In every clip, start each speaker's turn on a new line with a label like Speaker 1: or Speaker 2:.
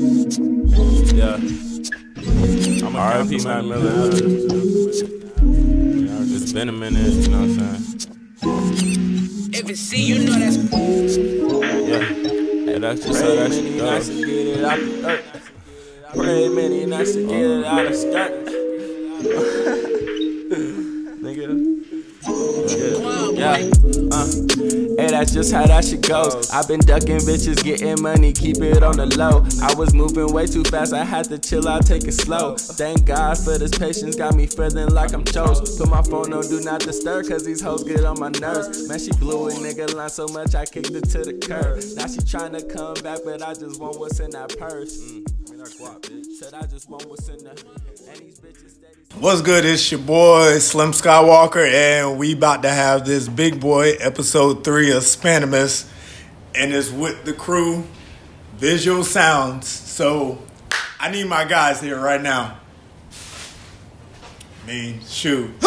Speaker 1: Yeah. I'm a
Speaker 2: R.I.P. Mac
Speaker 1: councilman.
Speaker 2: Miller. uh, yeah, It's been a minute, you know what I'm saying?
Speaker 3: If it's C, you know that's
Speaker 2: Yeah. Yeah, that's just uh, so
Speaker 1: Pray
Speaker 2: that's
Speaker 1: many nights to get it out the dirt. Pray many nights to get it out of skirt. Nigga. Yeah. Uh, hey, that's just how that shit goes. I've been ducking bitches, getting money, keep it on the low. I was moving way too fast, I had to chill out, take it slow. Thank God for this patience, got me feeling like I'm chose. Put my phone on, do not disturb, cause these hoes get on my nerves. Man, she blew a nigga line so much, I kicked it to the curb. Now she tryna come back, but I just want what's in that purse. Said I just want what's in the. And these bitches steady.
Speaker 4: What's good? It's your boy Slim Skywalker, and we about to have this big boy episode three of Spanimus, and it's with the crew, Visual Sounds. So I need my guys here right now. I mean, shoot.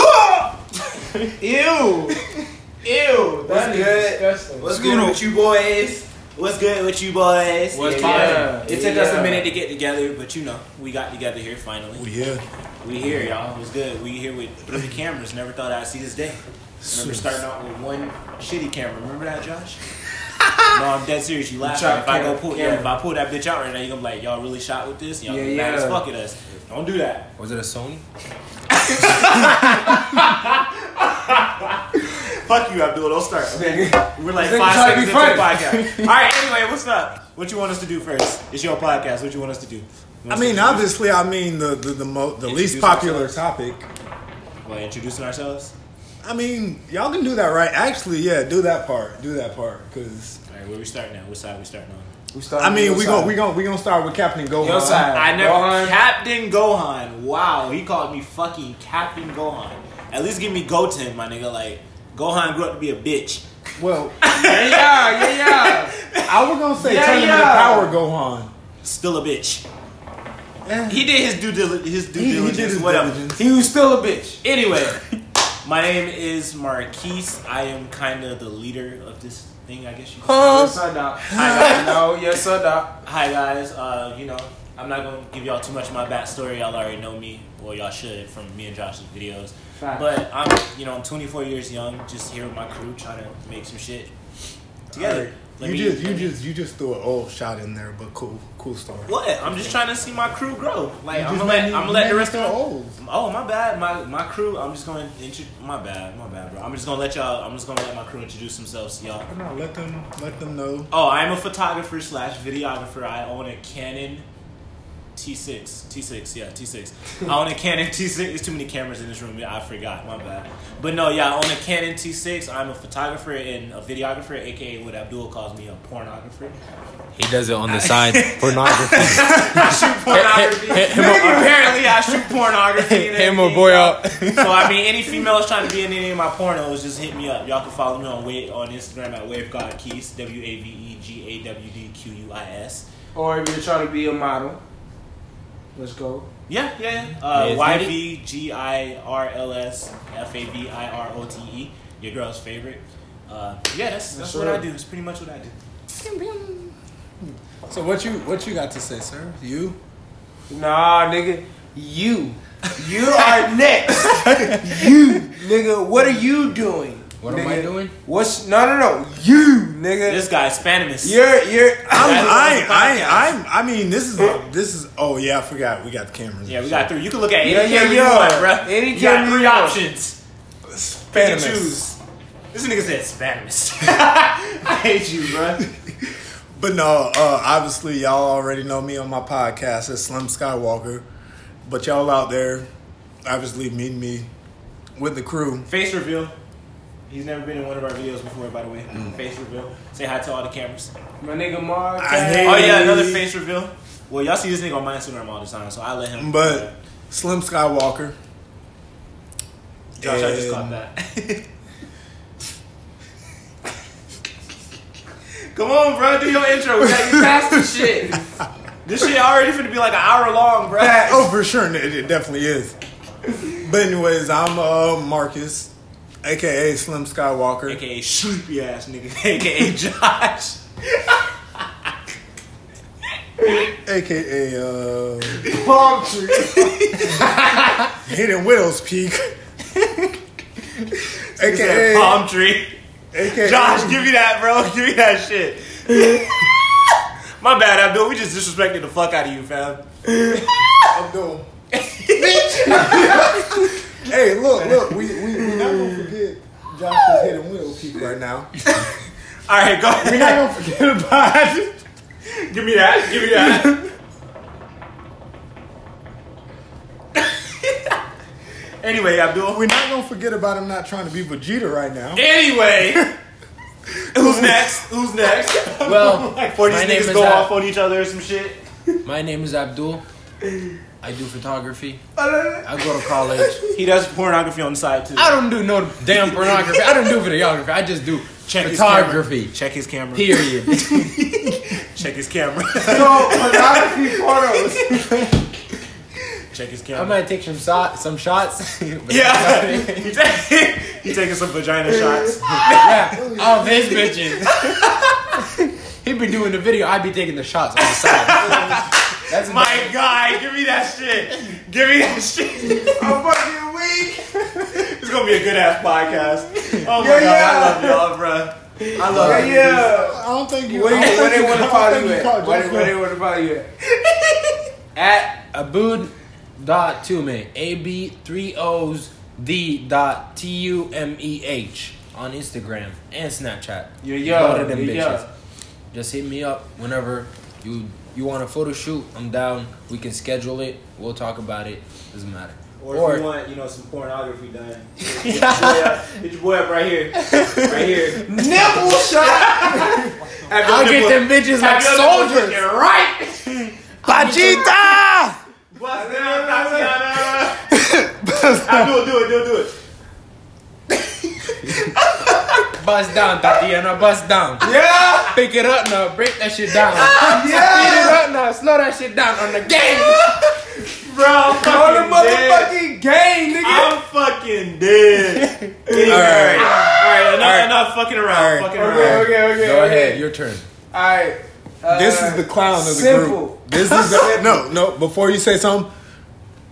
Speaker 5: Ew. Ew. That
Speaker 6: What's
Speaker 5: is
Speaker 6: good?
Speaker 5: disgusting.
Speaker 6: What's good with you boys? What's good with you boys?
Speaker 1: What's
Speaker 5: Yeah.
Speaker 6: It took us
Speaker 5: Yeah.
Speaker 6: a minute to get together, but you know, we got together here finally.
Speaker 4: Yeah.
Speaker 6: We here, y'all. It was good. We here with three cameras. Never thought I'd see this day. Remember starting out with one shitty camera. Remember that, Josh? no, I'm dead serious. You laughing.
Speaker 5: tried
Speaker 6: If I go
Speaker 5: camera-
Speaker 6: pull,
Speaker 5: camera.
Speaker 6: yeah, if I pull that bitch out right now, you gonna be like, y'all really shot with this? Y'all
Speaker 5: Yeah,
Speaker 6: yeah, mad
Speaker 5: yeah.
Speaker 6: as fuck at us. Don't do that.
Speaker 2: Was it a Sony?
Speaker 6: Fuck you, Abdul. Don't start. We're like
Speaker 5: This nigga trying
Speaker 6: five
Speaker 5: to
Speaker 6: seconds
Speaker 5: be
Speaker 6: into the
Speaker 5: funny.
Speaker 6: podcast. All right, anyway, what's up? What you want us to do first? It's your podcast. What you want us to do? You want
Speaker 4: I
Speaker 6: us
Speaker 4: mean,
Speaker 6: to
Speaker 4: obviously, I mean the the, the, mo- the least
Speaker 6: Introduce
Speaker 4: popular
Speaker 6: ourselves.
Speaker 4: topic.
Speaker 6: by introducing ourselves.
Speaker 4: I mean, y'all can do that, right? Actually, yeah, do that part. Do that part, cause
Speaker 6: All right, where we starting at? What side we starting on?
Speaker 5: We started
Speaker 4: I mean,
Speaker 5: with
Speaker 4: we
Speaker 5: your
Speaker 4: gon' we
Speaker 5: side.
Speaker 4: gon' we gonna start with Captain Gohan.
Speaker 5: Your side.
Speaker 6: I never
Speaker 5: Gohan.
Speaker 6: Captain Gohan. Wow, he called me fucking Captain Gohan. At least give me Goten, my nigga. Like Gohan grew up to be a bitch.
Speaker 4: Well,
Speaker 5: Yeah, yeah, yeah.
Speaker 4: I was gonna say
Speaker 5: Yeah,
Speaker 4: turn him into
Speaker 5: yeah.
Speaker 4: Power Gohan.
Speaker 6: Still a bitch.
Speaker 4: Eh.
Speaker 6: He did his due dili- his due
Speaker 4: He- he did
Speaker 6: diligence.
Speaker 4: his
Speaker 6: whatever.
Speaker 4: diligence.
Speaker 5: he was still a bitch.
Speaker 6: Anyway, my name is Marquise. I am kind of the leader of this thing, I guess you. Could
Speaker 5: Yes, sir, doc. no, yes, sir, doc.
Speaker 6: Hi guys, uh, you know, I'm not gonna give y'all too much of my backstory. Y'all already know me, or y'all should from me and Josh's videos.
Speaker 5: Fact.
Speaker 6: But I'm, you know, I'm 24 years young, just here with my crew trying to make some shit together. Let
Speaker 4: you
Speaker 6: me-
Speaker 4: just you just you just threw an old shot in there, but cool cool story.
Speaker 6: what? I'm just trying to see my crew grow. Like
Speaker 4: You
Speaker 6: I'm
Speaker 4: just
Speaker 6: gonna let,
Speaker 4: made me-
Speaker 6: I'm gonna
Speaker 4: you
Speaker 6: let
Speaker 4: made
Speaker 6: the
Speaker 4: me
Speaker 6: rest
Speaker 4: feel
Speaker 6: of
Speaker 4: old.
Speaker 6: Oh my bad, my my crew. I'm just gonna intro. My bad, my bad, bro. I'm just gonna let y'all. I'm just gonna let my crew introduce themselves to y'all.
Speaker 4: No, let them let them know.
Speaker 6: Oh, I'm a photographer slash videographer. I own a Canon T6. T6, yeah, T6. I own a Canon T6. There's too many cameras in this room. yeah, I forgot. My bad. But no, yeah, I own a Canon T6. I'm a photographer and a videographer, aka what Abdul calls me a pornographer.
Speaker 2: He does it on the side. Pornography.
Speaker 6: Pornography.
Speaker 2: Hit- hit- hit him up.
Speaker 6: Apparently, I shoot pornography. and
Speaker 2: Hit my
Speaker 6: everything,
Speaker 2: boy
Speaker 6: y'all.
Speaker 2: up.
Speaker 6: so I mean, any females trying to be in any of my pornos, just hit me up. Y'all can follow me on Wa- on Instagram at Wave God Keys. W A V E G A W D Q U I S.
Speaker 5: Or if you're trying to be a model, let's go.
Speaker 6: Yeah, yeah, yeah.
Speaker 2: Yeah,
Speaker 6: Uh,
Speaker 2: it's
Speaker 6: y
Speaker 2: needed.
Speaker 6: V G I R L S F A B I R O T E. Your girl's favorite. Uh, yeah, that's, that's
Speaker 5: That's
Speaker 6: what
Speaker 5: right.
Speaker 6: I do. It's pretty much what I do.
Speaker 4: So what you what you got to say, sir? You
Speaker 5: Nah, nigga, you. You are next. you, nigga, what are you doing?
Speaker 2: What am I
Speaker 5: nigga?
Speaker 2: doing?
Speaker 5: What's no, no, no? You, nigga.
Speaker 6: This guy's Spanimus.
Speaker 5: you're, you're.
Speaker 4: I'm,
Speaker 6: That's
Speaker 4: I
Speaker 6: the podcast.
Speaker 4: I I'm, I mean this is this is oh yeah I forgot we got the cameras.
Speaker 6: Yeah, we got three. You can look at any
Speaker 5: Yeah, yeah,
Speaker 6: camera
Speaker 5: yeah.
Speaker 6: you want, bro.
Speaker 5: Any
Speaker 6: you
Speaker 5: camera
Speaker 6: got
Speaker 5: you
Speaker 6: three
Speaker 5: want.
Speaker 6: options. Pick and choose. This nigga said Spanimus. I hate you, bro.
Speaker 4: But no, uh, obviously y'all already know me on my podcast as Slim Skywalker, but y'all out there obviously meeting me with the crew.
Speaker 6: Face reveal. He's never been in one of our videos before, by the way. Face reveal. Say hi to all the cameras.
Speaker 5: My nigga Mark.
Speaker 4: I hate-
Speaker 6: Oh yeah,
Speaker 4: Hey.
Speaker 6: another face reveal. Well, y'all see this nigga on my Instagram all the time, so I let him.
Speaker 4: But Slim Skywalker.
Speaker 6: Josh, I
Speaker 4: and-
Speaker 6: just caught that. Come on, bro, do your intro. We gotta get past this shit. This shit already finna be like an hour long, bro.
Speaker 4: Oh, for sure, it, it definitely is. But anyways, I'm uh, Marcus, aka Slim Skywalker.
Speaker 6: AKA sleepy ass nigga. AKA Josh.
Speaker 4: AKA uh,
Speaker 5: Palm tree.
Speaker 4: Hidden Widow's Peak. AKA,
Speaker 6: Said palm tree.
Speaker 4: AKA
Speaker 6: Josh, give me that, bro. Give me that shit. My bad, Abdul. We just disrespected the fuck out of you, fam.
Speaker 4: Abdul. hey, look, look, we we we not gonna forget Josh's Hidden Widow's Peak right now.
Speaker 6: All right, go
Speaker 4: We're not
Speaker 6: ahead.
Speaker 4: gonna forget about it.
Speaker 6: Give me that. Give me that. anyway, Abdul.
Speaker 4: We're not gonna forget about him not trying to be Vegeta right now.
Speaker 6: Anyway, who's next? Who's next?
Speaker 2: Well,
Speaker 6: Before these
Speaker 2: My name
Speaker 6: niggas
Speaker 2: is
Speaker 6: go
Speaker 2: Ab-
Speaker 6: off on each other or some shit.
Speaker 2: my name is Abdul. I do photography. I go to college.
Speaker 6: He does pornography on the side too.
Speaker 2: I don't do no damn pornography. I don't do videography. I just do photography.
Speaker 6: His camera. Check his camera.
Speaker 2: Period.
Speaker 6: Check his camera.
Speaker 5: No, pornography photos.
Speaker 6: Check his
Speaker 2: I'm
Speaker 6: camera.
Speaker 2: gonna take some shot, some shots. But-
Speaker 6: Yeah, he, ta- he taking some vagina shots.
Speaker 2: yeah. All his bitches. he be doing the video. I be taking the shots on the side. That's my.
Speaker 6: My guy, give me that shit. Give me that shit.
Speaker 5: I'm fucking weak.
Speaker 6: It's gonna be a good ass podcast. Oh my
Speaker 5: Yeah,
Speaker 6: god, I love y'all, bruh. I love
Speaker 5: Yeah,
Speaker 6: you.
Speaker 5: yeah.
Speaker 4: I don't think you.
Speaker 5: Where,
Speaker 4: I don't
Speaker 5: you- where they
Speaker 4: think you-
Speaker 5: want
Speaker 4: I
Speaker 5: to
Speaker 4: don't
Speaker 5: follow
Speaker 4: think
Speaker 5: you
Speaker 4: you caught
Speaker 5: at? Where, they-
Speaker 4: Josh
Speaker 5: where they want to follow you at?
Speaker 2: At Abud dot Tume. A B three O's D dot T U M E H on Instagram and Snapchat.
Speaker 5: Yeah,
Speaker 2: Go to
Speaker 5: yeah,
Speaker 2: them
Speaker 5: yeah, yeah.
Speaker 2: bitches. Just hit me up whenever you you want a photo shoot. I'm down. We can schedule it. We'll talk about it. Doesn't matter.
Speaker 6: Or,
Speaker 2: Or-
Speaker 6: if you want, you know, some pornography done. Hit your boy up, hit your boy up right here. Right here.
Speaker 5: Nipple shot.
Speaker 2: I'll get them bitches like soldiers.
Speaker 6: Right!
Speaker 4: Vegeta.
Speaker 6: Bust it up, Tatiana! Abdul, do it, do it, do it.
Speaker 2: Bust down, Tatiana. Bust down.
Speaker 5: Yeah.
Speaker 2: Pick it up now. Break that shit down. Pick
Speaker 5: Yeah.
Speaker 2: it up now. Slow that shit down on the game.
Speaker 6: Bro, I'm
Speaker 5: On the
Speaker 6: fucking
Speaker 5: motherfucking
Speaker 6: dead.
Speaker 5: game, nigga.
Speaker 6: I'm fucking dead. Anyway,
Speaker 4: right.
Speaker 6: Alright, enough, enough fucking around.
Speaker 4: All right.
Speaker 5: Okay,
Speaker 6: Fucking around.
Speaker 5: okay, okay.
Speaker 2: Go
Speaker 5: okay.
Speaker 2: ahead. Your turn.
Speaker 5: All right. Uh,
Speaker 4: This is the clown of the
Speaker 5: simple.
Speaker 4: group. This is the, no, no. Before you say something,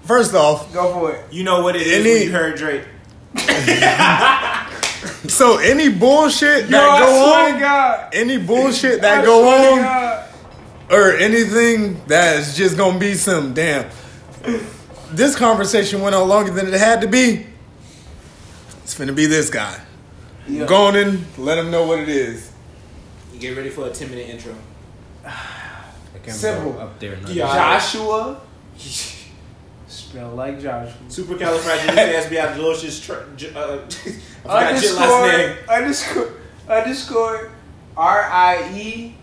Speaker 4: first off,
Speaker 5: Go for it.
Speaker 6: You know what it is
Speaker 4: Any-
Speaker 6: when you heard Drake.
Speaker 4: so any bullshit
Speaker 5: Yo,
Speaker 4: that
Speaker 5: I
Speaker 4: go
Speaker 5: swear
Speaker 4: on,
Speaker 5: to God.
Speaker 4: any bullshit that
Speaker 5: I
Speaker 4: go
Speaker 5: swear to
Speaker 4: on,
Speaker 5: God.
Speaker 4: or anything that's just gonna be some damn. This conversation went on longer than it had to be. It's finna be this guy.
Speaker 5: Yeah.
Speaker 4: Go on in, let him know what it is.
Speaker 6: Get ready for a 10 minute intro.
Speaker 2: I can't
Speaker 5: Simple.
Speaker 2: go Up there. now.
Speaker 6: Yeah.
Speaker 5: Joshua. Spell like Joshua.
Speaker 6: Supercalifragilisticexpialidocious. Tr- j- uh, I forgot your last
Speaker 5: Underscore.
Speaker 6: name.
Speaker 5: Underscore. Underscore. R I E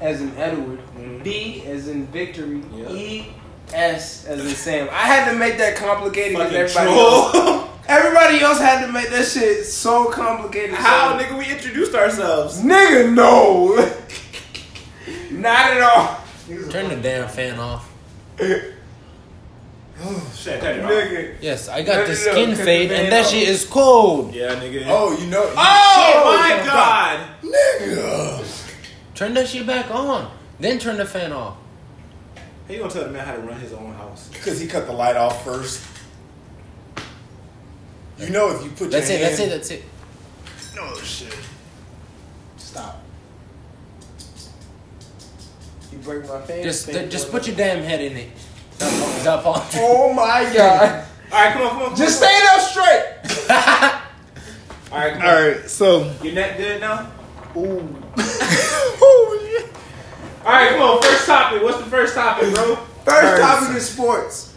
Speaker 5: as in Edward. B as in victory.
Speaker 6: Yeah.
Speaker 5: E S as in Sam. I had to make that complicated because
Speaker 6: Fucking
Speaker 5: everybody else.
Speaker 6: troll.
Speaker 5: Everybody else had to make that shit so complicated.
Speaker 6: How,
Speaker 5: so-
Speaker 6: nigga, we introduced ourselves.
Speaker 5: Nigga, no. Not at all.
Speaker 2: Turn the damn fan off.
Speaker 6: Shit, cut it off.
Speaker 5: Nigga.
Speaker 2: Yes, I got
Speaker 5: No,
Speaker 2: the
Speaker 5: no, no,
Speaker 2: skin
Speaker 5: cut the
Speaker 2: fade,
Speaker 5: fan
Speaker 2: and that
Speaker 5: off.
Speaker 2: shit is cold.
Speaker 6: Yeah, nigga.
Speaker 4: Oh, you know,
Speaker 6: Oh, my god!
Speaker 2: Turn that shit back on. Then turn the fan off.
Speaker 6: How you gonna tell the man how to run his own house?
Speaker 4: because he cut the light off first. You know, if you put
Speaker 2: That's
Speaker 4: your
Speaker 2: it. That's it.
Speaker 4: hand-
Speaker 2: That's it.
Speaker 6: Oh shit.
Speaker 4: Stop.
Speaker 5: You break my fan.
Speaker 2: Just,
Speaker 5: fan
Speaker 2: just
Speaker 5: going
Speaker 2: put
Speaker 5: up.
Speaker 2: your damn head in it. Stop, falling- stop falling.
Speaker 5: Oh my god.
Speaker 6: Alright, come on, come on.
Speaker 5: Just stand up straight.
Speaker 6: Alright, come on.
Speaker 4: All right, so
Speaker 6: Your neck good now?
Speaker 4: Ooh, Oh, yeah.
Speaker 6: Alright, come on. First topic. What's the first topic, bro?
Speaker 5: First
Speaker 4: Alright,
Speaker 5: topic
Speaker 4: son.
Speaker 5: is sports.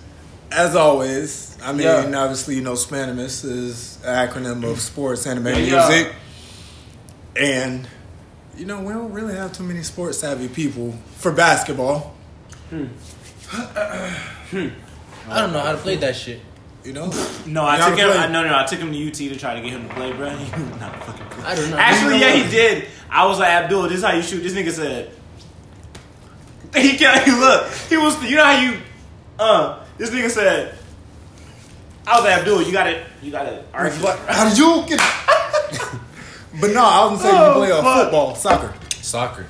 Speaker 4: as always, I mean,
Speaker 5: Yeah.
Speaker 4: obviously, you know, Spanimus is an acronym of sports, anime,
Speaker 5: Yeah.
Speaker 4: music, and you know, we don't really have too many sports savvy people for basketball.
Speaker 2: I don't know how to play that shit.
Speaker 4: You know,
Speaker 6: No, I
Speaker 4: Y'all
Speaker 6: took him.
Speaker 4: play.
Speaker 6: I, no, no, I took him to UT to try to get him to play, bro. He was not fucking play.
Speaker 2: I don't know.
Speaker 6: Actually,
Speaker 2: You know
Speaker 6: yeah,
Speaker 2: what?
Speaker 6: he did. I was like, Abdul, this is how you shoot. This nigga said, he can't. He look, he was. You know how you, uh, this nigga said. I was like, Abdul, you got it. You got it.
Speaker 4: Like, what- how did you get? but no, I was gonna say
Speaker 6: Oh,
Speaker 4: you play uh,
Speaker 6: fuck.
Speaker 4: football, soccer.
Speaker 2: Soccer.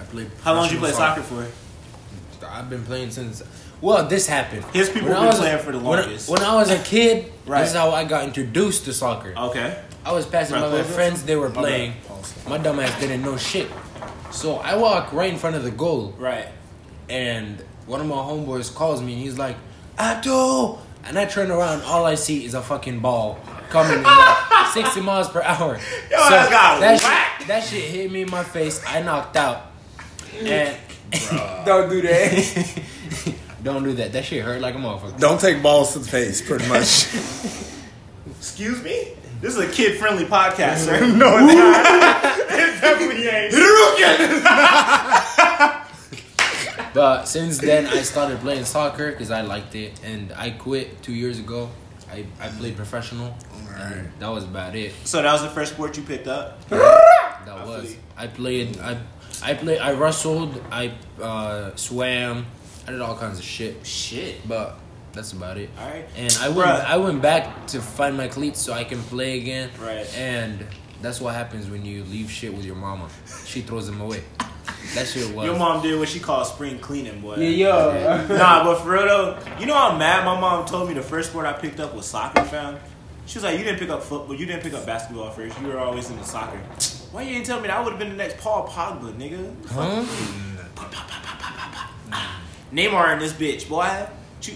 Speaker 2: I played.
Speaker 6: How long did you play
Speaker 2: professional
Speaker 6: soccer for?
Speaker 2: I've been playing since. Well, this happened.
Speaker 6: His people
Speaker 2: When I
Speaker 6: been
Speaker 2: was a-
Speaker 6: playing for the
Speaker 2: when I-
Speaker 6: longest.
Speaker 2: When, I was a kid,
Speaker 6: Right.
Speaker 2: this is how I got introduced to soccer.
Speaker 6: Okay.
Speaker 2: I was passing
Speaker 6: Right,
Speaker 2: by my
Speaker 6: close it.
Speaker 2: friends, they were
Speaker 6: My bad.
Speaker 2: playing. My dumb ass didn't know shit. So I walk right in front of the goal,
Speaker 6: Right.
Speaker 2: and one of my homeboys calls me, and he's like, Abdul! And I turn around, all I see is a fucking ball coming in like 60 miles per hour.
Speaker 4: Yo, that's got
Speaker 2: that, shit,
Speaker 4: whacked.
Speaker 2: that shit hit me in my face. I knocked out. And
Speaker 5: Don't do that.
Speaker 2: don't do that. That shit hurt like a motherfucker.
Speaker 4: Don't take balls to the face, pretty much.
Speaker 6: Excuse me? This is a kid friendly podcast, sir.
Speaker 4: no, it's not.
Speaker 6: Definitely ain't.
Speaker 2: But since then, I started playing soccer because I liked it, and I quit two years ago. I, I played professional. and That was about it.
Speaker 6: So that was the first sport you picked up?
Speaker 2: That
Speaker 6: I
Speaker 2: was.
Speaker 6: feel you.
Speaker 2: I played. I I played. I wrestled. I uh, swam. I did all kinds of shit.
Speaker 6: Shit.
Speaker 2: But that's about it.
Speaker 6: Alright.
Speaker 2: And I went.
Speaker 6: Bruh.
Speaker 2: I went back to find my cleats so I can play again.
Speaker 6: Right.
Speaker 2: And that's what happens when you leave shit with your mama. She throws them away. That shit was.
Speaker 6: Your mom did what she called spring cleaning, boy.
Speaker 5: yeah, yo.
Speaker 6: Nah, but for real though, you know how mad my mom told me the first sport I picked up was soccer, fam? She was like, You didn't pick up football, you didn't pick up basketball first, you were always into soccer. Why you didn't tell me that? I would have been the next Paul Pogba, nigga.
Speaker 2: Huh?
Speaker 6: Neymar in this bitch, boy. You,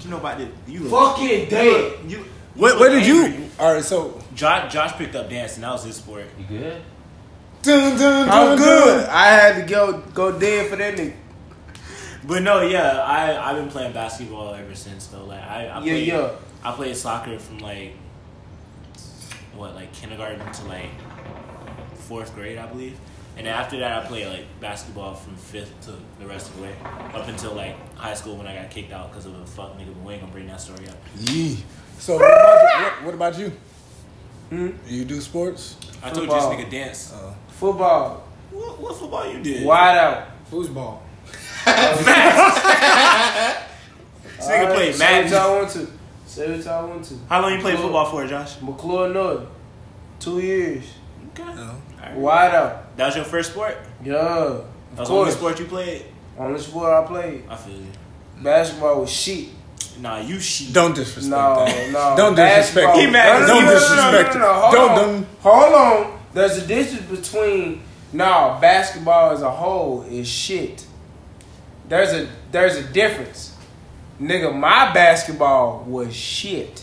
Speaker 6: you know about this. You look-
Speaker 5: Fucking dead.
Speaker 6: You,
Speaker 4: What, what did
Speaker 6: angry.
Speaker 4: you? All right, so
Speaker 6: Josh, Josh picked up dancing. That was his sport.
Speaker 2: You good?
Speaker 4: dun, dun,
Speaker 5: I'm
Speaker 4: dun,
Speaker 5: good.
Speaker 4: dun.
Speaker 5: I had to go go dead for that nigga.
Speaker 6: But no, yeah, I I've been playing basketball ever since though. Like I,
Speaker 5: Yeah,
Speaker 6: I played,
Speaker 5: yeah.
Speaker 6: I played soccer from like what like kindergarten to like fourth grade, I believe. And then after that, I played like basketball from fifth to the rest of the way up until like high school when I got kicked out because of a fuck nigga. But we ain't gonna bring that story up.
Speaker 4: Yee. So what about you? What, what about you? You do sports?
Speaker 6: I told
Speaker 5: Football. Oh.
Speaker 6: you this nigga dance.
Speaker 5: Football.
Speaker 6: what, what football you did?
Speaker 5: Wide out.
Speaker 2: Foosball.
Speaker 6: This nigga played Madden.
Speaker 5: Say what y'all want to. Say what y'all want to.
Speaker 6: How long you played football for, Josh?
Speaker 5: McClure North. Two years.
Speaker 6: Okay.
Speaker 5: Wide out.
Speaker 6: Uh, That was your first sport.
Speaker 5: Yeah. Of
Speaker 6: That was the only
Speaker 5: course.
Speaker 6: sport you played.
Speaker 5: Only sport I played.
Speaker 6: I feel you.
Speaker 5: Basketball was shit.
Speaker 6: Nah, you shit.
Speaker 4: Don't disrespect
Speaker 5: No,
Speaker 4: that.
Speaker 5: no.
Speaker 4: Don't disrespect.
Speaker 5: Basketball-
Speaker 4: it.
Speaker 6: He mad
Speaker 4: Don't
Speaker 6: No, no, no, no,
Speaker 4: disrespect it.
Speaker 5: No, no, no, no. Hold
Speaker 4: Don't
Speaker 5: on.
Speaker 4: don't.
Speaker 5: Hold on. There's a difference between no basketball as a whole is shit. There's a there's a difference. Nigga, my basketball was shit.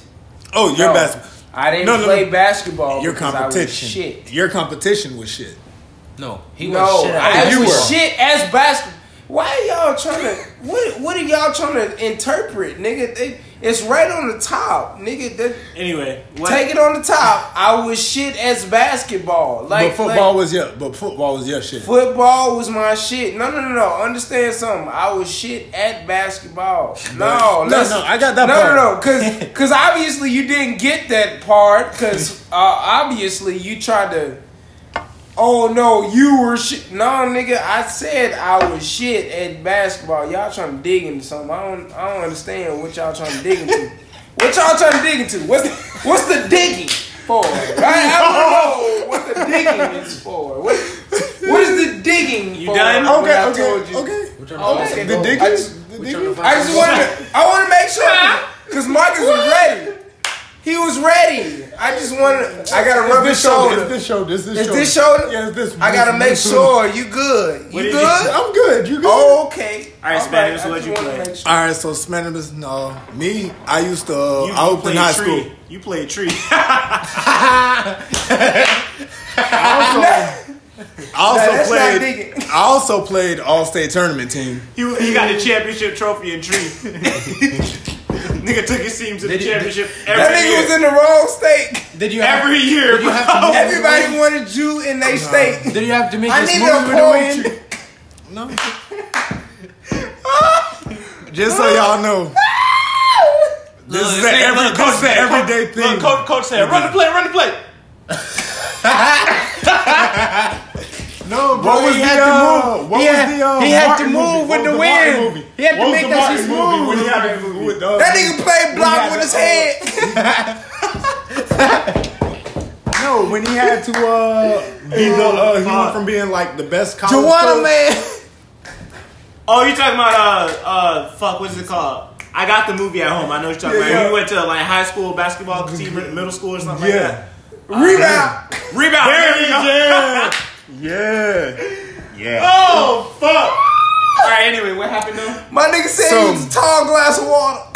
Speaker 4: Oh, your
Speaker 5: No,
Speaker 4: basketball.
Speaker 5: I didn't
Speaker 4: No, no,
Speaker 5: play
Speaker 4: no.
Speaker 5: basketball.
Speaker 4: Your
Speaker 5: because I was
Speaker 4: competition.
Speaker 5: shit.
Speaker 4: Your competition was shit.
Speaker 2: No, he was
Speaker 5: No,
Speaker 2: shit. at
Speaker 5: I
Speaker 4: you
Speaker 5: was
Speaker 4: were.
Speaker 5: shit as basketball. Why are y'all trying to? What What are y'all trying to interpret, nigga? They- it's right on the top, nigga. That,
Speaker 6: Anyway, what?
Speaker 5: take it on the top. I was shit as basketball. Like
Speaker 4: but football
Speaker 5: like,
Speaker 4: was your. But football was your shit.
Speaker 5: football was my shit. No, no, no, no. Understand something? I was shit at basketball. No,
Speaker 4: No,
Speaker 5: let's-
Speaker 4: no, I got that
Speaker 5: No,
Speaker 4: part.
Speaker 5: no, no. Because because obviously you didn't get that part. Because uh, obviously you tried to. Oh no, you were shit. No, nigga, I said I was shit at basketball. Y'all trying to dig into something? I don't, I don't understand what y'all trying to dig into. what y'all trying to dig into? What's the, what's the digging for? I, I don't know what the digging is for. What, what is the digging?
Speaker 6: You
Speaker 5: for
Speaker 6: done?
Speaker 5: when
Speaker 4: Okay,
Speaker 5: I
Speaker 4: okay,
Speaker 5: told you? Oh,
Speaker 4: okay. okay.
Speaker 2: We're trying to find
Speaker 5: Okay.
Speaker 2: some
Speaker 4: The
Speaker 5: I
Speaker 4: Dickens.
Speaker 5: just-
Speaker 4: The
Speaker 2: We're trying to
Speaker 4: Dickens.
Speaker 5: I just wanted to, I want to make sure because Marcus was ready. He was ready. I just wanted. I gotta rub his
Speaker 4: It's this
Speaker 5: shoulder.
Speaker 4: shoulder. It's this shoulder. It's this
Speaker 5: Is
Speaker 4: shoulder.
Speaker 5: this shoulder?
Speaker 4: Yeah, it's this.
Speaker 5: I gotta
Speaker 4: this-
Speaker 5: make
Speaker 4: this
Speaker 5: sure Oh. you good. You
Speaker 6: What did you-
Speaker 5: good?
Speaker 4: I'm good. You good?
Speaker 5: Okay.
Speaker 6: All
Speaker 5: I'm
Speaker 6: right, Spanish,
Speaker 5: back. I
Speaker 6: what'd
Speaker 5: just
Speaker 6: you
Speaker 5: wanna
Speaker 6: play?
Speaker 5: make sure.
Speaker 4: All right, so Smanimus, no, me, I used to, uh, I was in
Speaker 6: played
Speaker 4: high
Speaker 6: tree.
Speaker 4: school.
Speaker 6: You played tree.
Speaker 4: I also
Speaker 5: Nah, that's not
Speaker 4: played,
Speaker 5: digging.
Speaker 4: I also played all-state tournament team.
Speaker 6: he, he got the championship trophy in tree. nigga took his team to the
Speaker 2: Did you-
Speaker 6: championship
Speaker 5: That
Speaker 6: every
Speaker 5: nigga
Speaker 6: year.
Speaker 5: was in the wrong state.
Speaker 2: Did you have,
Speaker 6: every year,
Speaker 2: Did you have
Speaker 6: bro.
Speaker 2: to-
Speaker 5: Everybody wanted you in their state.
Speaker 2: Did you have to make
Speaker 5: I
Speaker 2: this
Speaker 5: needed
Speaker 2: movie with the witch?
Speaker 5: a coin.
Speaker 4: No. Just so y'all know, this
Speaker 6: Look,
Speaker 4: is
Speaker 6: this
Speaker 4: an
Speaker 6: nigga-
Speaker 4: every,
Speaker 6: look,
Speaker 4: this is an
Speaker 6: coach-
Speaker 4: everyday thing.
Speaker 6: Look, coach, coach said, "Run the play, run the play."
Speaker 4: no, bro,
Speaker 5: What was
Speaker 4: he
Speaker 5: the,
Speaker 4: had
Speaker 5: uh,
Speaker 4: to move. What
Speaker 5: he
Speaker 4: was
Speaker 5: had-
Speaker 4: the uh,
Speaker 5: he had to
Speaker 4: Martin
Speaker 5: move
Speaker 4: movie?
Speaker 5: with
Speaker 4: What was
Speaker 5: the
Speaker 4: Martin
Speaker 5: wind.
Speaker 4: movie?
Speaker 5: He had to
Speaker 4: What was
Speaker 5: make
Speaker 4: the
Speaker 5: that
Speaker 4: Martin
Speaker 5: shit
Speaker 4: movie?
Speaker 5: smooth.
Speaker 4: When he had to- with, uh,
Speaker 5: That nigga played block
Speaker 4: had
Speaker 5: with
Speaker 4: the-
Speaker 5: his head.
Speaker 4: No, when he had to uh, be the uh, he went from being like the best college
Speaker 5: Juana
Speaker 4: coach
Speaker 5: man.
Speaker 6: Oh, you talking about uh uh fuck? What's it called? I got the movie at home. I know what you're talking
Speaker 4: Yeah,
Speaker 6: about.
Speaker 4: yeah.
Speaker 6: We went to like high school basketball team, middle school or something like
Speaker 4: Yeah.
Speaker 6: that.
Speaker 5: Rebound.
Speaker 6: Rebound. There we go.
Speaker 4: Yeah. Yeah. Yeah.
Speaker 6: Oh fuck! All right. Anyway, what happened though?
Speaker 5: My nigga said
Speaker 4: So-
Speaker 5: he was a tall glass of water.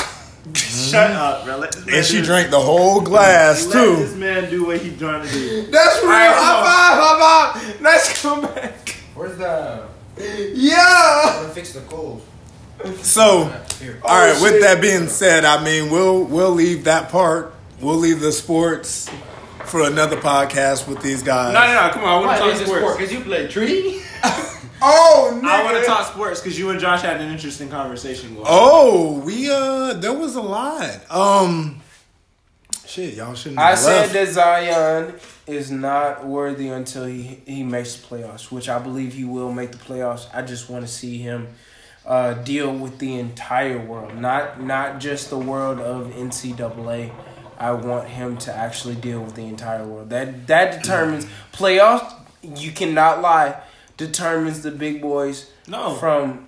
Speaker 6: Shut up, bro. Let this man
Speaker 4: Mm-hmm. And she
Speaker 6: do-
Speaker 4: drank the whole glass
Speaker 6: Let this
Speaker 4: too.
Speaker 6: man do what he's trying to do.
Speaker 5: That's real.
Speaker 6: right, come
Speaker 5: high five, high five. Let's come back.
Speaker 2: Where's the?
Speaker 5: Yeah.
Speaker 2: Gonna fix the cold.
Speaker 4: So,
Speaker 2: Here.
Speaker 4: all right.
Speaker 5: Oh,
Speaker 4: With
Speaker 5: shit.
Speaker 4: that being said, I mean, we'll we'll leave that part. We'll leave the sports for another podcast with these guys.
Speaker 6: No, no, no. Come on. I want to talk sports.
Speaker 2: Cause you play tree.
Speaker 5: Oh, nigga.
Speaker 6: I want to talk sports because you and Josh had an interesting conversation. Will.
Speaker 4: Oh, we uh, there was a lot. Um, shit, y'all shouldn't. Have
Speaker 5: I said
Speaker 4: left.
Speaker 5: that Zion is not worthy until he, he makes the playoffs, which I believe he will make the playoffs. I just want to see him uh, deal with the entire world, not not just the world of NCAA. I want him to actually deal with the entire world. That that determines playoffs. You cannot lie. Determines the big boys
Speaker 6: No.
Speaker 5: from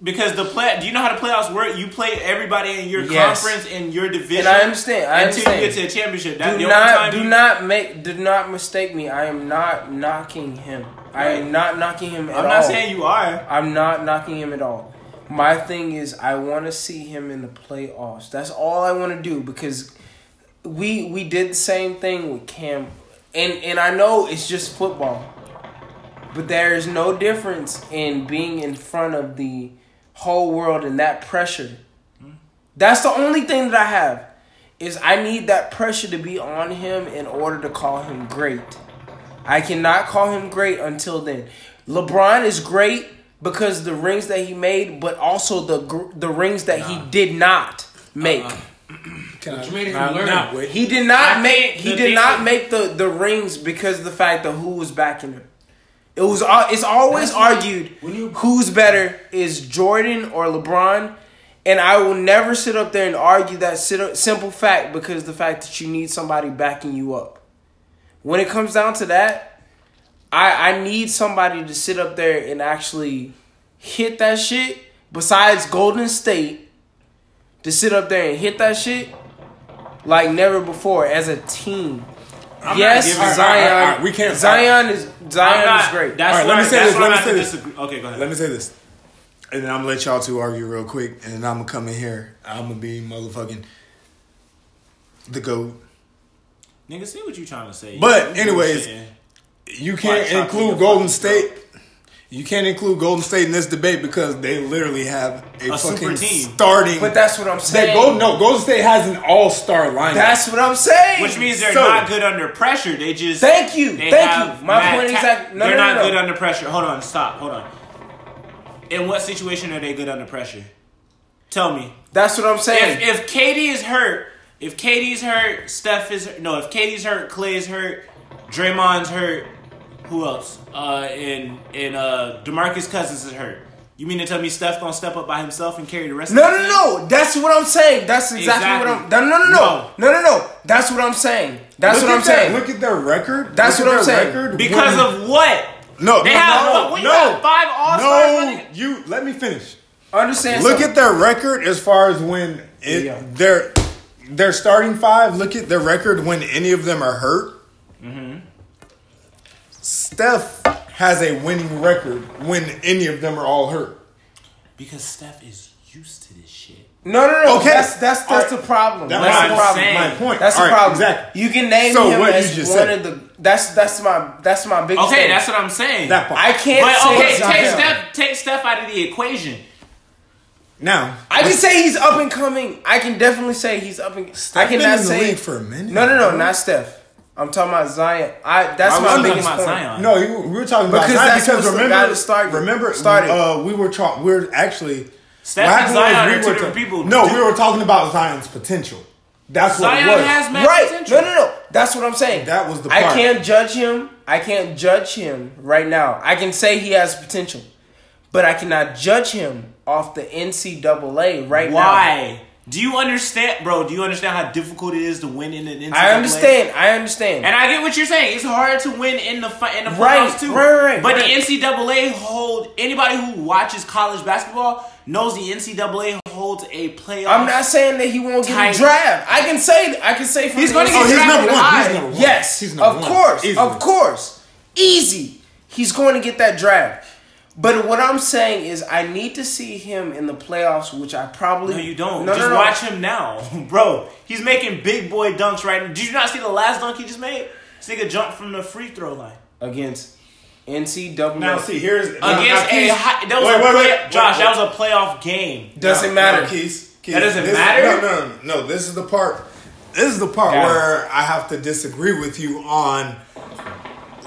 Speaker 6: Because the play, do you know how the playoffs work? You play everybody in your
Speaker 5: Yes.
Speaker 6: conference in your division.
Speaker 5: And I understand, I
Speaker 6: until you get
Speaker 5: understand.
Speaker 6: to a championship. That's
Speaker 5: do
Speaker 6: the only
Speaker 5: not
Speaker 6: time
Speaker 5: do
Speaker 6: you-
Speaker 5: not make do not mistake me. I am not knocking him. I
Speaker 6: Right.
Speaker 5: am not knocking him at
Speaker 6: I'm
Speaker 5: all.
Speaker 6: not saying you are.
Speaker 5: I'm not knocking him at all. My thing is, I want to see him in the playoffs. That's all I want to do because we we did the same thing with Cam, and and I know it's just football, but there is no difference in being in front of the whole world and that pressure. That's the only thing that I have is I need that pressure to be on him in order to call him great. I cannot call him great until then. LeBron is great because the rings that he made, but also the gr- the rings that he did not make.
Speaker 2: Which made him
Speaker 4: I'm
Speaker 2: learn.
Speaker 4: not with-
Speaker 5: He did not
Speaker 6: I
Speaker 5: make
Speaker 6: think
Speaker 5: he
Speaker 6: the
Speaker 5: did
Speaker 6: thing
Speaker 5: not
Speaker 6: is-
Speaker 5: make the the rings because of the fact of who was backing him. It was al- it's always argued
Speaker 2: when you-
Speaker 5: who's better is Jordan or LeBron, and I will never sit up there and argue that sit- simple fact because the fact that you need somebody backing you up. When it comes down to that, I I need somebody to sit up there and actually hit that shit. Besides Golden State, to sit up there and hit that shit like never before as a team. yes,
Speaker 6: giving-
Speaker 5: Zion.
Speaker 4: All right, all right, all right, we can't-
Speaker 5: Zion is
Speaker 6: I'm
Speaker 5: Zion
Speaker 6: not,
Speaker 5: is great.
Speaker 6: That's
Speaker 4: All right, let
Speaker 6: where-
Speaker 4: me say
Speaker 6: that's
Speaker 4: this,
Speaker 6: where
Speaker 4: let
Speaker 6: I'm
Speaker 4: me
Speaker 6: at to
Speaker 4: say
Speaker 6: disagree. Okay, go ahead.
Speaker 4: Let me say this, and then I'm gonna let y'all two argue real quick, and then I'm gonna come in here. I'm gonna be motherfucking the goat.
Speaker 6: Nigga, see what you trying to say.
Speaker 4: But
Speaker 6: You
Speaker 4: anyways,
Speaker 6: bullshitting.
Speaker 4: You
Speaker 6: Why
Speaker 4: can't
Speaker 6: chocolate
Speaker 4: include
Speaker 6: the
Speaker 4: Golden
Speaker 6: fucking
Speaker 4: State. You can't include Golden State in this debate because they literally have a,
Speaker 6: A super
Speaker 4: fucking
Speaker 6: team.
Speaker 4: starting.
Speaker 5: but that's what I'm
Speaker 4: they
Speaker 5: saying.
Speaker 4: go no Golden State has an all star lineup.
Speaker 5: That's what I'm saying.
Speaker 6: which means they're
Speaker 4: So-
Speaker 6: not good under pressure. They just
Speaker 5: Thank you,
Speaker 6: They
Speaker 5: thank
Speaker 6: have
Speaker 5: you. My
Speaker 6: mad
Speaker 5: point is
Speaker 6: ta-
Speaker 5: that no,
Speaker 6: they're
Speaker 5: no, no,
Speaker 6: not
Speaker 5: no.
Speaker 6: good under pressure. Hold on, stop. Hold on. In what situation are they good under pressure? Tell me.
Speaker 5: That's what I'm saying.
Speaker 6: If if Katie is hurt, if Katie's hurt, Steph is no. If Katie's hurt, Clay is hurt, Draymond's hurt. Who else? Uh, and and uh, Demarcus Cousins is hurt. You mean to tell me Steph gonna step up by himself and carry the rest?
Speaker 5: no,
Speaker 6: of the
Speaker 5: no,
Speaker 6: team?
Speaker 5: no. That's what I'm saying. That's exactly, what I'm. No, no, no, no, no, no, no. That's what I'm saying. That's
Speaker 4: Look
Speaker 5: what
Speaker 4: at
Speaker 5: I'm
Speaker 4: their-
Speaker 5: saying.
Speaker 4: Look at their record.
Speaker 5: That's
Speaker 4: Look at
Speaker 5: what
Speaker 4: their
Speaker 5: I'm saying.
Speaker 4: record.
Speaker 6: Because
Speaker 4: What-
Speaker 6: of what?
Speaker 4: no,
Speaker 6: They
Speaker 4: no,
Speaker 6: have
Speaker 4: no,
Speaker 6: what, what, you
Speaker 4: no,
Speaker 6: got five All Stars.
Speaker 4: no. You let me finish.
Speaker 5: Understand?
Speaker 4: Look
Speaker 5: something.
Speaker 4: at their record as far as when it,
Speaker 5: Yeah.
Speaker 4: their their starting five. Look at their record when any of them are hurt.
Speaker 5: Mm-hmm.
Speaker 4: Steph has a winning record when any of them are all hurt.
Speaker 6: Because Steph is used to this shit.
Speaker 5: no, no, no.
Speaker 4: Okay.
Speaker 5: That's that's that's the problem.
Speaker 4: That-
Speaker 5: that's
Speaker 6: what
Speaker 5: the
Speaker 6: I'm
Speaker 5: problem.
Speaker 6: saying.
Speaker 4: My point.
Speaker 5: That's the
Speaker 4: All right,
Speaker 5: problem.
Speaker 4: Exactly.
Speaker 5: You can name
Speaker 4: So
Speaker 5: him
Speaker 4: what
Speaker 5: as
Speaker 4: you just
Speaker 5: one
Speaker 4: said.
Speaker 5: of the. That's that's my that's my biggest.
Speaker 6: Okay,
Speaker 5: thing.
Speaker 6: that's what I'm saying.
Speaker 4: That part.
Speaker 5: I can't.
Speaker 6: But
Speaker 5: say
Speaker 6: okay,
Speaker 5: it's
Speaker 6: take
Speaker 5: him.
Speaker 6: Steph, take Steph out of the equation.
Speaker 4: Now,
Speaker 5: I can say he's up and coming. I can definitely say he's up and. I
Speaker 4: Steph been
Speaker 5: cannot
Speaker 4: in the
Speaker 5: say
Speaker 4: league for a minute,
Speaker 5: No, no, no,
Speaker 4: bro.
Speaker 5: not Steph. I'm talking about Zion. I that's my
Speaker 6: Why we talking
Speaker 5: biggest
Speaker 6: about
Speaker 5: point.
Speaker 6: Zion?
Speaker 4: no, you, we were talking about
Speaker 5: Because
Speaker 4: Zion
Speaker 5: that's what's
Speaker 4: because
Speaker 5: the guy
Speaker 4: remember,
Speaker 5: that started-
Speaker 4: remember,
Speaker 5: started.
Speaker 4: Uh, we were talking. We were actually. what
Speaker 6: Steph
Speaker 4: happened
Speaker 6: and
Speaker 4: was
Speaker 6: Zion
Speaker 4: we
Speaker 6: are two
Speaker 4: were
Speaker 6: different
Speaker 4: ta-
Speaker 6: people.
Speaker 4: No, we were talking about Zion's potential. That's what it
Speaker 6: Zion
Speaker 4: was.
Speaker 6: has mad
Speaker 5: Right?
Speaker 6: potential.
Speaker 5: No, no, no. That's what I'm saying.
Speaker 4: That was the
Speaker 5: I
Speaker 4: part.
Speaker 5: can't judge him. I can't judge him right now. I can say he has potential, but I cannot judge him off the NCAA right now.
Speaker 6: Why? Do you understand, bro? Do you understand how difficult it is to win in an NCAA?
Speaker 5: I understand. I understand.
Speaker 6: And I get what you're saying. It's hard to win in the fi- in the playoffs
Speaker 5: Right,
Speaker 6: too.
Speaker 5: right, right,
Speaker 6: but
Speaker 5: right.
Speaker 6: the NCAA hold anybody who watches college basketball knows the NCAA holds a playoff.
Speaker 5: I'm not saying that he won't get
Speaker 6: Tight.
Speaker 5: a draft. I can say I can say from
Speaker 6: He's
Speaker 5: the
Speaker 6: gonna get
Speaker 5: inside,
Speaker 6: drafted. Oh, he's
Speaker 5: I-
Speaker 6: number
Speaker 4: one. He's
Speaker 5: Yes,
Speaker 4: He's number
Speaker 5: of
Speaker 4: one.
Speaker 5: course,
Speaker 4: Easily.
Speaker 5: of course, easy. He's going to get that draft. But what I'm saying is, I need to see him in the playoffs, which I probably
Speaker 6: No, you don't. just watch him now, bro. He's making big boy dunks right now. Did you not see the last dunk he just made? This nigga jumped from the free throw line.
Speaker 5: against NCAA.
Speaker 4: Now see, here's
Speaker 5: Uh,
Speaker 6: Against a high, that was a play, Josh. That was a playoff game.
Speaker 5: Doesn't matter.
Speaker 4: Keith, Keith,
Speaker 6: That doesn't
Speaker 4: this-
Speaker 6: matter?
Speaker 4: No, no, no, no. This is the part. This is the part
Speaker 5: Yeah.
Speaker 4: where I have to disagree with you on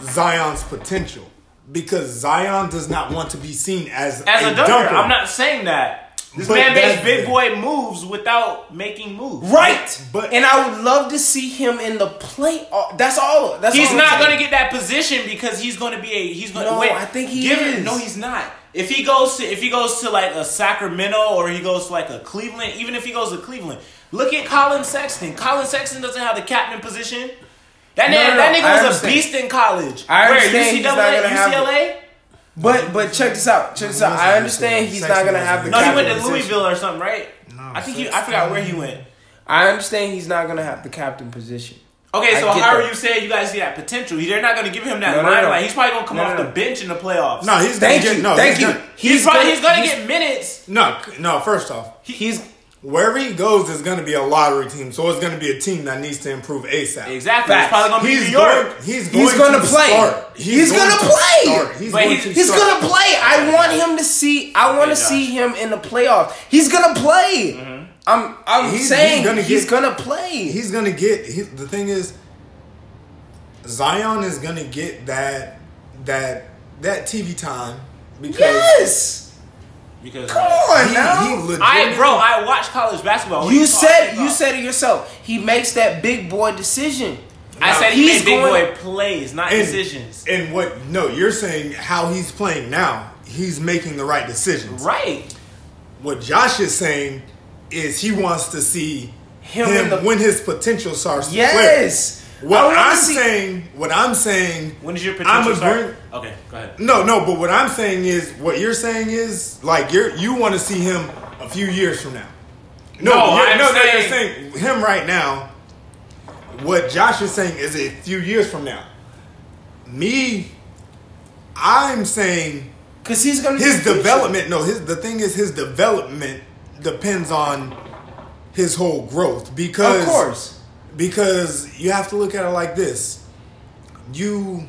Speaker 4: Zion's potential because Zion does not want to be seen as
Speaker 6: As a, dunker, I'm not saying that. This
Speaker 4: But
Speaker 6: man makes
Speaker 4: that's-
Speaker 6: big boy moves without making moves.
Speaker 5: Right,
Speaker 4: But-
Speaker 5: and I would love to see him in the playoff. That's all. That's
Speaker 6: He's
Speaker 5: all I'm
Speaker 6: not
Speaker 5: saying.
Speaker 6: gonna get that position because he's gonna be a he's gonna
Speaker 5: No,
Speaker 6: wait.
Speaker 5: I think he
Speaker 6: give
Speaker 5: is.
Speaker 6: Him, no, he's not. If he goes to if he goes to like a Sacramento or he goes to like a Cleveland, even if he goes to Cleveland, look at Colin Sexton. Colin Sexton doesn't have the captain position. That,
Speaker 5: No,
Speaker 6: nigga,
Speaker 5: no, no,
Speaker 6: that
Speaker 5: I
Speaker 6: nigga was a
Speaker 5: understand.
Speaker 6: beast in college.
Speaker 5: I
Speaker 6: Where,
Speaker 5: understand he's not
Speaker 6: UCAA,
Speaker 5: gonna have it.
Speaker 6: UCLA?
Speaker 5: But but check this out. Check this out. I understand he's not gonna have the.
Speaker 6: No, he
Speaker 5: captain
Speaker 6: went to
Speaker 5: position.
Speaker 6: Louisville or something, right? I think he, I forgot where he went.
Speaker 5: I understand he's not gonna have the captain position.
Speaker 6: Okay,
Speaker 5: I
Speaker 6: so
Speaker 5: get
Speaker 6: how are
Speaker 5: that.
Speaker 6: you saying you guys see that potential? They're not going to give him that
Speaker 5: No, no, no.
Speaker 6: limelight. He's probably going to come
Speaker 5: No,
Speaker 6: off
Speaker 5: no,
Speaker 6: the
Speaker 5: no.
Speaker 6: bench in the playoffs.
Speaker 4: No, he's gonna
Speaker 5: Thank
Speaker 4: get,
Speaker 5: you.
Speaker 4: no,
Speaker 5: Thank
Speaker 4: he's
Speaker 5: you.
Speaker 4: not-
Speaker 6: he's, probably he's going to
Speaker 5: he's-
Speaker 6: get minutes.
Speaker 4: No, c- no. First off,
Speaker 5: He's
Speaker 4: wherever he goes is going to be a lottery team, so it's going to be a team that needs to improve ASAP.
Speaker 6: Exactly. He's
Speaker 5: Facts.
Speaker 6: probably going to be
Speaker 4: He's
Speaker 6: New York.
Speaker 4: going. He's going.
Speaker 5: he's gonna
Speaker 4: to
Speaker 5: play.
Speaker 4: Start.
Speaker 5: He's, gonna
Speaker 4: to
Speaker 5: play.
Speaker 4: start. He's
Speaker 6: But
Speaker 4: going
Speaker 6: he's-
Speaker 4: to
Speaker 5: He's
Speaker 4: start.
Speaker 5: gonna play. I want him to see. I want to
Speaker 6: Josh.
Speaker 5: see him in the playoffs. He's gonna play. I'm. I'm
Speaker 4: He's-
Speaker 5: saying
Speaker 4: he's
Speaker 5: he's
Speaker 4: gonna
Speaker 5: gonna,
Speaker 4: get-
Speaker 5: play.
Speaker 4: he's gonna get he, the thing is Zion is gonna get that that that TV time because
Speaker 5: yes.
Speaker 6: Because
Speaker 5: Come on
Speaker 4: he,
Speaker 5: now.
Speaker 4: he legit,
Speaker 6: I, bro, I watch college basketball. What are
Speaker 5: you
Speaker 6: talking
Speaker 5: said. You
Speaker 6: about?
Speaker 5: said it yourself. He makes that big boy decision.
Speaker 6: I said he
Speaker 5: He's
Speaker 6: made big
Speaker 5: going-
Speaker 6: boy plays, not decisions.
Speaker 4: And what no, you're saying how he's playing now, he's making the right decisions.
Speaker 6: right.
Speaker 4: What Josh is saying is he wants to see him,
Speaker 5: Him in the-
Speaker 4: when his potential starts
Speaker 5: Yes.
Speaker 4: to flare. What
Speaker 5: I wanna
Speaker 4: I'm
Speaker 5: see-
Speaker 4: saying what I'm saying
Speaker 6: When is your
Speaker 4: I'm
Speaker 6: potential start?
Speaker 4: agreeing-
Speaker 6: Okay, go ahead.
Speaker 4: No, no, but what I'm saying is what you're saying is like you're you want to see him a few years from now. No,
Speaker 6: No,
Speaker 4: you're-
Speaker 6: I'm
Speaker 4: no, no, you're saying
Speaker 6: saying-
Speaker 4: him right now. What Josh is saying is a few years from now. Me, I'm saying
Speaker 5: Cause he's gonna get
Speaker 4: his
Speaker 5: the future.
Speaker 4: development. No, his the thing is his development depends on his whole growth because
Speaker 5: Of course.
Speaker 4: because you have to look at it like this you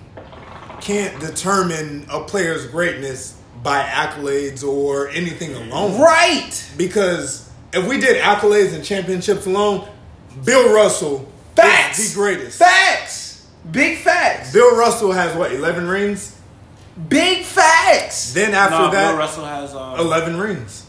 Speaker 4: can't determine a player's greatness by accolades or anything alone
Speaker 5: Right.
Speaker 4: because if we did accolades and championships alone bill russell
Speaker 5: Facts.
Speaker 4: is the greatest
Speaker 5: Facts. Big facts.
Speaker 4: bill russell has what 11 rings
Speaker 5: Big facts.
Speaker 4: then after
Speaker 6: no,
Speaker 4: that
Speaker 6: Bill Russell has. Um,
Speaker 4: 11 rings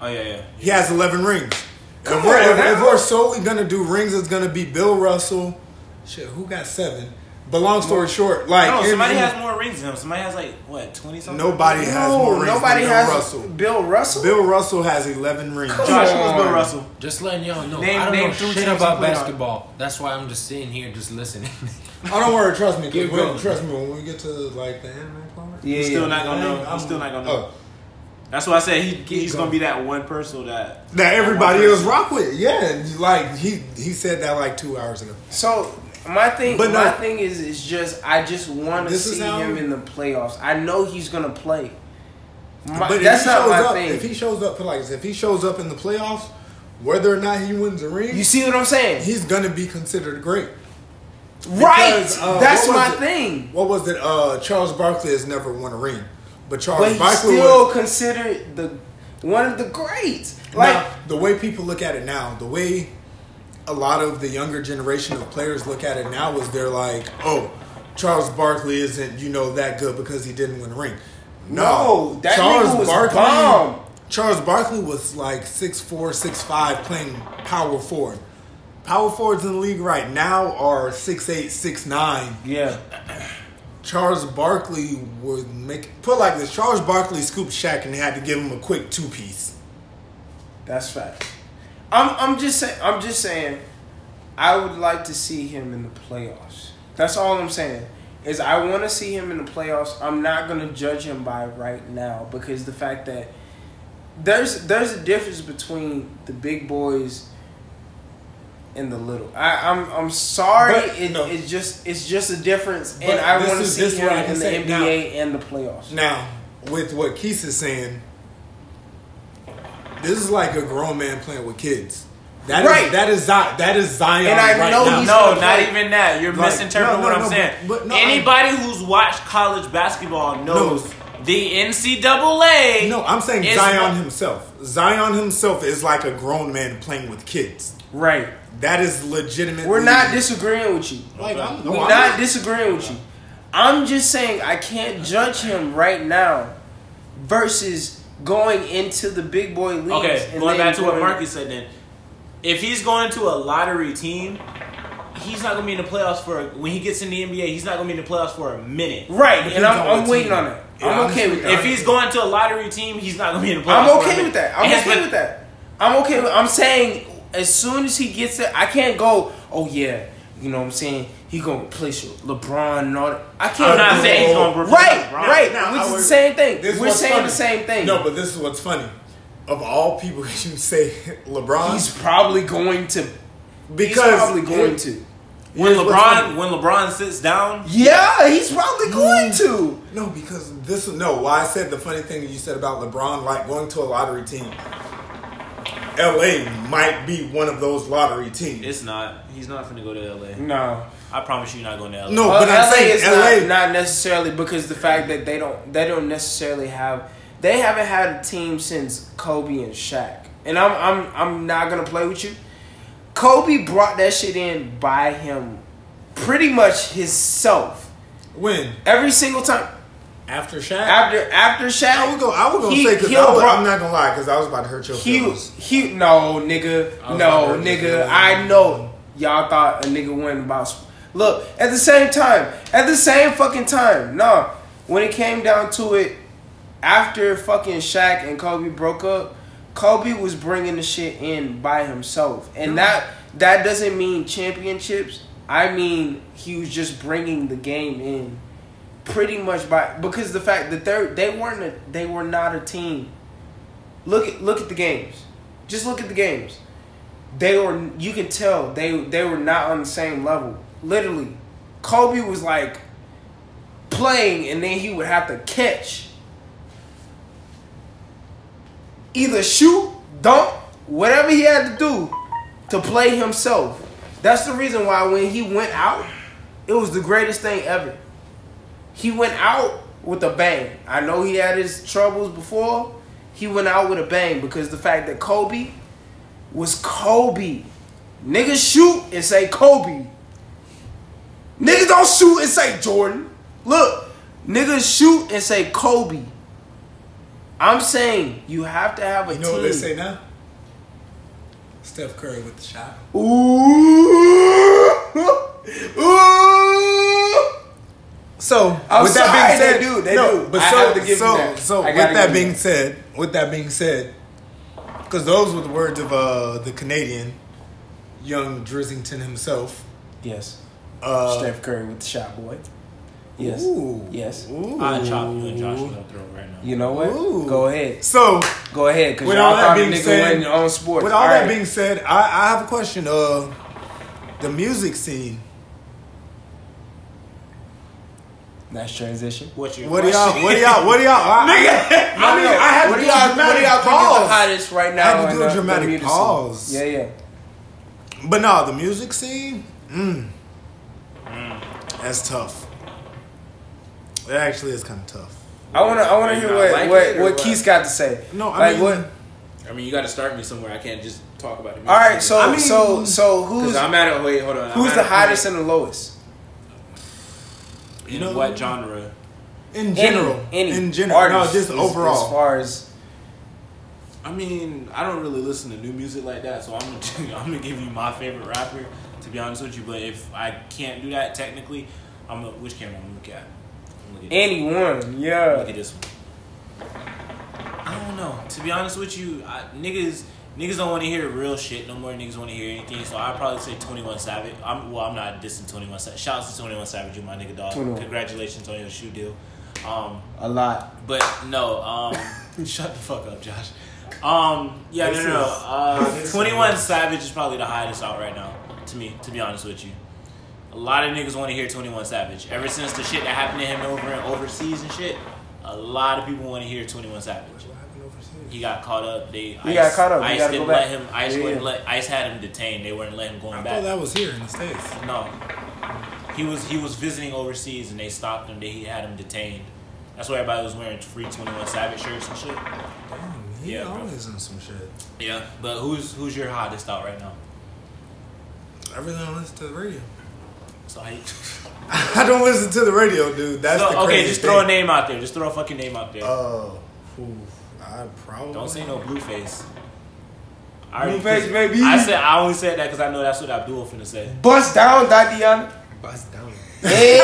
Speaker 6: oh yeah, yeah.
Speaker 4: he has 11 rings if,
Speaker 5: Come
Speaker 4: we're,
Speaker 5: on
Speaker 4: if- if
Speaker 5: now.
Speaker 4: we're solely gonna do rings it's gonna be bill russell shit who got seven but long story short like
Speaker 6: No,
Speaker 4: in-
Speaker 6: somebody
Speaker 4: in-
Speaker 6: has more rings than him. Somebody has like what twenty something.
Speaker 4: Nobody has
Speaker 5: No,
Speaker 4: more rings
Speaker 5: nobody
Speaker 4: than Bill
Speaker 5: has
Speaker 4: Russell.
Speaker 5: Bill Russell.
Speaker 4: Bill Russell has 11 rings.
Speaker 6: Josh, who was
Speaker 5: Come
Speaker 6: Bill
Speaker 5: on.
Speaker 6: Russell?
Speaker 2: Just letting y'all know,
Speaker 6: Name-
Speaker 2: I don't
Speaker 6: name
Speaker 2: know
Speaker 6: three
Speaker 2: shit
Speaker 6: teams he
Speaker 2: about
Speaker 6: played on.
Speaker 2: basketball. That's why I'm just sitting here just listening.
Speaker 4: Oh, don't worry, trust me. 'cause
Speaker 2: Keep
Speaker 4: when-
Speaker 2: going.
Speaker 4: trust me, when we get to like the anime part.
Speaker 5: yeah,
Speaker 6: He's still not gonna
Speaker 4: I'm-
Speaker 6: know.
Speaker 4: I'm-
Speaker 6: He's still not gonna know.
Speaker 4: Oh,
Speaker 6: That's why I said he, he's gonna be that one person that.
Speaker 4: that everybody else rock with. Yeah, like he he said that like two hours ago.
Speaker 5: So my thing,
Speaker 4: But
Speaker 5: my
Speaker 4: no.
Speaker 5: thing is, is just I just want to
Speaker 4: This is
Speaker 5: see
Speaker 4: how-
Speaker 5: him in the playoffs. I know he's gonna play. My,
Speaker 4: But
Speaker 5: that's
Speaker 4: if he
Speaker 5: not
Speaker 4: shows
Speaker 5: my
Speaker 4: up,
Speaker 5: thing.
Speaker 4: if he shows up for like if he shows up in the playoffs, whether or not he wins a ring,
Speaker 5: you see what I'm saying?
Speaker 4: he's gonna be considered great.
Speaker 5: right.
Speaker 4: Because, uh,
Speaker 5: that's
Speaker 4: what
Speaker 5: my
Speaker 4: was it?
Speaker 5: thing.
Speaker 4: What was it? Uh, Charles Barkley has never won a ring, but
Speaker 5: But
Speaker 4: Charles
Speaker 5: he's
Speaker 4: Barkley
Speaker 5: still
Speaker 4: was,
Speaker 5: considered the one of the greats.
Speaker 4: Like
Speaker 5: Like
Speaker 4: the way people look at it now, the way a lot of the younger generation of players look at it now is they're like, "Oh, Charles Barkley isn't you know that good because he didn't win a ring."
Speaker 5: No, that nigga was bomb.
Speaker 4: Charles Barkley was like six four, six five, playing power forward. Power forwards in the league right now are six eight, six nine.
Speaker 5: yeah,
Speaker 4: Charles Barkley would make put it like this. Charles Barkley scooped Shaq and had to give him a quick two piece.
Speaker 5: that's fact. I'm I'm just saying I'm just saying I would like to see him in the playoffs. That's all I'm saying. Is I want to see him in the playoffs. I'm not going to judge him by right now because the fact that there's there's a difference between the big boys and the little. I I'm I'm sorry.
Speaker 4: But,
Speaker 5: it,
Speaker 4: no.
Speaker 5: It's just it's just a difference,
Speaker 4: But
Speaker 5: and I
Speaker 4: this
Speaker 5: want to
Speaker 4: is-
Speaker 5: see
Speaker 4: this is
Speaker 5: him
Speaker 4: what I can
Speaker 5: in the
Speaker 4: say.
Speaker 5: NBA
Speaker 4: Now-
Speaker 5: and the playoffs.
Speaker 4: Now, with what Keith is saying, this is like a grown man playing with kids. That is
Speaker 5: Right.
Speaker 4: that is Zi- that is Zion
Speaker 5: And I
Speaker 4: right
Speaker 5: know
Speaker 4: now.
Speaker 5: he's
Speaker 6: No,
Speaker 5: gonna
Speaker 6: not
Speaker 5: play.
Speaker 6: even that. You're
Speaker 4: Like,
Speaker 6: misinterpreting
Speaker 4: no,
Speaker 6: what
Speaker 4: no,
Speaker 6: I'm
Speaker 4: no,
Speaker 6: saying.
Speaker 4: but- but no,
Speaker 6: Anybody who's watched college basketball knows the NCAA.
Speaker 4: No, I'm saying
Speaker 6: is
Speaker 4: Zion
Speaker 6: not-
Speaker 4: himself. Zion himself is like a grown man playing with kids.
Speaker 5: Right.
Speaker 4: That is legitimate.
Speaker 5: We're not disagreeing with you.
Speaker 4: Like, I'm, no,
Speaker 5: We're
Speaker 4: I'm
Speaker 5: not disagreeing with you. I'm just saying I can't judge him right now versus going into the big boy leagues.
Speaker 6: Okay,
Speaker 5: and
Speaker 6: going
Speaker 5: then
Speaker 6: back to what
Speaker 5: going-
Speaker 6: Marcus said then. If he's going to a lottery team, he's not going to be in the playoffs for when he gets in the NBA. He's not going to be in the playoffs for a minute.
Speaker 5: Right, and
Speaker 4: Depends on
Speaker 5: I'm,
Speaker 4: what
Speaker 5: I'm waiting
Speaker 4: team.
Speaker 5: on it.
Speaker 4: Yeah,
Speaker 5: I'm
Speaker 4: I'm
Speaker 5: okay with that.
Speaker 6: If he's going to a lottery team, he's not going to be in the playoffs.
Speaker 5: I'm
Speaker 6: for a
Speaker 5: okay
Speaker 6: minute.
Speaker 5: with that. I'm
Speaker 6: And-
Speaker 5: okay
Speaker 6: but-
Speaker 5: with that. I'm okay with I'm saying as soon as he gets it, I can't go, oh yeah, you know what I'm saying? He gonna replace LeBron and all that. I can't
Speaker 6: I'm not
Speaker 5: do
Speaker 6: saying he's
Speaker 5: that.
Speaker 6: going to
Speaker 5: Right, right.
Speaker 4: Uh, Now,
Speaker 5: which
Speaker 4: I
Speaker 5: is the
Speaker 4: would-
Speaker 5: same thing.
Speaker 4: This is
Speaker 5: We're
Speaker 4: what's
Speaker 5: saying
Speaker 4: funny.
Speaker 5: the same thing.
Speaker 4: No, but this is what's funny. Of all people, you say LeBron
Speaker 5: he's probably going to. He's
Speaker 4: because
Speaker 5: probably going to.
Speaker 6: When
Speaker 4: Here's what's
Speaker 6: LeBron
Speaker 4: funny.
Speaker 6: when LeBron sits down,
Speaker 5: Yeah, he's probably going to.
Speaker 4: No, because this no. Why I said the funny thing you said about LeBron, like going to a lottery team. L.A. might be one of those lottery teams.
Speaker 6: it's not. He's not going to go to LA.
Speaker 5: No,
Speaker 6: I promise you, you're not going to LA.
Speaker 4: no,
Speaker 5: but
Speaker 4: Oh, but
Speaker 5: LA
Speaker 4: I'm saying
Speaker 5: is
Speaker 4: L.A.
Speaker 5: not, not necessarily because the fact that they don't they don't necessarily have they haven't had a team since Kobe and Shaq. And I'm I'm I'm not gonna play with you. Kobe brought that shit in by him, pretty much himself.
Speaker 4: when
Speaker 5: Every single time
Speaker 4: after Shaq.
Speaker 5: after after Shaq,
Speaker 4: I would go. I would go
Speaker 5: he-
Speaker 4: say because
Speaker 5: he'll bro-
Speaker 4: I'm not gonna lie because I was about to hurt your
Speaker 5: He
Speaker 4: feelings.
Speaker 5: he no nigga
Speaker 4: was
Speaker 5: no
Speaker 4: about to do
Speaker 5: nigga
Speaker 4: that.
Speaker 5: I know y'all thought a nigga went about sp- look at the same time at the same fucking time no when it came down to it after fucking Shaq and Kobe broke up Kobe was bringing the shit in by himself and that that doesn't mean championships I mean he was just bringing the game in pretty much by because the fact that they they weren't a, they were not a team look at look at the games. Just look at the games. They were you can tell they they were not on the same level. Literally, Kobe was like playing, and then he would have to catch, either shoot, dunk, whatever he had to do to play himself. That's the reason why when he went out, it was the greatest thing ever. He went out with a bang. I know he had his troubles before. He went out with a bang because the fact that Kobe was Kobe. Niggas shoot and say Kobe. Niggas don't shoot and say Jordan. Look, niggas shoot and say Kobe. I'm saying you have to have a
Speaker 4: You know
Speaker 5: team.
Speaker 4: what they say now? Steph Curry with the shot.
Speaker 5: Ooh. Ooh.
Speaker 4: So
Speaker 5: I'm
Speaker 4: with that
Speaker 5: sorry,
Speaker 4: being
Speaker 5: they
Speaker 4: said,
Speaker 5: do, they
Speaker 4: no,
Speaker 5: do.
Speaker 4: But
Speaker 5: I
Speaker 4: so,
Speaker 5: have to give them
Speaker 4: so,
Speaker 5: that.
Speaker 4: so
Speaker 5: I
Speaker 4: with
Speaker 5: gotta give
Speaker 4: that
Speaker 5: them
Speaker 4: being
Speaker 5: that.
Speaker 4: said, with that being said, because those were the words of uh, the Canadian, young Drizzington himself.
Speaker 5: Yes.
Speaker 4: Uh,
Speaker 5: Steph Curry with the shot, boy. Yes.
Speaker 4: Ooh.
Speaker 5: Yes.
Speaker 4: Ooh.
Speaker 6: I chop you and Joshua's throat right now.
Speaker 5: You know what?
Speaker 4: Ooh.
Speaker 5: Go ahead.
Speaker 4: So
Speaker 5: Go ahead. Because
Speaker 4: With
Speaker 5: y'all
Speaker 4: all that
Speaker 5: thought a
Speaker 4: being
Speaker 5: nigga
Speaker 4: said-
Speaker 5: wasn't on sports.
Speaker 4: with all that
Speaker 5: Alright.
Speaker 4: being said, I, I have a question. Uh, the music scene.
Speaker 5: Nice transition.
Speaker 6: What you?
Speaker 4: What do y'all? What do y'all? What do y'all? I, I mean, I had
Speaker 5: what
Speaker 4: to
Speaker 5: do
Speaker 4: do
Speaker 5: y'all, what do
Speaker 4: dramatic
Speaker 5: y'all think is the
Speaker 4: pause.
Speaker 5: hottest right now?
Speaker 4: had to
Speaker 5: in
Speaker 4: do a
Speaker 5: the- the
Speaker 4: dramatic
Speaker 5: music scene?
Speaker 4: pause.
Speaker 5: Yeah, yeah.
Speaker 4: But no, the music scene. Mm,
Speaker 6: Mm.
Speaker 4: that's tough. It actually is kind of tough.
Speaker 5: I wanna, I wanna
Speaker 2: you
Speaker 5: hear
Speaker 2: not
Speaker 5: what
Speaker 2: like
Speaker 5: what
Speaker 2: it or
Speaker 5: what
Speaker 2: what?
Speaker 5: Keith's got to say.
Speaker 4: No, I
Speaker 5: like
Speaker 4: mean-
Speaker 5: what?
Speaker 2: I mean, you got to start me somewhere. I can't just talk about it.
Speaker 5: All right, so
Speaker 4: I mean-
Speaker 5: so so who's
Speaker 2: because I'm at a wait. Hold on. I'm
Speaker 5: who's
Speaker 2: at
Speaker 5: the
Speaker 2: a
Speaker 5: hottest and the lowest?
Speaker 6: In what genre?
Speaker 4: In general,
Speaker 5: any, any
Speaker 4: in general,
Speaker 5: artist,
Speaker 4: no, just
Speaker 5: as-
Speaker 4: overall.
Speaker 5: As far as
Speaker 6: I mean, I don't really listen to new music like that, so I'm gonna I'm gonna give you my favorite rapper. To be honest with you, but if I can't do that technically, I'm gonna, which camera I'm gonna look at? I'm gonna look at-
Speaker 5: anyone,
Speaker 6: Look
Speaker 5: yeah.
Speaker 6: at this one. I don't know. To be honest with you, I, niggas, Niggas don't want to hear real shit no more. Niggas want to hear anything. So I'd probably say 21 Savage. I'm well. I'm not dissing 21 Savage. Shouts to 21 Savage, you my nigga dog.
Speaker 5: 21.
Speaker 6: Congratulations on your shoe deal. Um,
Speaker 5: A lot.
Speaker 6: but no. Um, shut the fuck up, Josh. Um, yeah, no, no, no. Uh, 21 Savage is probably the highest out right now. To me, to be honest with you. A lot of niggas want to hear 21 Savage. Ever since the shit that happened to him over and overseas and shit, a lot of people want to hear 21 Savage. He got caught up. They he
Speaker 5: got caught up. He
Speaker 6: Ice
Speaker 5: gotta
Speaker 6: didn't
Speaker 5: go back.
Speaker 6: let him. Ice
Speaker 5: Yeah,
Speaker 6: wouldn't
Speaker 5: yeah.
Speaker 6: let. Ice had him detained. They weren't letting him going
Speaker 4: I
Speaker 6: back.
Speaker 4: thought that was here in the states.
Speaker 6: No. He was he was visiting overseas and they stopped him. They he had him detained. That's why everybody was wearing free Twenty One Savage shirts and shit.
Speaker 4: Damn, he
Speaker 6: Yeah, bro.
Speaker 4: always in some shit.
Speaker 6: Yeah, but who's who's your hottest out right now?
Speaker 4: Everything I listen to the radio.
Speaker 6: So I,
Speaker 4: I don't listen to the radio, dude. That's
Speaker 6: so,
Speaker 4: the crazy
Speaker 6: okay, just throw a
Speaker 4: thing.
Speaker 6: name out there. Just throw a fucking name out there.
Speaker 4: Oh, oof, I probably
Speaker 6: Don't say no Blueface. I already-
Speaker 5: Blueface, baby.
Speaker 6: I said I only said that because I know that's what Abdul finna say.
Speaker 5: Bust down, Dadiana.
Speaker 2: Bust down.
Speaker 5: Hey,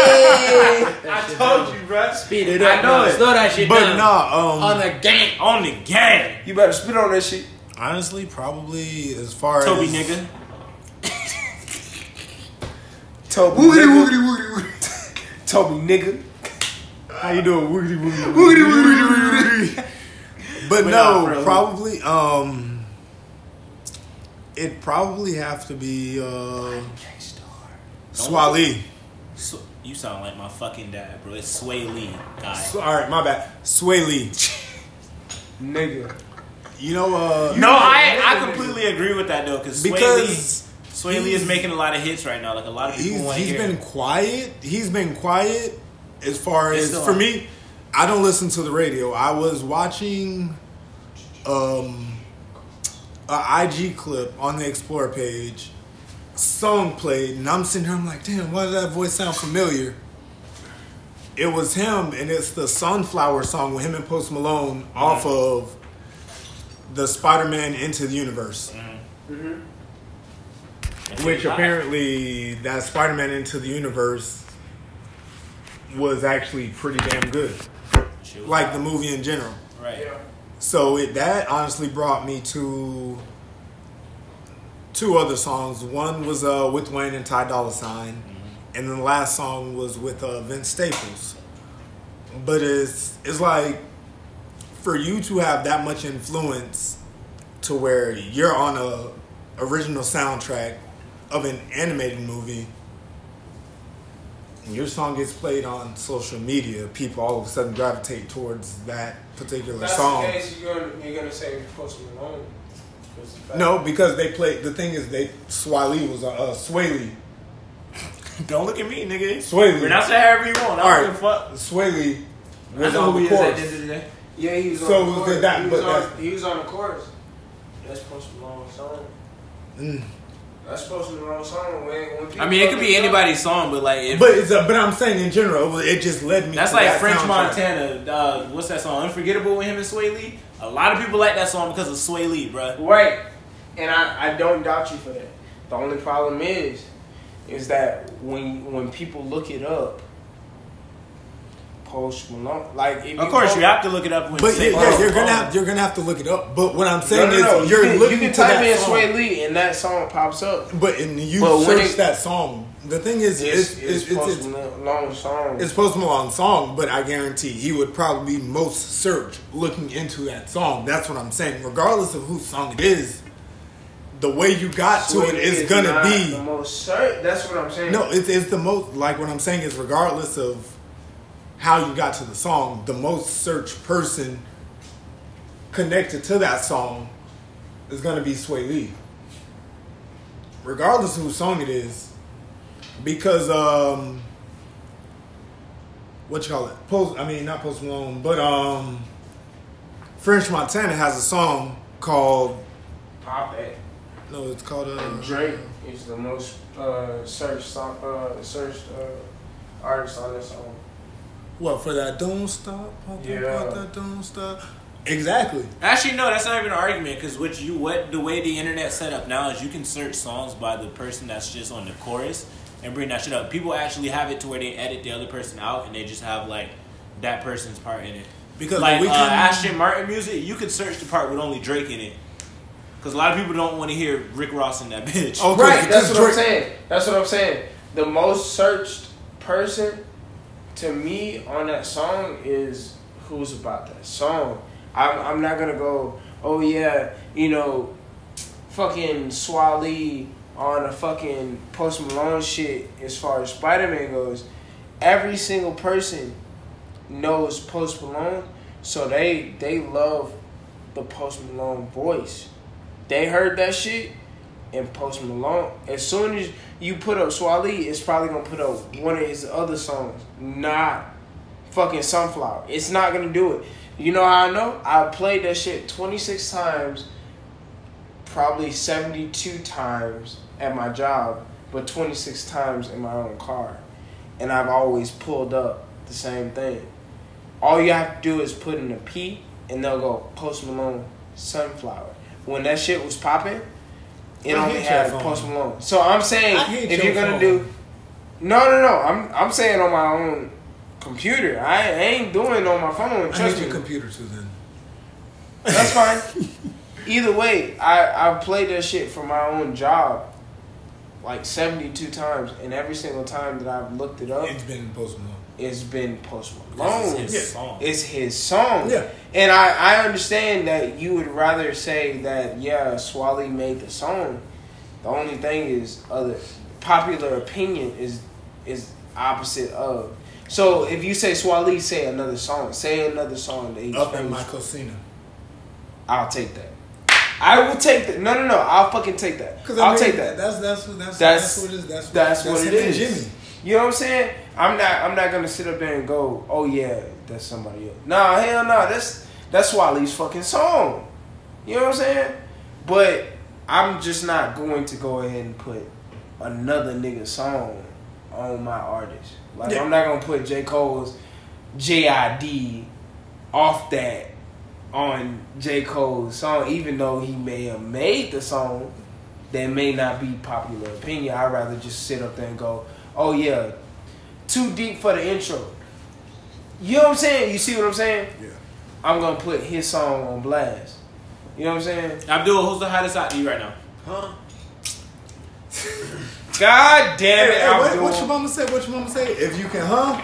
Speaker 6: I told you, bro.
Speaker 2: Speed it
Speaker 6: I
Speaker 2: up.
Speaker 6: know
Speaker 2: now.
Speaker 6: it.
Speaker 2: Slow that shit
Speaker 4: But
Speaker 2: down.
Speaker 4: nah, um,
Speaker 2: On the gang.
Speaker 6: On the gang,
Speaker 5: you better spit on that shit.
Speaker 4: honestly, probably as far
Speaker 6: Toby
Speaker 4: as
Speaker 6: nigga.
Speaker 5: Toby
Speaker 4: Woogity,
Speaker 5: nigga. woogity woogity. Toby nigga.
Speaker 4: How you doing? Woogity woogity
Speaker 5: Woogity,
Speaker 4: woogity woogity. But
Speaker 6: nah,
Speaker 4: no,
Speaker 6: bro.
Speaker 4: probably um, it probably have to be uh, Swali.
Speaker 6: Sw- You sound like my fucking dad, bro. It's Sway Lee, guy.
Speaker 4: All right, my bad. Sway Lee.
Speaker 5: Nigga.
Speaker 4: You know, uh,
Speaker 6: No, I I completely agree with that though, cause
Speaker 4: Because
Speaker 6: because Sway Lee, Sway Lee is
Speaker 4: he's-
Speaker 6: making a lot of hits right now. Like a lot of people
Speaker 4: he's
Speaker 6: want to
Speaker 4: he's
Speaker 6: hear.
Speaker 4: been
Speaker 6: Been,
Speaker 4: quiet. He's been quiet as far
Speaker 6: It's
Speaker 4: as
Speaker 6: still
Speaker 4: for
Speaker 6: on.
Speaker 4: me. I don't listen to the radio. I was watching um a IG clip on the Explore page. Song played, and I'm sitting here. I'm like, damn, why does that voice sound familiar? It was him, and it's the Sunflower song with him and Post Malone off of the Spider-Man Into the Universe. Which apparently that Spider Man Into the Universe was actually pretty damn good. Like the movie in general.
Speaker 6: right.
Speaker 4: So it that honestly brought me to two other songs. One was uh, with Wayne and Ty Dolla Sign, and then the last song was with uh, Vince Staples. But it's it's like for you to have that much influence to where you're on a original soundtrack of an animated movie. and Your song gets played on social media. People all of a sudden gravitate towards that particular song.
Speaker 5: you're gonna, you're gonna say Post Malone.
Speaker 4: No, because they played. The thing is, they Swaley was uh, Swaley.
Speaker 6: Don't look at me, nigga.
Speaker 4: Swaley.
Speaker 6: Pronounce it however you want. I
Speaker 4: All
Speaker 6: don't
Speaker 4: right.
Speaker 6: give a fuck.
Speaker 4: Swaley was
Speaker 2: know
Speaker 4: on the
Speaker 2: who he is at the
Speaker 4: chorus.
Speaker 2: end of the day.
Speaker 5: Yeah, he was
Speaker 4: So
Speaker 5: on the
Speaker 4: was
Speaker 5: chorus.
Speaker 4: that-
Speaker 5: he, was
Speaker 4: but
Speaker 5: on,
Speaker 4: that's-
Speaker 5: he was on the chorus. That's Post Malone's song.
Speaker 4: Mm.
Speaker 5: That's Post Malone's song. When, when people
Speaker 2: I mean, it could be
Speaker 5: fucking-
Speaker 2: anybody's song, but like, if
Speaker 4: But it's a, but I'm saying in general, it just led me.
Speaker 6: That's
Speaker 4: to
Speaker 6: like
Speaker 4: that
Speaker 6: French
Speaker 4: soundtrack.
Speaker 6: Montana. Uh, what's that song? Unforgettable with him and Sway Lee. A lot of people like that song because of Sway Lee, bro.
Speaker 5: Right. And I, I don't doubt you for that. The only problem is, is that when when people look it up, Post Malone, like if
Speaker 6: Of
Speaker 5: you
Speaker 6: course,
Speaker 5: go-
Speaker 6: you have to look it up when you
Speaker 4: But yeah,
Speaker 6: say
Speaker 4: yeah,
Speaker 6: oh,
Speaker 4: you're gonna
Speaker 6: oh.
Speaker 4: have, you're gonna have to look it up. But what I'm
Speaker 5: No,
Speaker 4: saying
Speaker 5: no, no.
Speaker 4: is,
Speaker 5: You
Speaker 4: you're
Speaker 5: can, you
Speaker 4: looking
Speaker 5: can
Speaker 4: to
Speaker 5: type
Speaker 4: that
Speaker 5: in
Speaker 4: song.
Speaker 5: Sway Lee and that song pops up.
Speaker 4: But and you
Speaker 5: But when
Speaker 4: search
Speaker 5: it-
Speaker 4: that song. The thing is,
Speaker 5: It's,
Speaker 4: it's
Speaker 5: it's,
Speaker 4: it's it's,
Speaker 5: Post
Speaker 4: it's,
Speaker 5: Malone song.
Speaker 4: it's Post Malone song, but I guarantee he would probably be most searched looking into that song. That's what I'm saying. Regardless of whose song it is, the way you got to it
Speaker 5: Sway
Speaker 4: is
Speaker 5: Lee
Speaker 4: gonna
Speaker 5: not
Speaker 4: be
Speaker 5: the most cer- That's what I'm saying.
Speaker 4: No, it's, it's the most like what I'm saying is regardless of how you got to the song, the most searched person connected to that song is gonna be Sway Lee. Regardless of whose song it is. Because um what you call it? Post I mean not post Malone, but um French Montana has a song called
Speaker 5: Pop it.
Speaker 4: no, it's called uh,
Speaker 5: And Drake is the most uh, searched song, uh, searched uh, artist on this song.
Speaker 4: What for that? Don't stop.
Speaker 5: Yeah.
Speaker 4: Yeah. That don't stop. Exactly.
Speaker 6: Actually, no, that's not even an argument because what you what the way the internet set up now is you can search songs by the person that's just on the chorus and bring that shit up. People actually have it to where they edit the other person out and they just have like that person's part in it.
Speaker 4: Because
Speaker 6: like
Speaker 4: we
Speaker 6: uh,
Speaker 4: couldn't-
Speaker 6: Ashton Martin music, you could search the part with only Drake in it, Because a lot of people don't want to hear Rick Ross in that bitch.
Speaker 4: Oh,
Speaker 5: Right, that's
Speaker 4: because
Speaker 5: what I'm
Speaker 4: Drake-
Speaker 5: saying. That's what I'm saying. The most searched person to me on that song is who's about that song. I'm I'm not gonna go, oh yeah, you know, fucking Swali on a fucking post Malone shit as far as Spider Man goes. Every single person knows Post Malone, so they they love the Post Malone voice. They heard that shit and Post Malone. As soon as you put up Swali, it's probably gonna put up one of his other songs, not fucking Sunflower. It's not gonna do it. You know how I know? I played that shit 26 times, probably 72 times at my job, but 26 times in my own car. And I've always pulled up the same thing. All you have to do is put in a P and they'll go Post Malone Sunflower. When that shit was popping, it
Speaker 4: I
Speaker 5: only
Speaker 4: hate
Speaker 5: had
Speaker 4: your phone.
Speaker 5: Post Malone. So I'm saying
Speaker 4: I hate
Speaker 5: if
Speaker 4: your
Speaker 5: you're gonna
Speaker 4: phone.
Speaker 5: do no, no, no. I'm I'm saying on my own computer. I ain't doing it on my phone.
Speaker 4: I
Speaker 5: Trust
Speaker 4: need your
Speaker 5: me.
Speaker 4: computer too then.
Speaker 5: That's fine. Either way, I I played that shit for my own job, like seventy two times, and every single time that I've looked it up,
Speaker 4: It's been Post Malone.
Speaker 5: it's been Post
Speaker 6: This
Speaker 5: Malone.
Speaker 6: is his
Speaker 4: Yeah.
Speaker 6: song.
Speaker 5: It's his song.
Speaker 4: Yeah.
Speaker 5: And I, I understand that you would rather say that, yeah, Swally made the song. The only thing is other popular opinion is is opposite of. So if you say Swally, say another song. Say another song that he's
Speaker 4: Up in
Speaker 5: famous
Speaker 4: my casino.
Speaker 5: I'll take that. I will take that. No, no, no. I'll fucking take that.
Speaker 4: Because
Speaker 5: I'll take that.
Speaker 4: That's that's what that's
Speaker 5: That's-
Speaker 4: that's, what it is. That's,
Speaker 5: That's what it
Speaker 4: him and
Speaker 5: is.
Speaker 4: Jimmy.
Speaker 5: You know what I'm saying? I'm not. I'm not gonna sit up there and go, "Oh yeah, that's somebody else." Nah, hell no. That's that's Wally's fucking song. You know what I'm saying? But I'm just not going to go ahead and put another nigga song on my artist. Like
Speaker 4: Yeah.
Speaker 5: I'm not gonna put J Cole's JID off that on J Cole's song, even though he may have made the song that may not be popular opinion. I'd rather just sit up there and go, oh yeah, too deep for the intro. You know what I'm saying? You see what I'm saying?
Speaker 4: Yeah.
Speaker 5: I'm gonna put his song on blast. You know what I'm saying?
Speaker 6: Abdul, who's the hottest out to you right now?
Speaker 5: God
Speaker 4: Hey,
Speaker 5: damn it,
Speaker 4: hey,
Speaker 5: I'm
Speaker 4: what,
Speaker 5: doing-
Speaker 4: what your mama say? What your mama say? If you can, huh?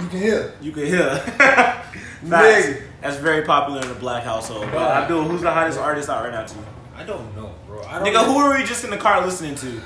Speaker 4: You can hear.
Speaker 6: You can hear.
Speaker 4: Nigga.
Speaker 6: Facts. That's very popular in the black household. But
Speaker 2: Right.
Speaker 6: Abdul, who's the hottest artist out right now to you?
Speaker 2: I don't know, bro. I don't
Speaker 6: Nigga, who are we just in the car listening to?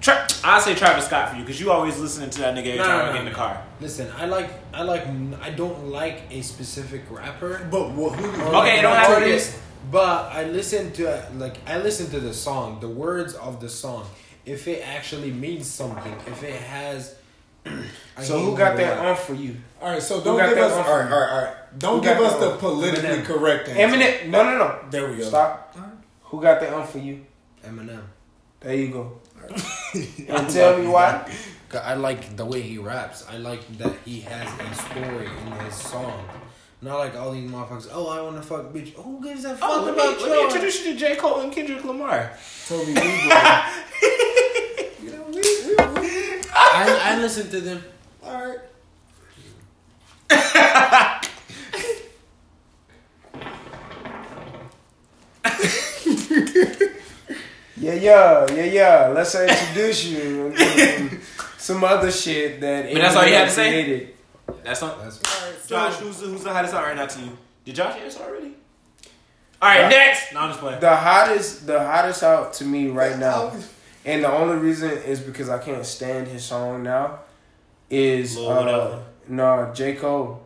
Speaker 6: Tra- I say Travis Scott for you because you always listening to that nigga every
Speaker 2: No,
Speaker 6: time
Speaker 2: no,
Speaker 6: I
Speaker 2: no,
Speaker 6: get in the
Speaker 2: no.
Speaker 6: car.
Speaker 2: Listen, I like, I like, I don't like a specific rapper.
Speaker 4: But what, who? do you-
Speaker 2: or
Speaker 6: Okay, it don't
Speaker 2: an
Speaker 6: have to be-
Speaker 2: artist, But I listen to like I listen to the song, the words of the song. If it actually means something, if it has. I
Speaker 5: So
Speaker 2: hate
Speaker 5: who
Speaker 2: when
Speaker 5: got
Speaker 2: they
Speaker 5: that
Speaker 2: rap.
Speaker 5: on for you?
Speaker 4: All right, so
Speaker 5: got
Speaker 4: don't give
Speaker 5: that
Speaker 4: us. All
Speaker 5: one?
Speaker 4: right, all right, all right. Don't
Speaker 5: Who got
Speaker 4: give us
Speaker 5: that
Speaker 4: the
Speaker 5: one?
Speaker 4: politically
Speaker 2: Eminem.
Speaker 4: correct answer.
Speaker 5: Eminem. No, no, no.
Speaker 4: There we go.
Speaker 5: Stop. Who got that on for you?
Speaker 2: Eminem.
Speaker 5: There you go. and tell me why.
Speaker 2: 'Cause I like the way he raps. I like that he has a story in his song. Not like all these motherfuckers. Oh, I want to fuck bitch. Who gives a fuck
Speaker 6: Oh, let
Speaker 2: about
Speaker 6: me, let me
Speaker 2: you?
Speaker 6: introduce you to J. Cole and Kendrick Lamar.
Speaker 4: Toby Weebly.
Speaker 2: I, I listen to them.
Speaker 4: all right.
Speaker 5: Yeah, yeah, yeah, yeah. Let's introduce you and some other shit that.
Speaker 6: But that's all you had to say?
Speaker 5: created.
Speaker 6: That's not.
Speaker 2: That's
Speaker 6: Josh, who's the, who's the hottest out right now to you? Did Josh answer already? All right,
Speaker 5: Uh,
Speaker 6: next. No, I'm just playing.
Speaker 5: The hottest, the hottest out to me right now,
Speaker 4: Always-
Speaker 5: and the only reason is because I can't stand his song now. Is
Speaker 6: Lil Whatever.
Speaker 5: uh, no J Cole.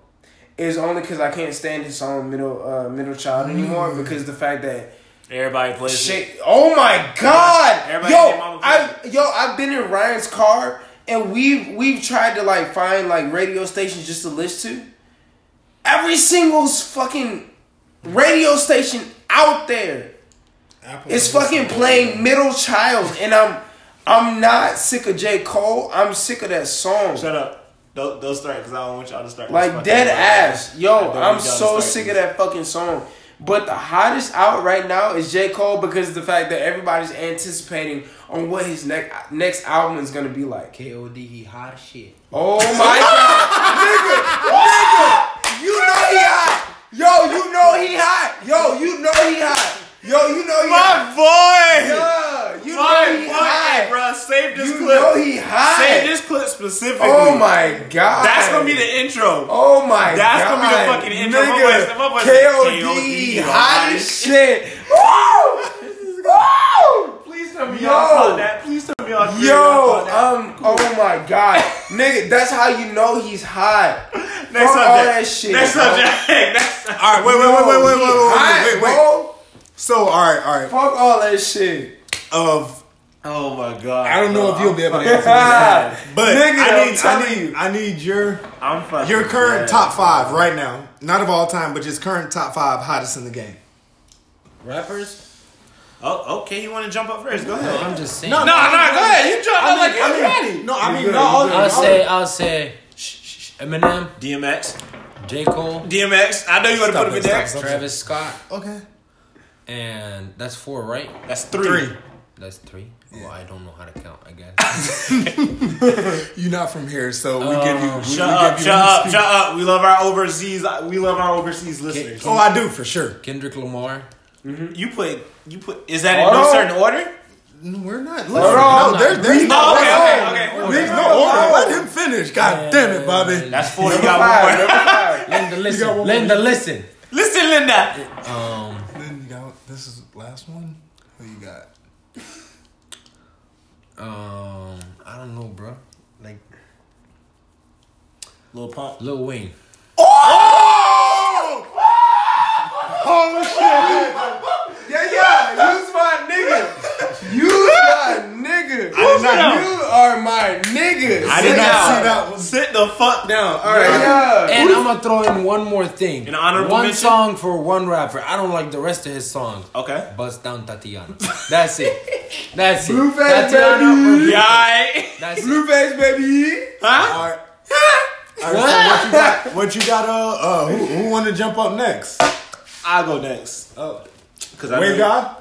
Speaker 5: Is only because I can't stand his song middle uh, middle child anymore
Speaker 6: Mm.
Speaker 5: because the fact that
Speaker 6: Everybody plays. it.
Speaker 5: shit. Oh my god,
Speaker 6: Everybody say
Speaker 5: yo,
Speaker 6: Mama
Speaker 5: I yo I've been in Ryan's car and we've we've tried to like find like radio stations just to listen to. Every single fucking radio station out there
Speaker 4: Apple
Speaker 5: it's
Speaker 4: is-
Speaker 5: fucking playing middle child, and I'm I'm not sick of J. Cole. I'm sick of that song.
Speaker 6: Shut up. Don't, don't start because I don't want y'all to start.
Speaker 5: Like
Speaker 6: Fuck
Speaker 5: dead
Speaker 6: that.
Speaker 5: ass.
Speaker 6: I
Speaker 5: Yo, I'm
Speaker 6: don't need y'all to
Speaker 5: so
Speaker 6: start
Speaker 5: sick of
Speaker 6: this.
Speaker 5: that fucking song. But the hottest out right now is J. Cole because of the fact that everybody's anticipating on what his next next album is gonna be like.
Speaker 2: KOD. He hot as shit.
Speaker 5: Oh my god, nigga, nigga, you know he hot. Yo, you know he hot. Yo, you know he hot. Yo, you know he
Speaker 4: My boy!
Speaker 5: Yeah, you know
Speaker 6: My
Speaker 5: he
Speaker 6: boy,
Speaker 5: high.
Speaker 6: hey, bro, save this
Speaker 5: You
Speaker 6: clip.
Speaker 5: know he high.
Speaker 6: Save this clip specifically.
Speaker 5: Oh my god.
Speaker 6: That's gonna be the intro.
Speaker 5: Oh my
Speaker 6: That's
Speaker 5: god.
Speaker 6: gonna be the fucking intro. My
Speaker 5: Nigga,
Speaker 6: voice- my voice is
Speaker 5: KOD,
Speaker 6: KOD,
Speaker 5: hot
Speaker 6: hot.
Speaker 5: as shit. Woo! Woo!
Speaker 6: Please tell me
Speaker 5: Yo.
Speaker 6: y'all caught that. Please tell me y'all caught
Speaker 5: Yo,
Speaker 6: that.
Speaker 5: um, oh my god, nigga, that's how you know he's hot.
Speaker 6: Next
Speaker 5: fuck all
Speaker 6: subject.
Speaker 5: that shit,
Speaker 6: Next
Speaker 5: bro.
Speaker 6: subject. Next subject.
Speaker 4: Alright, wait, wait,
Speaker 5: No,
Speaker 4: wait, wait,
Speaker 5: he
Speaker 4: wait,
Speaker 5: hot,
Speaker 4: wait, wait, wait, wait.
Speaker 5: bro.
Speaker 4: So alright, alright.
Speaker 5: Fuck all that shit.
Speaker 4: Of
Speaker 6: Oh my god.
Speaker 4: I don't know if you'll be able to answer this.
Speaker 5: Ah,
Speaker 4: But
Speaker 5: Nigga,
Speaker 4: I
Speaker 5: I'm
Speaker 4: need I
Speaker 5: telling
Speaker 4: need
Speaker 5: you.
Speaker 4: I need your
Speaker 6: I'm fucking
Speaker 4: your current
Speaker 6: dead.
Speaker 4: top five right now. Not of all time, but just current top five hottest in the game.
Speaker 2: Rappers?
Speaker 6: Oh, okay. You want to jump up first? Go ahead.
Speaker 2: I'm just saying.
Speaker 6: No, no, no. Go ahead. You jump up like you're ready.
Speaker 4: No, I mean
Speaker 5: good,
Speaker 4: no, all-
Speaker 5: you
Speaker 2: I'll
Speaker 4: all-
Speaker 2: say, I'll say, shh, shh, shh, Eminem,
Speaker 6: DMX.
Speaker 2: J. Cole,
Speaker 6: DMX. I know you want to
Speaker 4: Stop
Speaker 6: put him
Speaker 4: it, stop
Speaker 6: in there.
Speaker 4: it, stop
Speaker 2: Travis Scott,
Speaker 4: Okay.
Speaker 2: and that's four, right?
Speaker 6: That's three.
Speaker 4: Three.
Speaker 2: That's three. Well, I don't know how to count. I guess.
Speaker 6: Ah,
Speaker 4: You're not from here, so we give you. We, we
Speaker 6: Oh, Shut up,
Speaker 4: give
Speaker 6: shut
Speaker 4: you
Speaker 6: up,
Speaker 4: speak-
Speaker 6: shut up. We love our overseas. We love our overseas listeners.
Speaker 4: Oh, I do for sure.
Speaker 2: Kendrick Lamar.
Speaker 6: You put, you put. Is that in
Speaker 5: Hold
Speaker 6: no
Speaker 5: on.
Speaker 6: certain order?
Speaker 4: We're not. Listen,
Speaker 5: on.
Speaker 4: no, there, there's
Speaker 6: No,
Speaker 4: no,
Speaker 6: okay,
Speaker 4: order.
Speaker 6: okay, okay. order.
Speaker 4: There's no order. Let him finish. God damn it, Bobby.
Speaker 6: That's four. You
Speaker 5: number
Speaker 6: got
Speaker 5: five,
Speaker 6: one
Speaker 5: number five.
Speaker 6: more.
Speaker 2: Linda,
Speaker 4: got
Speaker 2: listen.
Speaker 4: one
Speaker 2: Linda, listen.
Speaker 6: Listen, Linda.
Speaker 2: Um,
Speaker 4: Then you got this is last one. Who you got?
Speaker 2: um, I don't know, bro. Like
Speaker 6: Little pump.
Speaker 2: Lil Wayne.
Speaker 4: Oh! Oh shit!
Speaker 5: Yeah, yeah, use my nigga. Use my nigga.
Speaker 6: not-
Speaker 5: You are my nigga.
Speaker 6: I did
Speaker 5: Sit
Speaker 6: not
Speaker 5: down.
Speaker 6: see
Speaker 4: that one.
Speaker 6: Sit the fuck down.
Speaker 5: All right, yeah.
Speaker 2: And I'm gonna throw in one more thing.
Speaker 6: An honorable
Speaker 2: one
Speaker 6: mention?
Speaker 2: song for one rapper. I don't like the rest of his songs.
Speaker 6: Okay.
Speaker 2: Bust down Tatiana. That's it. That's it.
Speaker 5: Blueface
Speaker 2: Tatiana.
Speaker 5: baby.
Speaker 2: Or
Speaker 6: Yeah. I-
Speaker 2: That's it.
Speaker 5: Blueface baby.
Speaker 6: Huh?
Speaker 4: All right. All right, so what you got? What you got? Uh, uh who, who want to jump up next?
Speaker 6: I'll go next.
Speaker 4: Oh,
Speaker 6: Cause I
Speaker 4: Wayne
Speaker 6: know-
Speaker 4: God.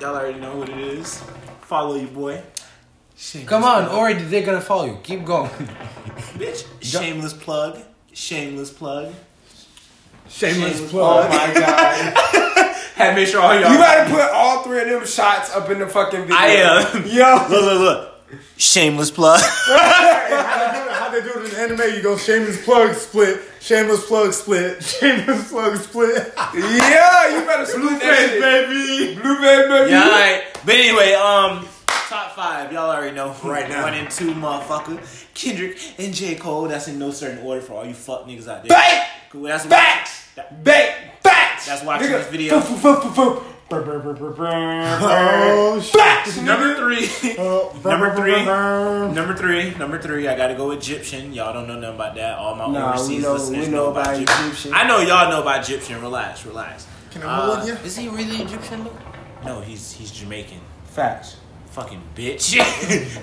Speaker 6: Y'all already know what it is. Follow your boy.
Speaker 2: Come on, Ori. They're gonna follow you. Keep going.
Speaker 6: Bitch. Shameless plug. Shameless plug.
Speaker 4: Shameless
Speaker 5: Oh
Speaker 4: plug.
Speaker 5: my god.
Speaker 6: Had make sure all y'all.
Speaker 5: You better put all three of them shots up in the fucking video.
Speaker 6: I am.
Speaker 5: Yo.
Speaker 6: Look, look, look. Shameless plug.
Speaker 4: How they do it in anime? You go shameless plug split, shameless plug split, Uh, shameless plug split.
Speaker 5: Yeah, you better split that shit.
Speaker 6: baby.
Speaker 5: Blueface baby.
Speaker 6: Yeah, all right. But anyway, um, top five. Y'all already know. who
Speaker 4: Right now.
Speaker 6: One and two, motherfucker. Kendrick and J. Cole. That's in no certain order for all you fuck niggas out there.
Speaker 5: Back,
Speaker 6: Cool, that's
Speaker 5: back, back, back.
Speaker 6: That's watching
Speaker 5: Nigga.
Speaker 6: this video.
Speaker 5: Fu- fu- fu- fu- fu-
Speaker 4: Oh
Speaker 5: Back.
Speaker 6: Number
Speaker 5: nigga.
Speaker 6: three. Number three. Number three, number three, I gotta go Egyptian. Y'all don't know nothing about that. All my
Speaker 5: Nah,
Speaker 6: overseas
Speaker 5: we know-
Speaker 6: listeners
Speaker 5: we
Speaker 6: know,
Speaker 5: know
Speaker 6: about
Speaker 5: about
Speaker 6: Egyptian.
Speaker 5: Egyptian.
Speaker 6: I know y'all know about Egyptian. Relax, relax.
Speaker 4: Can I hold you?
Speaker 2: Is he really Egyptian? Though?
Speaker 6: No, he's he's Jamaican.
Speaker 5: Facts.
Speaker 6: Fucking bitch.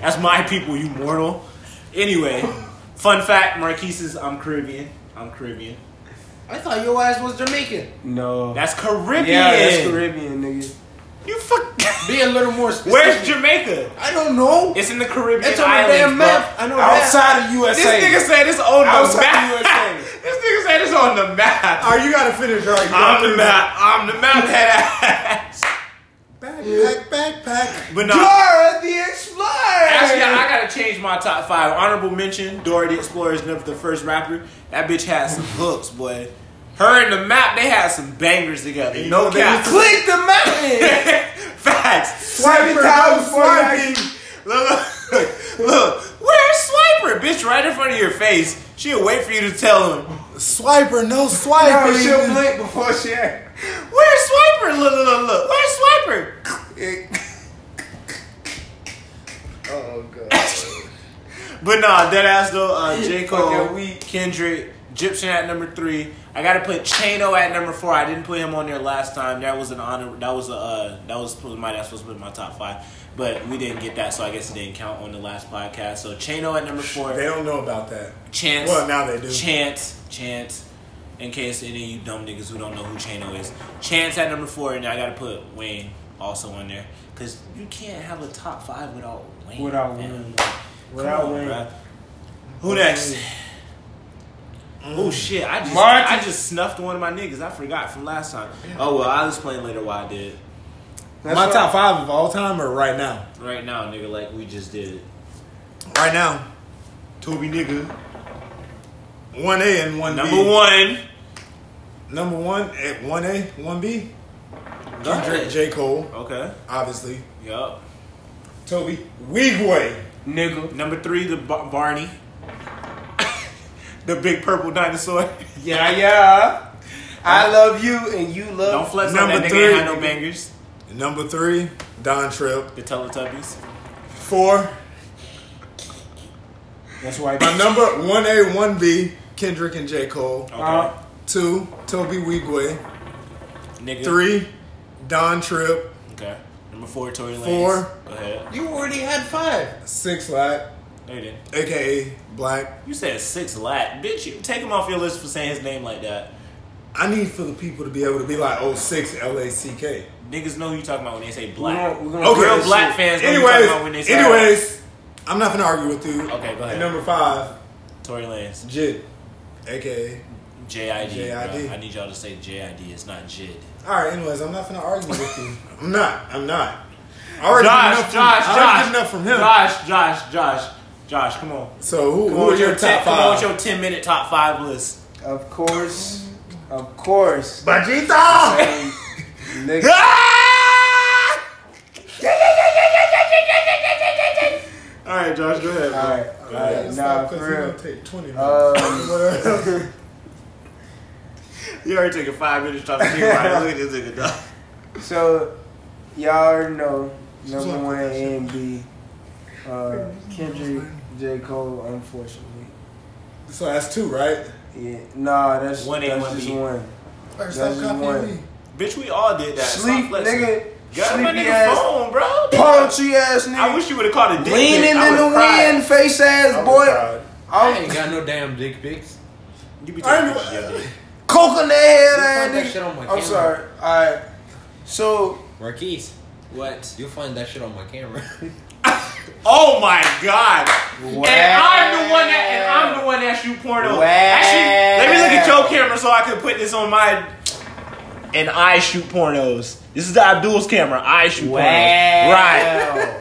Speaker 6: That's my people, you mortal. Anyway, fun fact, Marquises, I'm Caribbean. I'm Caribbean.
Speaker 2: I thought your ass was Jamaican.
Speaker 5: No.
Speaker 6: That's Caribbean.
Speaker 5: yeah, that's Caribbean, nigga.
Speaker 6: You fuck.
Speaker 2: Be a little more specific.
Speaker 6: Where's Jamaica?
Speaker 2: I don't know.
Speaker 6: It's in the Caribbean.
Speaker 2: It's on the
Speaker 6: islands,
Speaker 2: damn
Speaker 6: bro.
Speaker 2: map. I know that.
Speaker 5: Outside of
Speaker 6: This
Speaker 5: USA.
Speaker 6: nigga said it's on the
Speaker 5: Outside
Speaker 6: map.
Speaker 5: USA.
Speaker 6: This nigga said it's on the map.
Speaker 4: All right, you gotta finish right. You gotta
Speaker 6: I'm the
Speaker 4: finish.
Speaker 6: map. I'm the map head ass.
Speaker 4: Backpack, backpack.
Speaker 6: But no.
Speaker 5: Dora the Explorer.
Speaker 6: Actually, I gotta change my top five. Honorable mention: Dora the Explorer is never the first rapper. That bitch had some hooks, boy. Her and the map, they had some bangers together.
Speaker 4: You
Speaker 6: no
Speaker 4: know, they
Speaker 6: cap.
Speaker 5: click the mountain.
Speaker 6: Facts.
Speaker 5: Seven times
Speaker 4: no
Speaker 5: for
Speaker 4: swiping.
Speaker 6: Look, look, look. Where's Swiper? Bitch, right in front of your face. She'll wait for you to tell him.
Speaker 4: Swiper, no
Speaker 5: Yo,
Speaker 4: swiping.
Speaker 5: she'll blink before she.
Speaker 6: Where's Swiper? Look, look, look, look. Where's Swiper?
Speaker 5: Oh god.
Speaker 6: But nah, dead ass though. Uh, J. Cole,
Speaker 5: Fucking weak.
Speaker 6: Kendrick, Egyptian at number three. I gotta put Chano at number four. I didn't put him on there last time. That was an honor. That was a uh, that was supposed- my that's supposed to be my top five, but we didn't get that, so I guess it didn't count on the last podcast. So Chano at number four.
Speaker 4: They don't know about that.
Speaker 6: Chance.
Speaker 4: Well, now they do.
Speaker 6: Chance. Chance. In case any of you dumb niggas who don't know who Chano is, Chance at number four, and I gotta put Wayne also on there because you can't have a top five without Wayne.
Speaker 5: Without
Speaker 6: man.
Speaker 5: Wayne.
Speaker 6: Come
Speaker 5: Without
Speaker 6: on,
Speaker 5: Wayne.
Speaker 6: bruh. Who next? Oh shit! I just
Speaker 5: Martin.
Speaker 6: I just snuffed one of my niggas. I forgot from last time. Oh well, I'll explain later why I did.
Speaker 5: That's
Speaker 4: My
Speaker 5: right.
Speaker 4: top five of all time or right now?
Speaker 6: Right now, nigga, like we just did it.
Speaker 4: Right now. Toby nigga. One A and one B.
Speaker 6: Number one.
Speaker 4: Number one at one A, one B.
Speaker 6: Go
Speaker 4: Kendrick
Speaker 6: ahead.
Speaker 4: J. Cole,
Speaker 6: Okay.
Speaker 4: obviously.
Speaker 6: Yup.
Speaker 4: Toby. Weegway.
Speaker 5: nigga.
Speaker 6: Number three, the Bar- Barney, the big purple dinosaur.
Speaker 5: Yeah, yeah. I love you and you
Speaker 6: Don't
Speaker 5: love.
Speaker 6: flex
Speaker 4: Number
Speaker 6: on that nigga.
Speaker 4: three.
Speaker 6: Ain't had no bangers.
Speaker 4: Number three, Don Tripp.
Speaker 6: The Teletubbies.
Speaker 4: Four,
Speaker 5: That's why.
Speaker 4: my number one A, one B, Kendrick and J. Cole.
Speaker 6: Okay.
Speaker 5: Uh,
Speaker 4: Two, Toby Weegway.
Speaker 6: nigga.
Speaker 4: Three, Don Tripp.
Speaker 6: Okay. Number four, Tory Lanez.
Speaker 4: Four.
Speaker 6: Go ahead.
Speaker 5: you already had five.
Speaker 4: Six Lot,
Speaker 6: No, you didn't.
Speaker 4: aka Black.
Speaker 6: You said six lat. Bitch, you take him off your list for saying his name like that.
Speaker 4: I need for the people to be able to be like, oh, six L A C K.
Speaker 6: Niggas know who you talking about when they say
Speaker 5: We're
Speaker 6: black.
Speaker 5: gonna, we're gonna
Speaker 4: Okay.
Speaker 5: do
Speaker 6: Real
Speaker 5: that
Speaker 6: black
Speaker 5: shit.
Speaker 6: fans know who you talking about when they
Speaker 4: Anyways,
Speaker 6: say
Speaker 4: anyways, I'm not gonna argue with you.
Speaker 6: Okay, go ahead.
Speaker 4: And number five,
Speaker 6: Tory Lanez.
Speaker 4: Jid, aka.
Speaker 6: J-I-D.
Speaker 4: J.I.D..
Speaker 6: bro. I need y'all to say J-I-D. It's not Jid.
Speaker 4: All right. Anyways, I'm not gonna argue with you. I'm not. I'm not. I already
Speaker 6: Josh,
Speaker 4: did enough from,
Speaker 6: Josh,
Speaker 4: I already
Speaker 6: Josh.
Speaker 4: did enough from him.
Speaker 6: Josh, Josh, Josh. Josh, come on.
Speaker 4: So who,
Speaker 6: Come
Speaker 4: who
Speaker 6: on,
Speaker 4: are
Speaker 6: with
Speaker 4: your
Speaker 6: ten,
Speaker 4: top
Speaker 6: Come on with
Speaker 4: five?
Speaker 6: your 10 minute top five list.
Speaker 5: Of course, of course.
Speaker 4: Bajita.
Speaker 5: And nigga,
Speaker 4: Ah!
Speaker 6: All right, Josh, go
Speaker 5: all
Speaker 6: ahead.
Speaker 5: right, all
Speaker 4: Yeah,
Speaker 5: right, nah,
Speaker 4: stop,
Speaker 5: for
Speaker 4: 'cause he
Speaker 5: real.
Speaker 4: gonna take 20 minutes.
Speaker 5: Um,
Speaker 6: You already took a five minute top five. Look at this nigga, dog.
Speaker 5: So, y'all already know
Speaker 4: She's
Speaker 5: number
Speaker 4: like,
Speaker 5: one A and B. Uh, Kendrick, J. Cole, unfortunately.
Speaker 4: so that's two, right?
Speaker 5: Yeah, nah, that's
Speaker 6: One A,
Speaker 5: that's
Speaker 6: one
Speaker 5: just
Speaker 6: B.
Speaker 5: one.
Speaker 4: First,
Speaker 5: That's just
Speaker 4: stop copying
Speaker 5: one.
Speaker 4: me.
Speaker 6: Bitch, we all did that. Stop
Speaker 5: Sleep,
Speaker 6: flexing.
Speaker 5: nigga.
Speaker 6: Got my
Speaker 5: Sleepy
Speaker 6: nigga
Speaker 5: ass,
Speaker 6: phone, bro.
Speaker 5: punchy ass
Speaker 6: I
Speaker 5: nigga,
Speaker 6: wish you would have called it dick
Speaker 5: leaning
Speaker 6: pic. I
Speaker 5: in the
Speaker 6: would've cried.
Speaker 5: wind, face ass boy.
Speaker 4: Boy,
Speaker 2: I
Speaker 5: I'm
Speaker 2: ain't got no damn dick pics.
Speaker 6: You be
Speaker 4: I'm-
Speaker 6: talking about your dick.
Speaker 5: coking the head
Speaker 2: You'll find that
Speaker 5: ass
Speaker 2: shit on my
Speaker 5: nigga. I'm
Speaker 2: camera.
Speaker 5: sorry. All right, so
Speaker 2: Marquise,
Speaker 6: What?
Speaker 2: you'll find that shit on my camera.
Speaker 6: Oh my god. And I'm the one that and
Speaker 5: Wow.
Speaker 6: I'm the one that shoot porno.
Speaker 5: Wow.
Speaker 6: Actually, let me look at your camera so I can put this on my and I shoot pornos. This is the Abdul's camera. I shoot
Speaker 5: Wow.
Speaker 6: pornos. Right.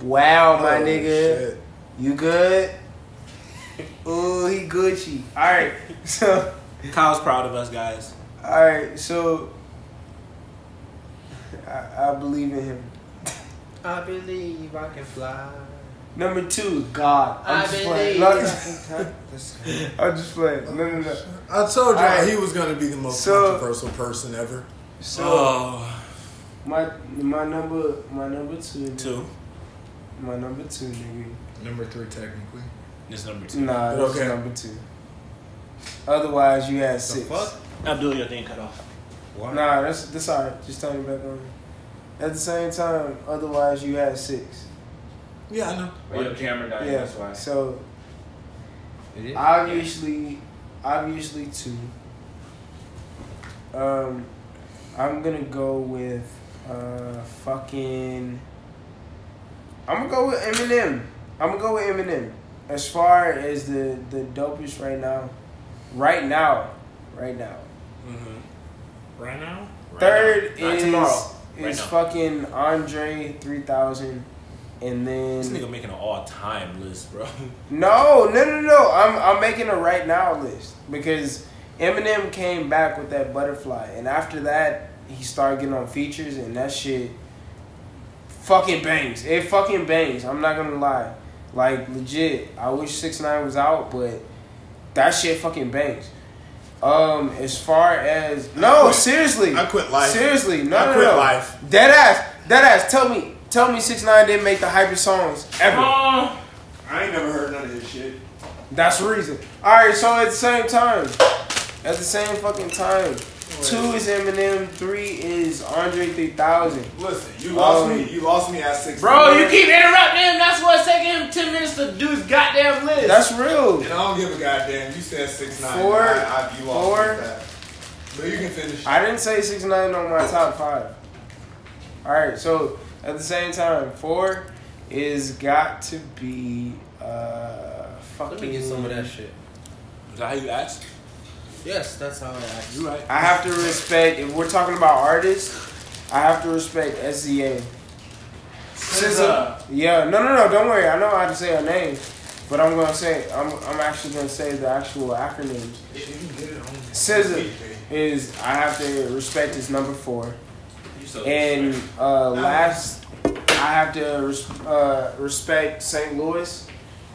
Speaker 5: Wow, my
Speaker 4: Oh,
Speaker 5: nigga.
Speaker 4: shit.
Speaker 5: You good? Ooh, he Gucci. Alright, so
Speaker 6: Kyle's proud of us guys.
Speaker 5: alright, so I, I believe in him.
Speaker 2: I believe I can fly.
Speaker 5: Number two, God. I'm
Speaker 2: I
Speaker 5: just
Speaker 2: believe
Speaker 5: playing. No, I'm just playing. No, no, no.
Speaker 4: I told y'all
Speaker 5: Alright.
Speaker 4: he was gonna be the most
Speaker 5: So-
Speaker 4: controversial person ever.
Speaker 5: So
Speaker 6: Oh,
Speaker 5: my my number my number two, nigga.
Speaker 6: two.
Speaker 5: my number two nigga.
Speaker 4: Number three, technically.
Speaker 6: This number two.
Speaker 5: Nah,
Speaker 4: But
Speaker 5: that's
Speaker 4: okay.
Speaker 5: number two. Otherwise, you had
Speaker 2: The
Speaker 5: six.
Speaker 2: fuck?
Speaker 6: Abdul, your thing cut off.
Speaker 2: Why?
Speaker 5: Nah, that's that's alright. Just turn it back on. At the same time, otherwise you had six.
Speaker 4: Yeah, I know.
Speaker 2: your
Speaker 6: camera died.
Speaker 5: Yeah. So
Speaker 2: It is.
Speaker 5: obviously, obviously two. Um, I'm gonna go with uh fucking. I'm gonna go with Eminem. I'm gonna go with Eminem. As far as the the dopest right now, right now, right now.
Speaker 6: Right now?
Speaker 5: Third
Speaker 6: Not
Speaker 5: is
Speaker 6: tomorrow. Right
Speaker 5: is
Speaker 6: now.
Speaker 5: fucking Andre three thousand, and then
Speaker 6: This nigga making an all time list, bro.
Speaker 5: No, no, no, no. I'm I'm making a right now list because Eminem came back with that butterfly, and after that he started getting on features, and that shit fucking bangs. It fucking bangs. I'm not gonna lie, like legit. I wish Six Nine was out, but that shit fucking bangs. Um, as far as no, seriously,
Speaker 4: I quit life.
Speaker 5: Seriously, no,
Speaker 4: I
Speaker 5: no,
Speaker 4: quit
Speaker 5: no.
Speaker 4: life.
Speaker 5: Dead ass, dead ass. Tell me, tell me, Six Nine didn't make the hyper songs ever.
Speaker 6: Oh.
Speaker 4: I ain't never heard none of this shit.
Speaker 5: That's the reason. All right, so at the same time, at the same fucking time, two is Eminem, three is Andre 3000.
Speaker 4: Listen, you lost
Speaker 5: Um,
Speaker 4: me. You lost me at six.
Speaker 6: Bro, you keep interrupting him. That's what's taking him 10 minutes to do his goddamn list.
Speaker 5: That's real.
Speaker 4: And I don't give a goddamn. You said six nine.
Speaker 5: Four,
Speaker 4: I, I, you lost
Speaker 5: four.
Speaker 4: me with that. But you can finish.
Speaker 5: I didn't say six nine on my top five. All right, so at the same time, four is got to be uh fucking.
Speaker 2: Let me get some of that shit.
Speaker 6: Is that how you ask?
Speaker 2: Yes, that's how I act.
Speaker 6: You right.
Speaker 5: I have to respect. If we're talking about artists, I have to respect SZA. SZA. Yeah. No, no, no. Don't worry. I know how to say her name, but I'm gonna say I'm I'm actually gonna say the actual acronyms. SZA is I have to respect is number four,
Speaker 6: You so
Speaker 5: and uh, last I have to res- uh, respect St. Louis.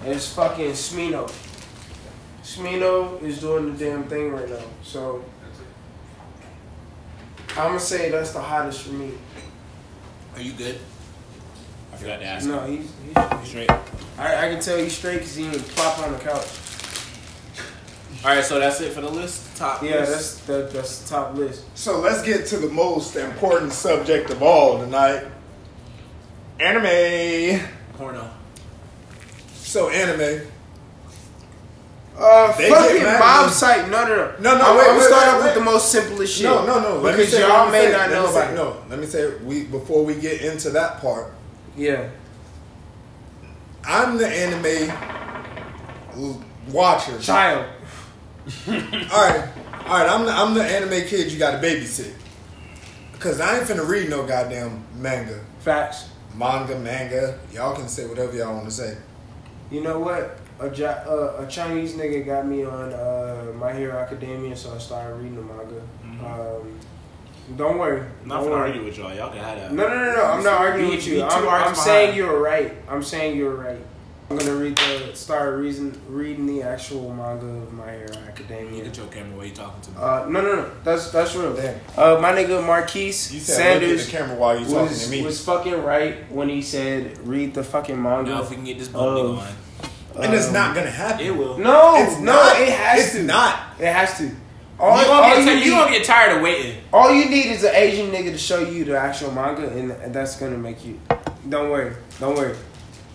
Speaker 5: It's fucking Smino. Smino is doing the damn thing right now. So I'm gonna say that's the hottest for me.
Speaker 6: Are you good? I forgot to ask.
Speaker 5: No, he's, he's
Speaker 6: You straight. All
Speaker 5: I, I can tell you straight because he didn't plop on the couch.
Speaker 6: right, so that's it for the list. Top.
Speaker 5: Yeah,
Speaker 6: list.
Speaker 5: that's that, that's the top list.
Speaker 4: So let's get to the most important subject of all tonight. Anime.
Speaker 6: porno.
Speaker 4: So anime.
Speaker 5: Uh,
Speaker 4: They
Speaker 5: fucking
Speaker 4: get mad,
Speaker 5: mob
Speaker 4: man.
Speaker 5: site. No, no, no.
Speaker 4: No, no,
Speaker 5: I'm,
Speaker 4: wait,
Speaker 5: I'm
Speaker 4: wait,
Speaker 5: start
Speaker 4: wait,
Speaker 5: off with
Speaker 4: wait.
Speaker 5: the most simplest shit.
Speaker 4: No, no, no. Let me
Speaker 5: Because
Speaker 4: say-
Speaker 5: y'all
Speaker 4: let me
Speaker 5: may
Speaker 4: say-
Speaker 5: not
Speaker 4: let me
Speaker 5: know
Speaker 4: say-
Speaker 5: about it.
Speaker 4: No, let me say we before we get into that part.
Speaker 5: Yeah.
Speaker 4: I'm the anime l- watcher.
Speaker 5: Child.
Speaker 4: All right, all right. I'm the, I'm the anime kid. You got to babysit. Cause I ain't finna read no goddamn manga,
Speaker 5: Facts.
Speaker 4: manga, manga. Y'all can say whatever y'all want to say.
Speaker 5: You know what? A, ja- uh, a Chinese nigga got me on uh, My Hero Academia, so I started reading the manga. Um, don't worry.
Speaker 6: Mm-hmm. I'm not
Speaker 5: don't
Speaker 6: gonna
Speaker 5: worry.
Speaker 6: argue with y'all. Y'all can have that.
Speaker 5: No, no, no, no. I'm not arguing
Speaker 6: Be-
Speaker 5: with
Speaker 6: be
Speaker 5: you.
Speaker 6: two
Speaker 5: I'm,
Speaker 6: arcs
Speaker 5: I'm saying
Speaker 6: behind.
Speaker 5: you're right. I'm saying you're right. I'm gonna read the start reason reading the actual manga of My Hero
Speaker 6: Look
Speaker 5: Academia.
Speaker 6: at your camera while you talking to me.
Speaker 5: Uh, no, no, no. That's that's real.
Speaker 4: Damn.
Speaker 5: Uh, my nigga Marquise
Speaker 4: You said look at
Speaker 5: Sanders
Speaker 4: the camera while you talking
Speaker 5: was
Speaker 4: to me.
Speaker 5: was fucking right when he said read the fucking manga.
Speaker 6: now if we can get this bum nigga
Speaker 5: uh,
Speaker 6: on,
Speaker 4: and it's
Speaker 5: um,
Speaker 4: not gonna happen.
Speaker 6: it will.
Speaker 5: No,
Speaker 4: It's
Speaker 5: no,
Speaker 4: not.
Speaker 5: it has
Speaker 4: It's
Speaker 5: to.
Speaker 4: not.
Speaker 5: It has to. All,
Speaker 6: you
Speaker 5: all
Speaker 6: gonna, get
Speaker 5: you
Speaker 6: ti- you
Speaker 5: need,
Speaker 6: gonna get tired of waiting.
Speaker 5: all you need is an Asian nigga to show you the actual manga, and and that's gonna make you. Don't worry, don't worry.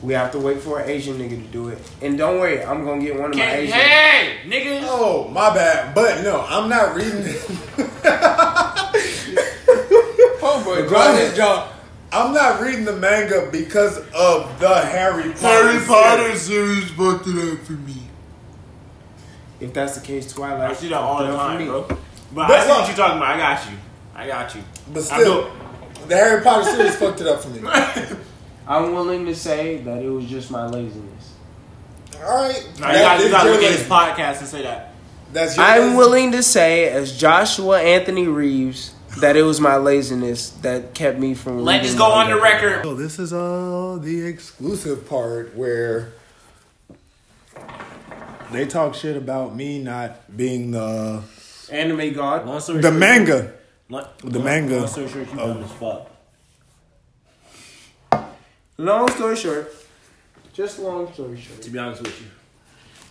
Speaker 5: We have to wait for an Asian nigga to do it, and don't worry, I'm gonna get one of my
Speaker 6: Hey,
Speaker 5: Asian.
Speaker 6: hey, nigga.
Speaker 4: Oh my bad, but no, I'm not reading.
Speaker 5: But
Speaker 4: Go ahead, y'all. I'm not reading the manga because of the Harry Potter. series.
Speaker 6: series fucked it up for me.
Speaker 5: If that's the case, Twilight.
Speaker 6: I see that all the
Speaker 5: done for
Speaker 6: time,
Speaker 5: me.
Speaker 6: bro. But, I
Speaker 4: But
Speaker 6: see
Speaker 4: look.
Speaker 6: what you're talking about. I got you. I got you.
Speaker 4: But
Speaker 6: I
Speaker 4: still, the Harry Potter series fucked it up for me. All
Speaker 5: I'm willing to say that it was just my laziness.
Speaker 4: right,
Speaker 6: Now you gotta, you gotta look at
Speaker 4: that's,
Speaker 6: his podcast and say that.
Speaker 4: that's your
Speaker 5: I'm
Speaker 4: business.
Speaker 5: willing to say, as Joshua Anthony Reeves, that it was my laziness that kept me from.
Speaker 6: Let
Speaker 5: reading
Speaker 6: this go on
Speaker 5: manga.
Speaker 6: the record.
Speaker 4: So this is all the exclusive part where they talk shit about me not being the
Speaker 5: Anime God.
Speaker 6: Long story
Speaker 4: the
Speaker 6: short-
Speaker 4: manga.
Speaker 6: Long-
Speaker 4: the
Speaker 6: long-
Speaker 4: manga
Speaker 6: Long story short, you dumb as fuck.
Speaker 5: Long story short, just long story short.
Speaker 6: To be honest with you,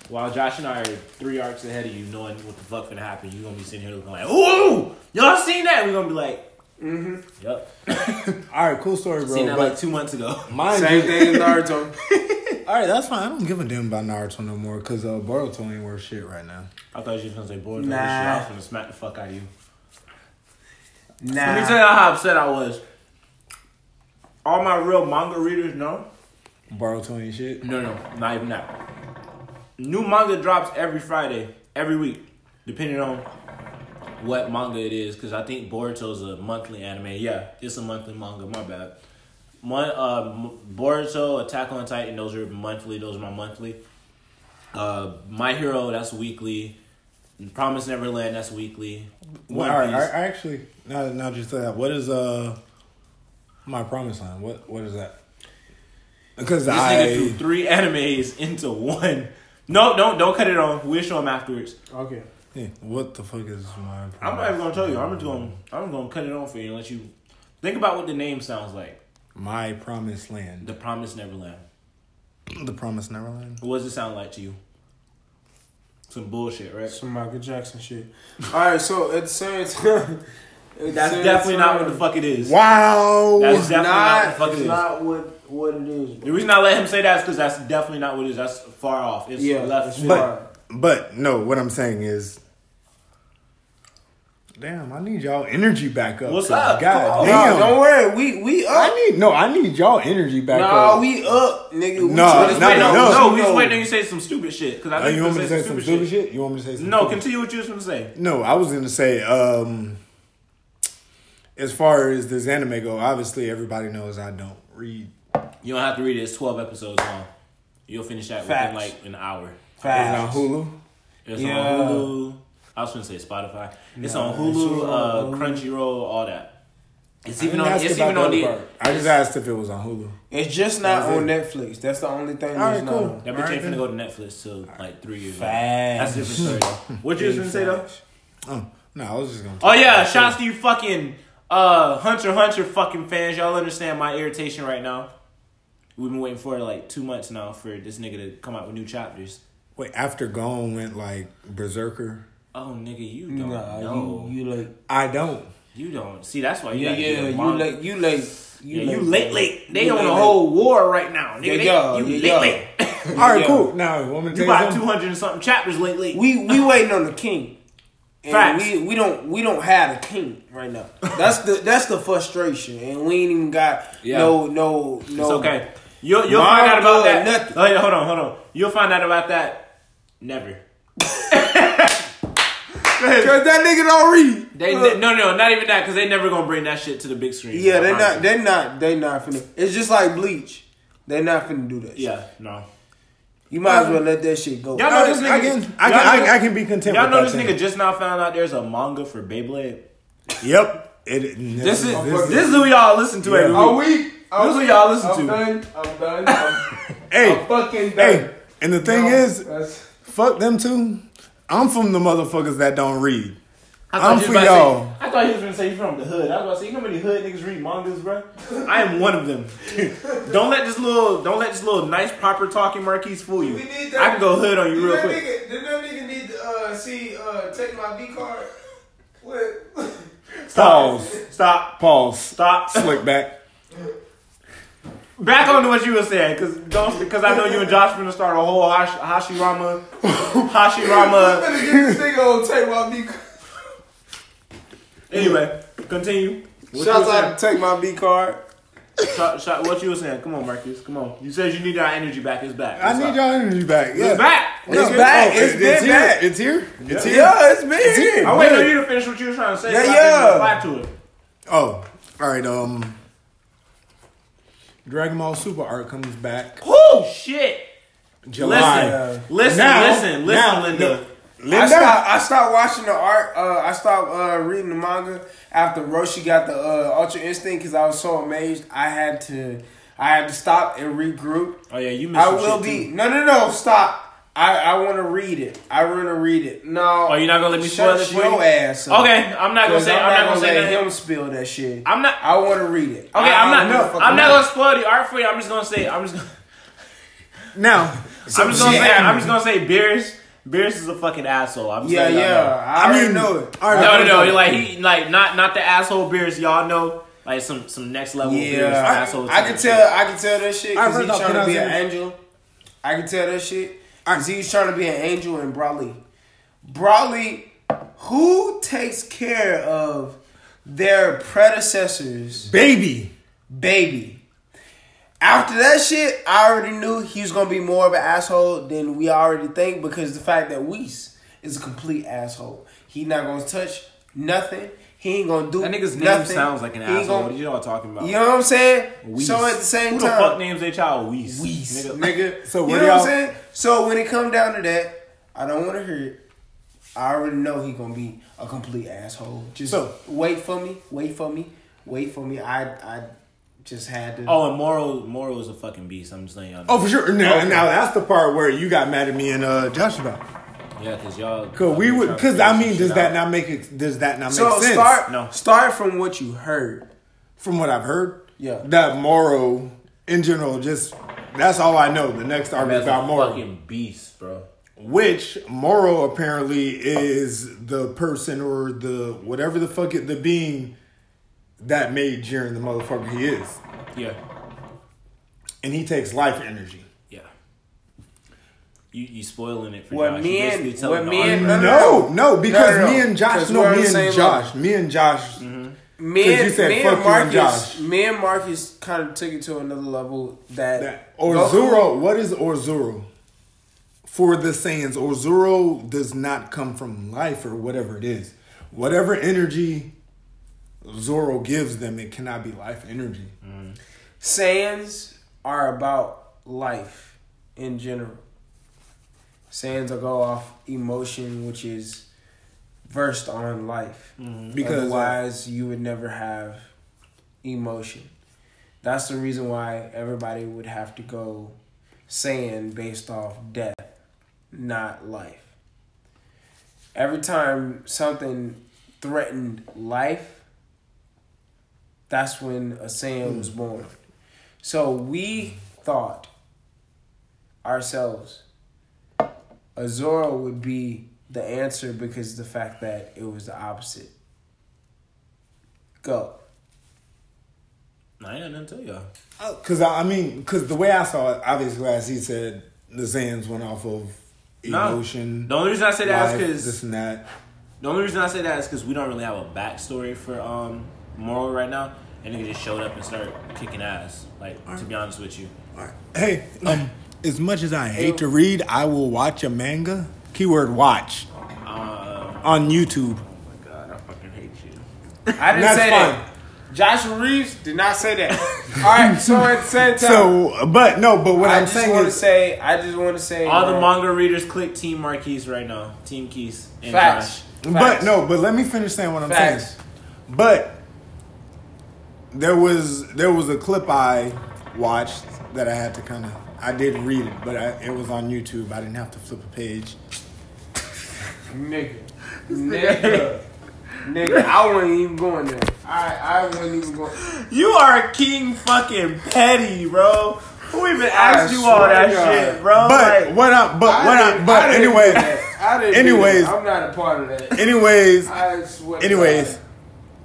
Speaker 6: while Josh and I are three arcs ahead of you, knowing what the fuck gonna happen, you gonna be sitting here looking like, "Ooh, y'all seen that?" We're gonna be like, "Mm-hmm, yep,
Speaker 4: All right, cool story, bro.
Speaker 6: seen that
Speaker 4: but
Speaker 6: like two months ago."
Speaker 4: mind
Speaker 5: Same
Speaker 4: you-
Speaker 5: thing as Naruto.
Speaker 4: all right, that's fine. I don't give a damn about Naruto no more because uh, Boruto ain't worth shit right now.
Speaker 6: I thought you was gonna say, "Boy, nah. shit.
Speaker 5: Nah.
Speaker 6: I was gonna smack the fuck out of you." Let me tell
Speaker 5: nah.
Speaker 6: you how upset I was. All my real manga readers know.
Speaker 4: Boruto ain't shit.
Speaker 6: No, no, not even that. New manga drops every Friday, every week, depending on what manga it is. Because I think Boruto's a monthly anime. Yeah, it's a monthly manga. My bad. One, uh, M- Boruto, Attack on Titan. Those are monthly. Those are my monthly. Uh, My Hero. That's weekly. Promise Neverland. That's weekly. One
Speaker 4: all right,
Speaker 6: Piece.
Speaker 4: I, I actually now now just say that. What is uh my promise line? What what is that? Because
Speaker 6: This
Speaker 4: I
Speaker 6: nigga threw three animes into one. No, don't don't cut it on. We'll show him afterwards.
Speaker 5: Okay.
Speaker 4: Yeah, what the fuck is my?
Speaker 6: I'm not even gonna tell you. I'm just gonna I'm gonna cut it on for you and let you think about what the name sounds like.
Speaker 4: My promised land,
Speaker 6: The Promised Neverland.
Speaker 4: the, promised Neverland.
Speaker 6: What does it sound like to you? Some bullshit, right?
Speaker 5: Some Michael Jackson shit. Alright, so at the same time.
Speaker 6: That's definitely not what the fuck it is.
Speaker 4: Wow.
Speaker 6: That's definitely not,
Speaker 5: Not, it's
Speaker 6: what the fuck it is.
Speaker 5: not what, what it is.
Speaker 6: The
Speaker 5: bro.
Speaker 6: reason I let him say that is because that's definitely not what it is. That's far off. It's
Speaker 5: Yeah,
Speaker 6: left
Speaker 5: it's
Speaker 6: field.
Speaker 5: far.
Speaker 4: but but no, what I'm saying is Damn, I need y'all energy back up.
Speaker 6: What's up?
Speaker 4: God
Speaker 5: Oh,
Speaker 4: damn.
Speaker 5: no, don't worry. We we up.
Speaker 4: I need no. I need y'all energy back
Speaker 5: Nah,
Speaker 4: up.
Speaker 5: we up, nigga. We
Speaker 4: Nah,
Speaker 5: tryna-
Speaker 4: Wait, no,
Speaker 6: no,
Speaker 4: no.
Speaker 6: we just waiting on you to say some stupid shit. Because I
Speaker 4: oh,
Speaker 6: think
Speaker 4: you
Speaker 6: you
Speaker 4: want me
Speaker 6: say
Speaker 4: to say
Speaker 6: some stupid, shit.
Speaker 4: You want me to say some
Speaker 6: No,
Speaker 4: stupid
Speaker 6: continue what you was going to say.
Speaker 4: shit? No, I was gonna say. um As far as this anime go, obviously everybody knows I don't read.
Speaker 6: You don't have to read it. It's 12 episodes long. You'll finish that
Speaker 5: Facts.
Speaker 6: within like an hour.
Speaker 4: It's on
Speaker 5: Facts.
Speaker 4: Hulu.
Speaker 6: It's
Speaker 5: Yeah.
Speaker 6: on Hulu. I was going to say Spotify. It's on Hulu, uh, Crunchyroll, all that. It's
Speaker 4: I
Speaker 6: even
Speaker 4: didn't
Speaker 6: on.
Speaker 4: ask
Speaker 6: It's
Speaker 4: about
Speaker 6: even
Speaker 4: the
Speaker 6: on
Speaker 4: other
Speaker 6: the.
Speaker 4: part. I just asked if it was on Hulu.
Speaker 5: It's just not
Speaker 4: That's
Speaker 5: on
Speaker 4: it.
Speaker 5: Netflix. That's the only thing.
Speaker 4: All
Speaker 5: that's
Speaker 4: right,
Speaker 5: not
Speaker 4: cool.
Speaker 5: on.
Speaker 4: All
Speaker 6: That bitch
Speaker 4: right,
Speaker 6: ain't
Speaker 4: then.
Speaker 6: finna go to Netflix till like three years.
Speaker 5: Facts.
Speaker 6: That's a different story. what you was gonna say though?
Speaker 4: Oh, no, I was just gonna.
Speaker 6: Oh yeah, shouts to you fucking uh Hunter x Hunter fucking fans. Y'all understand my irritation right now. We've been waiting for like two months now for this nigga to come out with new chapters.
Speaker 4: Wait, after Gone went like Berserker.
Speaker 6: Oh nigga, you don't
Speaker 5: Nah,
Speaker 6: know. You,
Speaker 5: you, you like
Speaker 4: I don't.
Speaker 6: don't see. That's why you
Speaker 5: yeah
Speaker 6: gotta
Speaker 5: yeah
Speaker 6: get a
Speaker 5: you
Speaker 6: mom.
Speaker 5: like you like you
Speaker 6: Yeah, you
Speaker 5: like-
Speaker 6: late late. They
Speaker 5: You
Speaker 6: on
Speaker 5: late,
Speaker 6: a
Speaker 5: late.
Speaker 6: whole war right now, nigga. They,
Speaker 5: Yeah,
Speaker 6: you
Speaker 5: yeah,
Speaker 6: late late.
Speaker 4: All right,
Speaker 5: Yeah.
Speaker 4: cool. Now, want me to tell
Speaker 6: you
Speaker 4: you
Speaker 6: bought two
Speaker 4: something?
Speaker 6: hundred and something chapters lately.
Speaker 5: We we waiting on the king. And
Speaker 6: Facts.
Speaker 5: We we don't we don't have the king right now. That's the that's the frustration, and we ain't even got
Speaker 6: Yeah.
Speaker 5: no no no.
Speaker 6: It's okay. You'll you'll
Speaker 5: Mine
Speaker 6: find out about
Speaker 5: good,
Speaker 6: that.
Speaker 5: nothing.
Speaker 6: Oh yeah, hold on, hold on. You'll find out about that. Never.
Speaker 5: Cause that nigga don't read.
Speaker 6: They
Speaker 5: Look.
Speaker 6: no no not even that because they never gonna bring that shit to the big screen.
Speaker 5: yeah, they
Speaker 6: Honestly.
Speaker 5: not they not they not finna. It's just like bleach. They not finna do that. shit.
Speaker 6: Yeah, no.
Speaker 5: You might as well let that shit go.
Speaker 6: Y'all
Speaker 4: I,
Speaker 6: know this nigga.
Speaker 4: I can, I
Speaker 6: y'all
Speaker 4: can,
Speaker 6: know-
Speaker 4: I, I can be content.
Speaker 6: Y'all
Speaker 4: with
Speaker 6: know
Speaker 4: that
Speaker 6: this
Speaker 4: thing.
Speaker 6: nigga just now found out there's a manga for Beyblade.
Speaker 4: Yep. It, this,
Speaker 6: This is
Speaker 4: this
Speaker 6: this is who y'all listen to
Speaker 4: Yeah. Oh,
Speaker 6: every
Speaker 4: Are
Speaker 5: we?
Speaker 6: week. This is who y'all listen to.
Speaker 5: done. I'm done. I'm,
Speaker 4: hey,
Speaker 5: fucking
Speaker 4: hey. And the thing is,
Speaker 5: is,
Speaker 4: fuck them too. I'm from the motherfuckers that don't read.
Speaker 6: I thought
Speaker 4: I'm
Speaker 6: you
Speaker 4: for
Speaker 6: was about to
Speaker 4: y'all.
Speaker 6: say- I thought he was gonna say you from the hood. I was about to say you know how many hood niggas read mangas, bro. I am one of them. don't let this little don't let this little nice proper talking Marquise fool you.
Speaker 5: We need that-
Speaker 6: I can go hood on you real quick.
Speaker 5: Nigga, did that nigga need to uh, see uh, take my V card? What?
Speaker 4: Pause.
Speaker 6: Stop.
Speaker 4: Pause.
Speaker 6: Stop.
Speaker 4: Slick back.
Speaker 6: Back on to what you were saying, because don't because I know you and Josh finna start a whole hash, Hashirama, Hashirama.
Speaker 5: Get this nigga on take my V card.
Speaker 6: Anyway, continue. What
Speaker 5: Shouts
Speaker 6: you were
Speaker 5: out to take my V card.
Speaker 6: saying? Shout- shout- what you were saying? Come on, Marcus. Come on. You said you need our energy back. It's back.
Speaker 4: I
Speaker 6: What's
Speaker 4: need
Speaker 6: up?
Speaker 4: y'all energy back. Yeah.
Speaker 6: It's back.
Speaker 4: No,
Speaker 5: It's back.
Speaker 4: it-
Speaker 5: It's been
Speaker 4: here.
Speaker 5: back.
Speaker 4: It's here. It's here.
Speaker 5: Yeah, it's been here.
Speaker 6: I waited on you to finish what you were trying to say.
Speaker 5: Yeah,
Speaker 6: so I didn't
Speaker 5: yeah.
Speaker 6: Reply to it.
Speaker 4: Oh, all right. Um, Dragon Ball Super art comes back
Speaker 6: Whoo, shit.
Speaker 4: July.
Speaker 6: Listen, listen,
Speaker 4: Now-
Speaker 6: listen, listen,
Speaker 4: now-
Speaker 6: Linda.
Speaker 5: I
Speaker 4: Linda,
Speaker 5: stopped, I stopped watching the art. Uh, I stopped uh, reading the manga after Roshi got the uh, Ultra Instinct because I was so amazed. I had to, I had to stop and regroup.
Speaker 6: Oh yeah, you missed.
Speaker 5: I
Speaker 6: some
Speaker 5: will
Speaker 6: shit,
Speaker 5: be.
Speaker 6: too.
Speaker 5: No, no, no. Stop. I, I want to read it. I want to read it. No.
Speaker 6: Oh, you're not gonna let me spoil
Speaker 5: Shut
Speaker 6: this for
Speaker 5: your
Speaker 6: you?
Speaker 5: ass up.
Speaker 6: Okay, I'm not gonna
Speaker 5: Because
Speaker 6: say. I'm not gonna say
Speaker 5: let
Speaker 6: nothing.
Speaker 5: him spill that shit.
Speaker 6: I'm not-
Speaker 5: I want to read it.
Speaker 6: Okay,
Speaker 5: I,
Speaker 6: I'm
Speaker 5: I
Speaker 6: not.
Speaker 5: wanna
Speaker 6: I'm
Speaker 5: fucking
Speaker 6: not gonna spoil the art for you. I'm just gonna say. I'm just. Gonna,
Speaker 4: now.
Speaker 6: I'm just gonna
Speaker 5: shit
Speaker 6: say. I'm
Speaker 5: happened.
Speaker 6: just gonna say. Beerus. Beerus is a fucking asshole. I'm just
Speaker 5: Yeah,
Speaker 6: letting y'all
Speaker 5: yeah. I,
Speaker 4: I
Speaker 5: already
Speaker 4: mean,
Speaker 5: know it.
Speaker 4: all right.
Speaker 6: know. No, no, no. Like he, like not, not the asshole Beerus. Y'all know, like some, some next level Beerus
Speaker 5: Yeah,
Speaker 6: asshole.
Speaker 5: I, I can
Speaker 6: type
Speaker 5: tell. I can tell that shit
Speaker 4: All right,
Speaker 5: because
Speaker 4: first
Speaker 5: he's
Speaker 4: off,
Speaker 5: trying
Speaker 4: can
Speaker 5: to
Speaker 4: I
Speaker 5: be
Speaker 4: say
Speaker 5: an
Speaker 4: this?
Speaker 5: angel. I can tell that shit because he's trying to be an angel in Broly. Broly, who takes care of their predecessors?
Speaker 4: baby.
Speaker 5: baby. After that shit, I already knew he was gonna be more of an asshole than we already think because the fact that Weiss is a complete asshole. He not gonna touch nothing. He ain't gonna do
Speaker 6: That nigga's name
Speaker 5: nothing.
Speaker 6: sounds like an
Speaker 5: He ain't
Speaker 6: asshole.
Speaker 5: gonna-
Speaker 6: What are y'all talking about?
Speaker 5: you know what I'm saying?
Speaker 6: Whis.
Speaker 5: So at the same
Speaker 6: Who the
Speaker 5: time,
Speaker 6: fuck names their child Weiss?
Speaker 5: Weiss,
Speaker 6: Nigga.
Speaker 5: nigga.
Speaker 4: So
Speaker 5: So
Speaker 4: what
Speaker 5: you know what
Speaker 4: y'all-
Speaker 5: I'm saying? So when it come down to that, I don't want to hear it. I already know he gonna be a complete asshole. Just
Speaker 4: So-
Speaker 5: wait for me. Wait for me. Wait for me. I I just had to.
Speaker 6: Oh, and Moro, Moro is a fucking beast. I'm just letting y'all. know.
Speaker 4: Oh, for sure. Now, now that's the part where you got mad at me and uh, Josh about.
Speaker 6: Yeah, cause y'all.
Speaker 4: Cause we
Speaker 6: y'all
Speaker 4: would.
Speaker 6: trying to
Speaker 4: Cause
Speaker 6: figure
Speaker 4: I
Speaker 6: some
Speaker 4: mean,
Speaker 6: shit
Speaker 4: does that
Speaker 6: out.
Speaker 4: not make it? Does that not make
Speaker 5: So
Speaker 4: sense?
Speaker 5: start
Speaker 6: No.
Speaker 5: start from what you heard.
Speaker 4: From what I've heard,
Speaker 5: Yeah.
Speaker 4: that Moro in general, just that's all I know. The next art is
Speaker 6: That's
Speaker 4: about
Speaker 6: a
Speaker 4: Moro,
Speaker 6: fucking beast, bro.
Speaker 4: which Moro apparently is the person or the whatever the fuck it, the being that made Jiren the motherfucker he is,
Speaker 6: Yeah,
Speaker 4: and he takes life energy.
Speaker 6: yeah. You you spoiling it for
Speaker 5: What
Speaker 6: Josh.
Speaker 5: me
Speaker 6: You
Speaker 5: and-
Speaker 6: basically telling
Speaker 5: what me
Speaker 6: Andre-
Speaker 5: and-
Speaker 4: No, no, because
Speaker 5: No, no, no.
Speaker 4: me and Josh,
Speaker 5: 'Cause
Speaker 4: no,
Speaker 5: we're on
Speaker 4: me
Speaker 5: the
Speaker 4: and
Speaker 5: same Mm-hmm.
Speaker 4: Josh, me and Josh,
Speaker 5: Me
Speaker 4: 'Cause
Speaker 5: and,
Speaker 4: you said
Speaker 5: me and
Speaker 4: fuck you and
Speaker 5: Marcus,
Speaker 4: Josh.
Speaker 5: me and Marcus kind of took it to another level that,
Speaker 4: that Orzuro. What is Orzuro? For the Saiyans, Orzuro does not come from life or whatever it is. Whatever energy Zoro gives them, it cannot be life energy.
Speaker 6: Mm-hmm.
Speaker 5: Sands are about life in general. Sands will go off emotion, which is versed on life.
Speaker 4: Because, uh,
Speaker 5: otherwise, you would never have emotion. That's the reason why everybody would have to go sand based off death, not life. Every time something threatened life, that's when a Sam was born. So we thought ourselves Azora would be the answer because the fact that it was the opposite. Go.
Speaker 6: No, I ain't got nothing to tell y'all.
Speaker 4: Because uh, I, I mean, because the way I saw it, obviously, as he said, the Saiyans went off of
Speaker 6: Nah.
Speaker 4: emotion.
Speaker 6: The only reason I say that is
Speaker 4: life,
Speaker 6: 'cause-
Speaker 4: this and that.
Speaker 6: The only reason I say that is because we don't really have a backstory for um Moro right now, and nigga just showed up and started kicking ass. Like to be honest with you,
Speaker 4: Oh Hey, um, as much as I hate to read, I will watch a manga. Keyword watch
Speaker 6: Uh,
Speaker 4: on YouTube.
Speaker 6: God, I fucking hate you.
Speaker 5: I didn't
Speaker 4: That's
Speaker 5: say that. Joshua Reeves did not say that. All right, so at the same time,
Speaker 4: So, but no, but what
Speaker 5: I
Speaker 4: I am
Speaker 5: just
Speaker 4: saying
Speaker 5: want
Speaker 4: is,
Speaker 5: to say, I just want to say,
Speaker 6: All the
Speaker 5: uh,
Speaker 6: manga readers click Team Marquise right now. Team Keys and
Speaker 5: facts,
Speaker 6: Josh.
Speaker 4: but no, but let me finish saying what I'm
Speaker 5: Facts.
Speaker 4: saying. But there was there was a clip I watched that I had to kind of I did read it, but I, it was on YouTube. I didn't have to flip a page.
Speaker 5: nigga, nigga, nigga. I wasn't even going there. I I wasn't even going.
Speaker 6: You are King fucking Petty, bro. Who even asked you all
Speaker 5: swear
Speaker 6: that
Speaker 5: to God.
Speaker 6: shit, bro?
Speaker 4: But
Speaker 6: like,
Speaker 4: what I but
Speaker 5: I
Speaker 4: what I
Speaker 5: didn't-
Speaker 4: but
Speaker 5: I didn't do
Speaker 4: anyway,
Speaker 5: that. I didn't do
Speaker 4: anyways-
Speaker 5: that. I'm not a part of that.
Speaker 4: anyways,
Speaker 5: I swear. to
Speaker 4: anyways.
Speaker 5: God.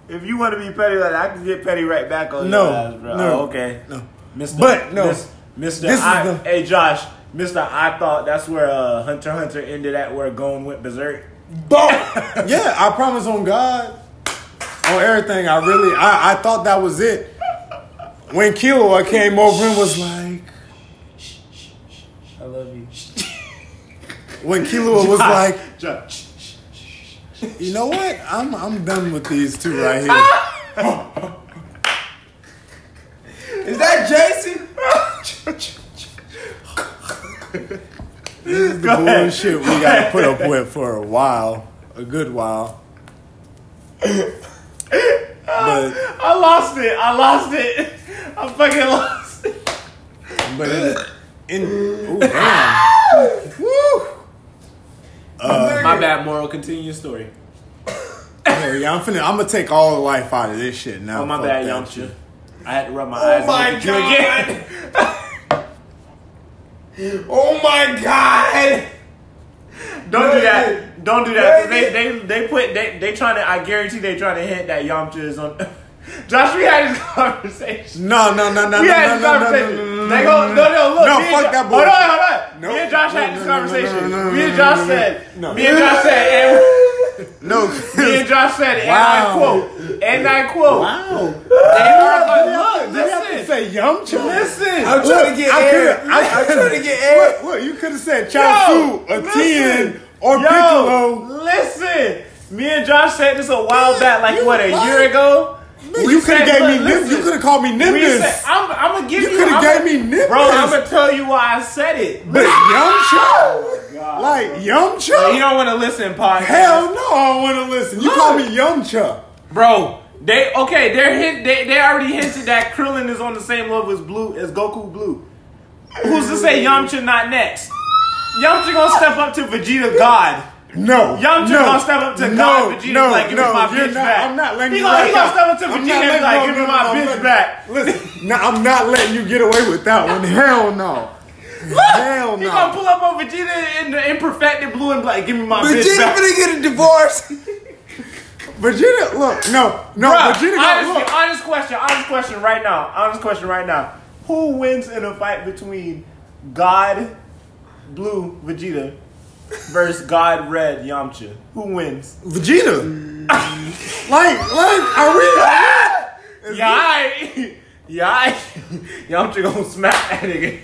Speaker 6: if you want to be petty, like I can get petty right back on
Speaker 4: No,
Speaker 6: your ass, bro.
Speaker 4: no,
Speaker 6: Oh, okay.
Speaker 4: no.
Speaker 6: Mr.
Speaker 4: But, no.
Speaker 6: Mis- Mr.
Speaker 4: This is
Speaker 6: I,
Speaker 4: the-
Speaker 6: Hey, Josh. Mr. I thought that's where uh, Hunter x Hunter ended at, where Gone went berserk.
Speaker 4: yeah, I promise on God, on everything. I really, I, I thought that was it. When Killua came over and was like,
Speaker 5: I love you.
Speaker 4: when Killua was like,
Speaker 6: Josh.
Speaker 4: you know what? I'm I'm done with these two right here.
Speaker 5: Is that Jason?
Speaker 4: This is the bullshit we gotta put up with for a while, a good while. But
Speaker 6: I lost it. I lost it. I fucking lost it.
Speaker 4: but in, in ooh, damn.
Speaker 6: My bad. Moral. Continue your story.
Speaker 4: Okay, yeah, I'm finna. I'm gonna take all the life out of this shit now.
Speaker 6: Oh my
Speaker 4: Fuck
Speaker 6: bad,
Speaker 4: that
Speaker 6: Yamcha.
Speaker 4: shit.
Speaker 6: I had to rub Oh my eyes.
Speaker 5: my
Speaker 6: and look at you
Speaker 5: God.
Speaker 6: again.
Speaker 5: Oh my god!
Speaker 6: Don't do that. Don't do that. 'cause They,
Speaker 5: Wait.
Speaker 6: they they put they they trying to. I guarantee they trying to hint that Yamcha is on. Josh, we had this conversation.
Speaker 4: No, no, no, no,
Speaker 6: We
Speaker 4: no,
Speaker 6: had
Speaker 4: no,
Speaker 6: this
Speaker 4: no, no,
Speaker 6: conversation.
Speaker 4: no, no,
Speaker 6: They go, no, no, look.
Speaker 4: No,
Speaker 6: me and
Speaker 4: fuck
Speaker 6: Jo-
Speaker 4: that boy.
Speaker 6: Hold on, hold on.
Speaker 4: No.
Speaker 6: Me and Josh
Speaker 4: No,
Speaker 6: had
Speaker 4: no,
Speaker 6: this
Speaker 4: no, no, no,
Speaker 6: conversation.
Speaker 4: no, no,
Speaker 6: Me and
Speaker 4: no, no,
Speaker 6: Josh
Speaker 4: no.
Speaker 6: said.
Speaker 4: No.
Speaker 6: Me and Josh said. And,
Speaker 4: No,
Speaker 6: me and Josh said. And I
Speaker 4: Wow.
Speaker 6: quote. And I quote.
Speaker 4: wow. You
Speaker 6: And
Speaker 4: have
Speaker 6: look,
Speaker 4: to
Speaker 6: listen.
Speaker 4: say Yamcha.
Speaker 6: Listen.
Speaker 5: I'm trying to get
Speaker 4: I
Speaker 5: air.
Speaker 4: coulda-
Speaker 5: I'm
Speaker 4: I coulda-
Speaker 5: trying to get air.
Speaker 4: Look, look, you could have said Chaozu,
Speaker 6: Yo,
Speaker 4: or
Speaker 6: listen.
Speaker 4: Tien, or
Speaker 6: Yo,
Speaker 4: Piccolo.
Speaker 6: listen. Me and Josh said this a while
Speaker 4: Man,
Speaker 6: back, like
Speaker 4: you
Speaker 6: what a
Speaker 4: lying.
Speaker 6: year ago. We
Speaker 4: you could
Speaker 6: said-
Speaker 4: have gave me. Nim-
Speaker 6: look,
Speaker 4: you
Speaker 6: listen.
Speaker 4: could have called me
Speaker 6: We said,
Speaker 4: Nimbus.
Speaker 6: I'm, I'm gonna give
Speaker 4: You
Speaker 6: you.
Speaker 4: coulda
Speaker 6: I'ma-
Speaker 4: gave me
Speaker 6: bro. I'm
Speaker 4: nipples.
Speaker 6: gonna tell you why I said it.
Speaker 4: But
Speaker 6: Oh
Speaker 4: Yamcha, like
Speaker 6: You
Speaker 4: Yamcha.
Speaker 6: don't want to listen, pod.
Speaker 4: Hell no, I don't want to listen. You call me Yamcha.
Speaker 6: bro. They okay. They're hint. They, they already hinted that Krillin is on the same level as Blue as Goku Blue. Who's to say Yamcha not next? Yamcha gonna step up to Vegeta God.
Speaker 4: No,
Speaker 6: Yamcha
Speaker 4: no,
Speaker 6: gonna step up to God Vegeta and be like, give me my
Speaker 4: you're
Speaker 6: bitch
Speaker 4: not-
Speaker 6: back.
Speaker 4: I'm not letting
Speaker 6: He
Speaker 4: you
Speaker 6: gonna-
Speaker 4: rock
Speaker 6: he gonna
Speaker 4: out.
Speaker 6: step up to
Speaker 4: I'm
Speaker 6: Vegeta
Speaker 4: not
Speaker 6: and be
Speaker 4: letting-
Speaker 6: like,
Speaker 4: no,
Speaker 6: give
Speaker 4: no,
Speaker 6: me
Speaker 4: no,
Speaker 6: my
Speaker 4: I'm
Speaker 6: bitch
Speaker 4: letting-
Speaker 6: back.
Speaker 4: Listen, no, I'm not letting you get away with that one. Hell no. Hell
Speaker 6: He gonna
Speaker 4: no.
Speaker 6: pull up on Vegeta in the imperfected blue and be like, give me my bitch
Speaker 5: Vegeta
Speaker 6: back.
Speaker 5: finna get a divorce.
Speaker 4: Vegeta, look, no, no,
Speaker 6: Bruh,
Speaker 4: Vegeta, got-
Speaker 6: honestly,
Speaker 4: look.
Speaker 6: honest question, honest question right now. Honest question right now. Who wins in a fight between God Blue Vegeta versus God Red Yamcha. Who wins?
Speaker 4: Vegeta. like, like, are we?
Speaker 6: Yai! Yai! Yamcha gonna smack that nigga.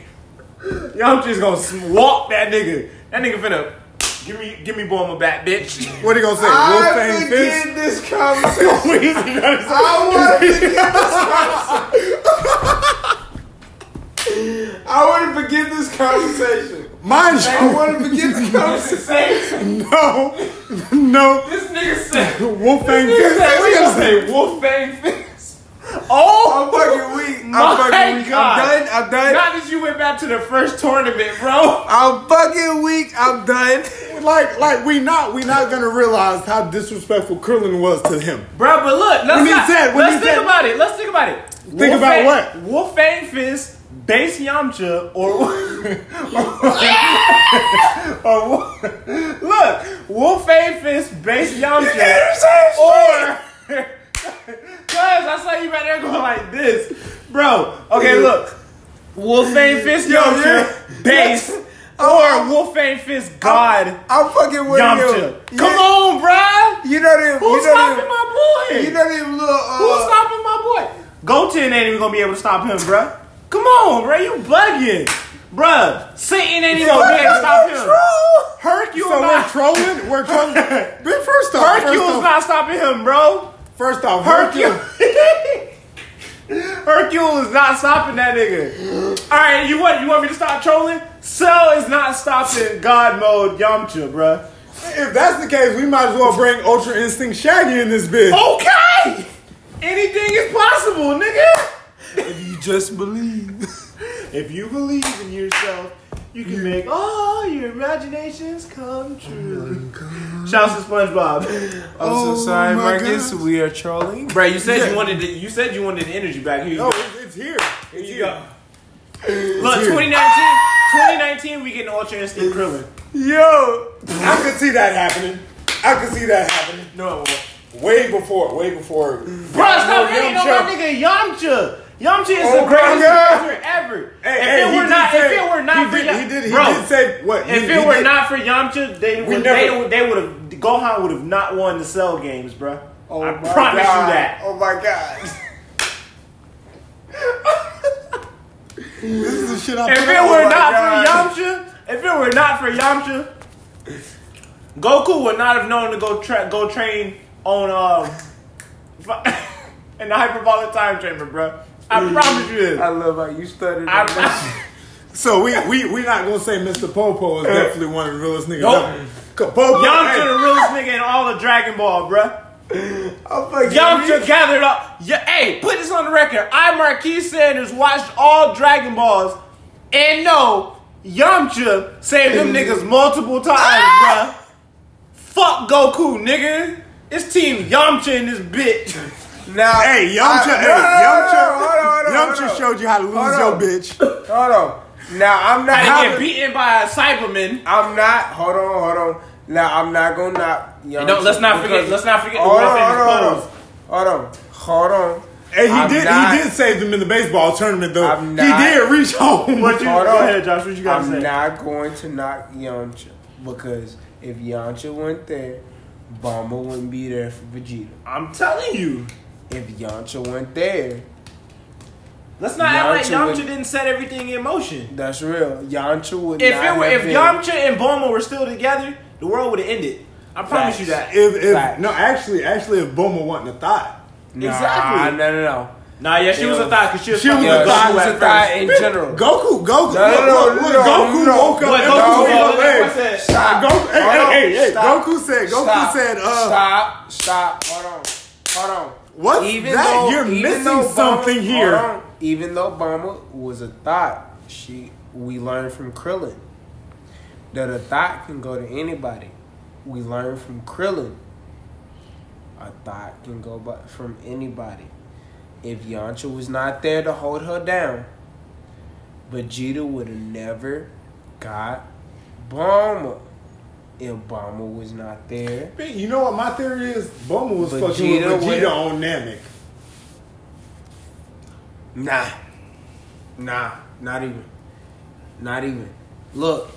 Speaker 6: Yamcha's gonna sm- walk that nigga. That nigga finna give me give me boy on my back, bitch.
Speaker 4: What are you gonna say? Wolf
Speaker 5: I
Speaker 4: Fang Fist?
Speaker 5: forget this conversation. I want to forget this conversation. I want to forget this conversation.
Speaker 4: Mind
Speaker 5: I
Speaker 4: you,
Speaker 5: want to forget this conversation.
Speaker 4: no, no.
Speaker 5: This nigga said.
Speaker 4: Wolf Fang
Speaker 5: This
Speaker 4: Fist.
Speaker 5: nigga
Speaker 4: What you gonna say?
Speaker 5: said Wolf Fang Fist. I'm
Speaker 6: Oh!
Speaker 5: fucking weak. I'm
Speaker 6: My
Speaker 5: fucking weak.
Speaker 6: God.
Speaker 5: I'm done. I'm done.
Speaker 6: Not that you went back to the first tournament, bro.
Speaker 5: I'm fucking weak. I'm done.
Speaker 4: Like, like, we not, we not gonna realize how disrespectful Krillin was to him.
Speaker 6: Bro, but look, let's
Speaker 4: When he
Speaker 6: not-
Speaker 4: said- when
Speaker 6: let's
Speaker 4: he
Speaker 6: think
Speaker 4: said-
Speaker 6: about it. Let's think about it. Think
Speaker 4: about what?
Speaker 6: Wolf Fang Fist, Base Yamcha, or or Wo- look, Wolf Fang Fist, Base Yamcha, or cuz I saw you right there going like this, bro. Okay, look, Wolf Fang Fist
Speaker 4: you're-
Speaker 6: Yamcha, Base, or Wolf Fang Fist God
Speaker 5: I'm fucking with you.
Speaker 6: Yamcha.
Speaker 5: You-
Speaker 6: Come on, bruh.
Speaker 5: You know them.
Speaker 6: Who's
Speaker 5: you know
Speaker 6: stopping
Speaker 5: them.
Speaker 6: my boy?
Speaker 5: You know them little.
Speaker 6: Who's
Speaker 5: Uh,
Speaker 6: stopping my boy? Goten ain't even gonna be able to stop him, bruh. Come on, bruh, you bugging. Bruh, Satan ain't even gonna be able to stop him. Hercule's
Speaker 4: So we're
Speaker 6: not,
Speaker 4: trolling. We're trolling. But first off, first
Speaker 6: Hercule's
Speaker 4: off,
Speaker 6: not stopping him, bro.
Speaker 4: first off,
Speaker 6: Hercule.
Speaker 4: Hercule.
Speaker 6: Hercule is not stopping that nigga. Alright, you want you want me to stop trolling? Cell is not stopping God mode Yamcha, bruh.
Speaker 4: If that's the case, we might as well bring Ultra Instinct Shaggy in this bitch.
Speaker 6: Okay! Anything is possible, nigga!
Speaker 4: You just believe.
Speaker 6: If you believe in yourself, you can make all your imaginations come true. Shouts to SpongeBob. Oh
Speaker 5: I'm so sorry,
Speaker 4: my
Speaker 5: Marcus.
Speaker 4: gosh.
Speaker 5: We are trolling.
Speaker 6: Bro, you said you wanted the, you said you wanted the energy back. Here you
Speaker 4: No,
Speaker 6: go.
Speaker 4: it's, it's here. It's
Speaker 6: Here you
Speaker 4: here.
Speaker 6: go. Look,
Speaker 4: here.
Speaker 6: 2019, 2019, we getting Ultra Instinct Krillin.
Speaker 4: Yo, I could see that happening. I could see that happening.
Speaker 6: No, it won't.
Speaker 4: Way before, way before.
Speaker 6: Bro, stop
Speaker 4: No,
Speaker 6: hating on
Speaker 4: Yamcha.
Speaker 6: my nigga Yamcha. Yamcha is
Speaker 4: Oh
Speaker 6: the
Speaker 4: my
Speaker 6: greatest
Speaker 4: God.
Speaker 6: character ever.
Speaker 4: Hey,
Speaker 6: if,
Speaker 4: hey,
Speaker 6: it
Speaker 4: he
Speaker 6: were
Speaker 4: did
Speaker 6: not, if
Speaker 4: say-
Speaker 6: it were not
Speaker 4: he
Speaker 6: for
Speaker 4: did-
Speaker 6: Yam-
Speaker 4: he did- he
Speaker 6: bro,
Speaker 4: did say what? He-
Speaker 6: if
Speaker 4: he
Speaker 6: it were
Speaker 4: did-
Speaker 6: not for Yamcha, they would
Speaker 4: never-
Speaker 6: they, they would have Gohan would have not won the Cell games, bro.
Speaker 5: Oh
Speaker 6: I
Speaker 5: my
Speaker 6: promise
Speaker 5: God.
Speaker 6: you that.
Speaker 5: Oh my god.
Speaker 4: This is the shit I
Speaker 6: If it
Speaker 4: put
Speaker 6: were
Speaker 4: on.
Speaker 5: Oh my
Speaker 6: not
Speaker 5: God.
Speaker 6: for Yamcha, if it were not for Yamcha, Goku would not have known to go tra- go train on um fu- in the hyperbolic time chamber, bro.
Speaker 4: Mm.
Speaker 6: I promise you
Speaker 5: I
Speaker 6: this.
Speaker 5: love how you stuttered.
Speaker 6: I,
Speaker 5: on that.
Speaker 6: I,
Speaker 4: So we we we not gonna say Mr. Popo is definitely one of the realest niggas.
Speaker 6: Nope.
Speaker 4: ever. 'Cause Popo,
Speaker 6: Yamcha the
Speaker 4: hey,
Speaker 6: realest nigga in all of Dragon Ball, bruh.
Speaker 5: I'm fucking
Speaker 6: Yamcha
Speaker 5: weak.
Speaker 6: gathered up. Yeah, hey, put this on the record. I, Marquise Sanders, watched all Dragon Balls and no, Yamcha saved them niggas multiple times, bruh. Fuck Goku, nigga. It's Team Yamcha in this bitch.
Speaker 5: Now,
Speaker 4: hey, Yamcha,
Speaker 5: I-
Speaker 4: hey,
Speaker 5: no, no, no,
Speaker 4: Yamcha,
Speaker 5: no, hold on, hold on,
Speaker 4: Yamcha
Speaker 5: hold on.
Speaker 4: showed you how to lose
Speaker 5: Hold
Speaker 4: your
Speaker 5: on.
Speaker 4: bitch.
Speaker 5: Hold on. Now I'm not.
Speaker 6: I get
Speaker 5: hopping-
Speaker 6: beaten by a Cyberman.
Speaker 5: I'm not. Hold on. Hold on. Now I'm not gonna not. Yamcha,
Speaker 6: No, let's not forget.
Speaker 5: because-
Speaker 6: Let's not forget the
Speaker 5: Hold on.
Speaker 6: world famous
Speaker 5: Hold on.
Speaker 6: pose.
Speaker 5: Hold on. Hold on.
Speaker 4: And he
Speaker 5: I'm
Speaker 4: did
Speaker 5: not-
Speaker 4: he did save them in the baseball tournament though.
Speaker 5: I'm
Speaker 4: he
Speaker 5: not-
Speaker 4: did reach home.
Speaker 6: What you?
Speaker 5: Hold
Speaker 6: Go
Speaker 5: on.
Speaker 6: ahead, Josh. What you got to
Speaker 5: I'm
Speaker 6: say?
Speaker 5: not going to knock Yamcha because if Yamcha went there, Bulma wouldn't be there for Vegeta.
Speaker 6: I'm telling you.
Speaker 5: If Yamcha went there,
Speaker 6: Let's not act
Speaker 5: Yamcha
Speaker 6: like Yamcha
Speaker 5: would-
Speaker 6: didn't set everything in motion.
Speaker 5: that's real. Yamcha would.
Speaker 6: If
Speaker 5: not
Speaker 6: it were,
Speaker 5: have
Speaker 6: if
Speaker 5: been.
Speaker 6: Yamcha and Bulma were still together, the world would have ended. I promise you that.
Speaker 4: If, if
Speaker 5: Facts.
Speaker 4: no, actually, actually, if Boma wasn't a thought,
Speaker 5: Nah,
Speaker 6: exactly.
Speaker 5: No, no, no.
Speaker 6: Nah, yeah, she was a thought because she was
Speaker 4: She
Speaker 6: fucking
Speaker 4: was a
Speaker 5: Yeah, she was a
Speaker 4: thought,
Speaker 6: with Goku at
Speaker 5: thought
Speaker 6: first.
Speaker 5: in general.
Speaker 4: Goku,
Speaker 5: No,
Speaker 4: Goku,
Speaker 5: no, no,
Speaker 4: look, look,
Speaker 5: no,
Speaker 4: Goku
Speaker 5: no.
Speaker 4: woke up.
Speaker 6: But
Speaker 4: and
Speaker 6: Goku
Speaker 4: Goku,
Speaker 5: No,
Speaker 6: woke
Speaker 4: was
Speaker 6: up.
Speaker 4: like,
Speaker 6: What said?
Speaker 5: Stop.
Speaker 4: Goku- hey,
Speaker 5: Hold on.
Speaker 4: hey, hey, hey,
Speaker 5: Stop.
Speaker 4: Goku said- Goku said, uh,
Speaker 5: stop, stop, hold on, hold on.
Speaker 4: What's that? You're
Speaker 5: even
Speaker 4: missing
Speaker 5: though Bulma-
Speaker 4: something
Speaker 5: hold
Speaker 4: here.
Speaker 5: on. Even though Obama was a thought, she we learned from Krillin that a thought can go to anybody. We learned from Krillin a thought can go bu- from anybody. If Yamcha was not there to hold her down, Vegeta would have never got Bulma. If Bulma was not there,
Speaker 4: Man, You know what my theory is? Boma was fucking with
Speaker 5: Vegeta
Speaker 4: Vegeta
Speaker 5: went-
Speaker 4: on Namek.
Speaker 5: Nah. Nah. Not even. Not even. Look,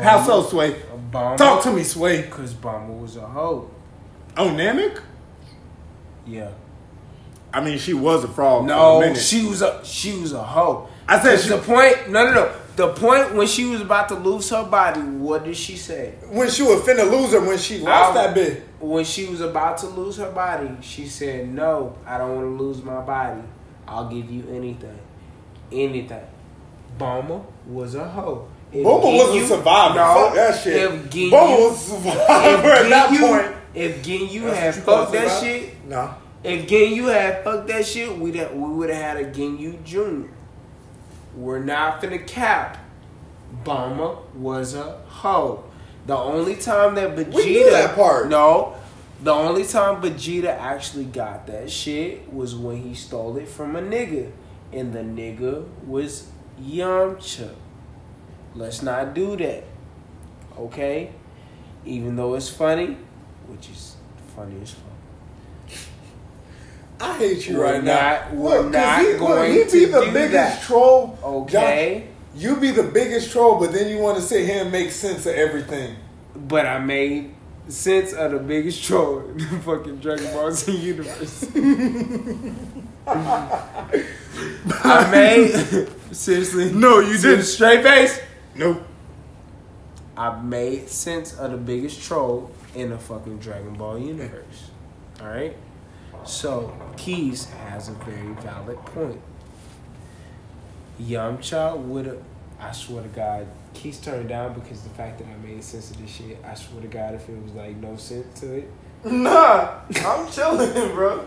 Speaker 4: How so, Sway?
Speaker 5: Obama.
Speaker 4: Talk to me, Sway.
Speaker 5: Cause Obama was a hoe.
Speaker 4: Oh, Namek?
Speaker 5: Yeah.
Speaker 4: I mean, she was a frog. for a
Speaker 5: No,
Speaker 4: minute.
Speaker 5: she was a she was a hoe.
Speaker 4: I said she-
Speaker 5: the point. No, no, no. The point when she was about to lose her body. What did she say?
Speaker 4: when she was finna lose her when she
Speaker 5: I-
Speaker 4: lost that bitch.
Speaker 5: When she was about to lose her body, she said, "No, I don't want to lose my body. I'll give you anything, anything." Boma was a hoe. If
Speaker 4: Boomer was
Speaker 5: Ginyu-
Speaker 4: a survivor.
Speaker 5: No,
Speaker 4: Fuck that shit.
Speaker 5: If Ginyu,
Speaker 4: Boomer was a survivor
Speaker 5: if
Speaker 4: at that
Speaker 5: Ginyu-
Speaker 4: point.
Speaker 5: If Ginyu
Speaker 4: That's
Speaker 5: had
Speaker 4: what you call
Speaker 5: fucked that
Speaker 4: survivor?
Speaker 5: shit,
Speaker 4: No.
Speaker 5: If Ginyu had fucked that shit, we'd have, we would have had a Ginyu Jr. We're not finna cap. Bama was a hoe. The only time that Vegeta
Speaker 4: We knew that part.
Speaker 5: No. The only time Vegeta actually got that shit was when he stole it from a nigga. And the nigga was Yamcha. Let's not do that. Okay? Even though it's funny, which is funny as fuck.
Speaker 4: I hate you
Speaker 5: We're
Speaker 4: right
Speaker 5: not-
Speaker 4: now.
Speaker 5: we're
Speaker 4: Look, 'cause
Speaker 5: not
Speaker 4: he, look,
Speaker 5: going
Speaker 4: he be
Speaker 5: to
Speaker 4: the
Speaker 5: do
Speaker 4: biggest
Speaker 5: that.
Speaker 4: troll.
Speaker 5: Okay?
Speaker 4: Josh, you be the biggest troll, but then you want to sit here and make sense of everything.
Speaker 5: But I made sense of the biggest troll in the fucking Dragon Ball Z universe. I made seriously
Speaker 4: No, you
Speaker 5: to the
Speaker 4: didn't.
Speaker 5: straight face.
Speaker 4: Nope.
Speaker 5: I made sense of the biggest troll in the fucking Dragon Ball universe. All right. So Keys has a very valid point. Yamcha would have. I swear to God, Keys turned down because the fact that I made sense of this shit. I swear to God, if it was like no sense to it,
Speaker 4: Nah, I'm chilling, bro.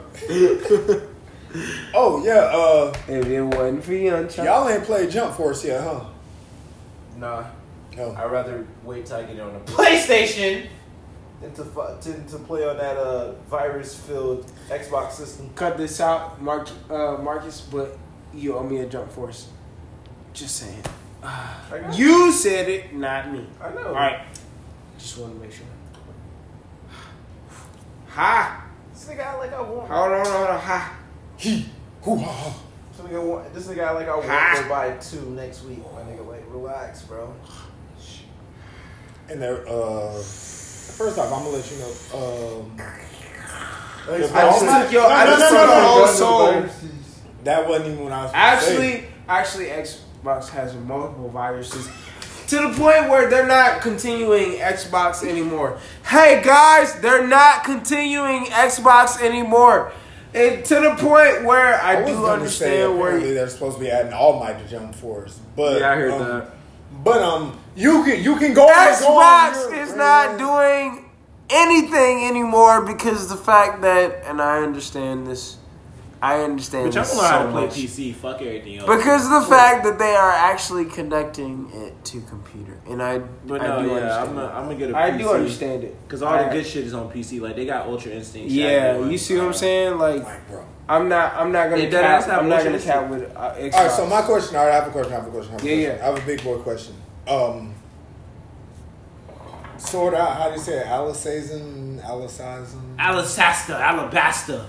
Speaker 4: oh yeah, uh,
Speaker 5: if it wasn't for Yamcha,
Speaker 4: y'all ain't played Jump Force yet, huh?
Speaker 2: Nah,
Speaker 4: No.
Speaker 2: I'd rather wait till I get it on the.
Speaker 6: PlayStation. And to, fu- to, to play on that uh, virus-filled Xbox system.
Speaker 5: cut this out, Mark, uh, Marcus. But you owe me a jump force. Just saying.
Speaker 6: I got
Speaker 5: You said it, not me.
Speaker 6: I know.
Speaker 5: All right. Just want to make sure. Ha!
Speaker 6: This nigga act like I want.
Speaker 5: Hold on, hold on, ha!
Speaker 4: He, hoo ha ha.
Speaker 6: This nigga, want, this nigga act like I want to buy two next week. My nigga, like, relax, bro.
Speaker 4: And there, uh, first off, I'm gonna let you know. Um,
Speaker 5: I just took your, I
Speaker 4: No, no,
Speaker 5: just
Speaker 4: no,
Speaker 5: took
Speaker 4: no,
Speaker 5: your
Speaker 4: no,
Speaker 5: whole
Speaker 4: no,
Speaker 5: soul.
Speaker 4: that wasn't even what I was supposed to say.
Speaker 5: Actually, actually, Xbox has multiple viruses to the point where they're not continuing Xbox anymore. Hey guys, they're not continuing Xbox anymore. And to the point where I,
Speaker 4: I was
Speaker 5: do
Speaker 4: gonna say
Speaker 5: understand where
Speaker 4: apparently they're supposed to be adding All Might to Jump Force, but
Speaker 5: Yeah, I heard
Speaker 4: um,
Speaker 5: that.
Speaker 4: But um, you can you can go on and go on
Speaker 5: Xbox
Speaker 4: your-
Speaker 5: is not doing anything anymore because the fact that, and I understand this, I understand
Speaker 6: Bitch, I'm
Speaker 5: this
Speaker 6: gonna learn how
Speaker 5: so
Speaker 6: to play
Speaker 5: much
Speaker 6: PC. Fuck everything else.
Speaker 5: because the fact that they are actually connecting it to computer, and I,
Speaker 6: But
Speaker 5: I
Speaker 6: no,
Speaker 5: do
Speaker 6: yeah, I'm
Speaker 5: understand.
Speaker 6: gonna,
Speaker 5: it.
Speaker 6: I'm gonna get a
Speaker 5: I
Speaker 6: PC.
Speaker 5: do understand it
Speaker 6: Because all the
Speaker 5: I-
Speaker 6: good shit is on PC. Like, they got Ultra Instinct. Shadow uh,
Speaker 5: Yeah,
Speaker 6: One.
Speaker 5: you see what I'm saying? Like,
Speaker 4: Like, bro.
Speaker 5: I'm not, I'm not gonna
Speaker 6: It does
Speaker 5: cap.
Speaker 6: have
Speaker 5: I'm not gonna
Speaker 6: motion
Speaker 5: cap with uh, Xbox.
Speaker 4: All right, so my question. All right, I have a question. I have a question. I have a
Speaker 5: Yeah,
Speaker 4: question.
Speaker 5: yeah.
Speaker 4: I have a big boy question. Um, sort out. How do you say it? Alicizing, alicizing.
Speaker 6: Alasaska, Alabasta.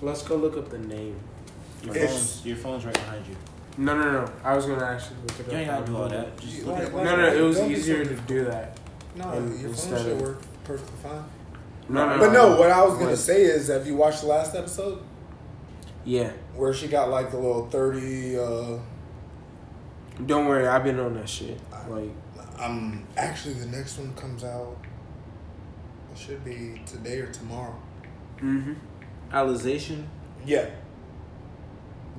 Speaker 5: let's go look up the name.
Speaker 6: Your
Speaker 4: It's-
Speaker 6: phone's, your phone's right behind you.
Speaker 5: No, no, no. I was gonna actually look it up.
Speaker 6: You ain't gotta do all that. Just look at
Speaker 5: No, no, it was
Speaker 4: Don't be so-
Speaker 5: easier to do that.
Speaker 4: No,
Speaker 5: and
Speaker 4: your phone
Speaker 5: instead
Speaker 4: should
Speaker 5: of-
Speaker 4: work perfectly fine.
Speaker 5: No, no,
Speaker 4: But no, what I was gonna
Speaker 5: What?
Speaker 4: say is, have you watched the last episode
Speaker 5: Yeah.
Speaker 4: where she got like the little thirty? uh
Speaker 5: Don't worry, I've been on that shit. Like,
Speaker 4: Um, actually, the next one comes out. It should be today or tomorrow.
Speaker 5: mm-hmm.
Speaker 6: Alization.
Speaker 4: Yeah.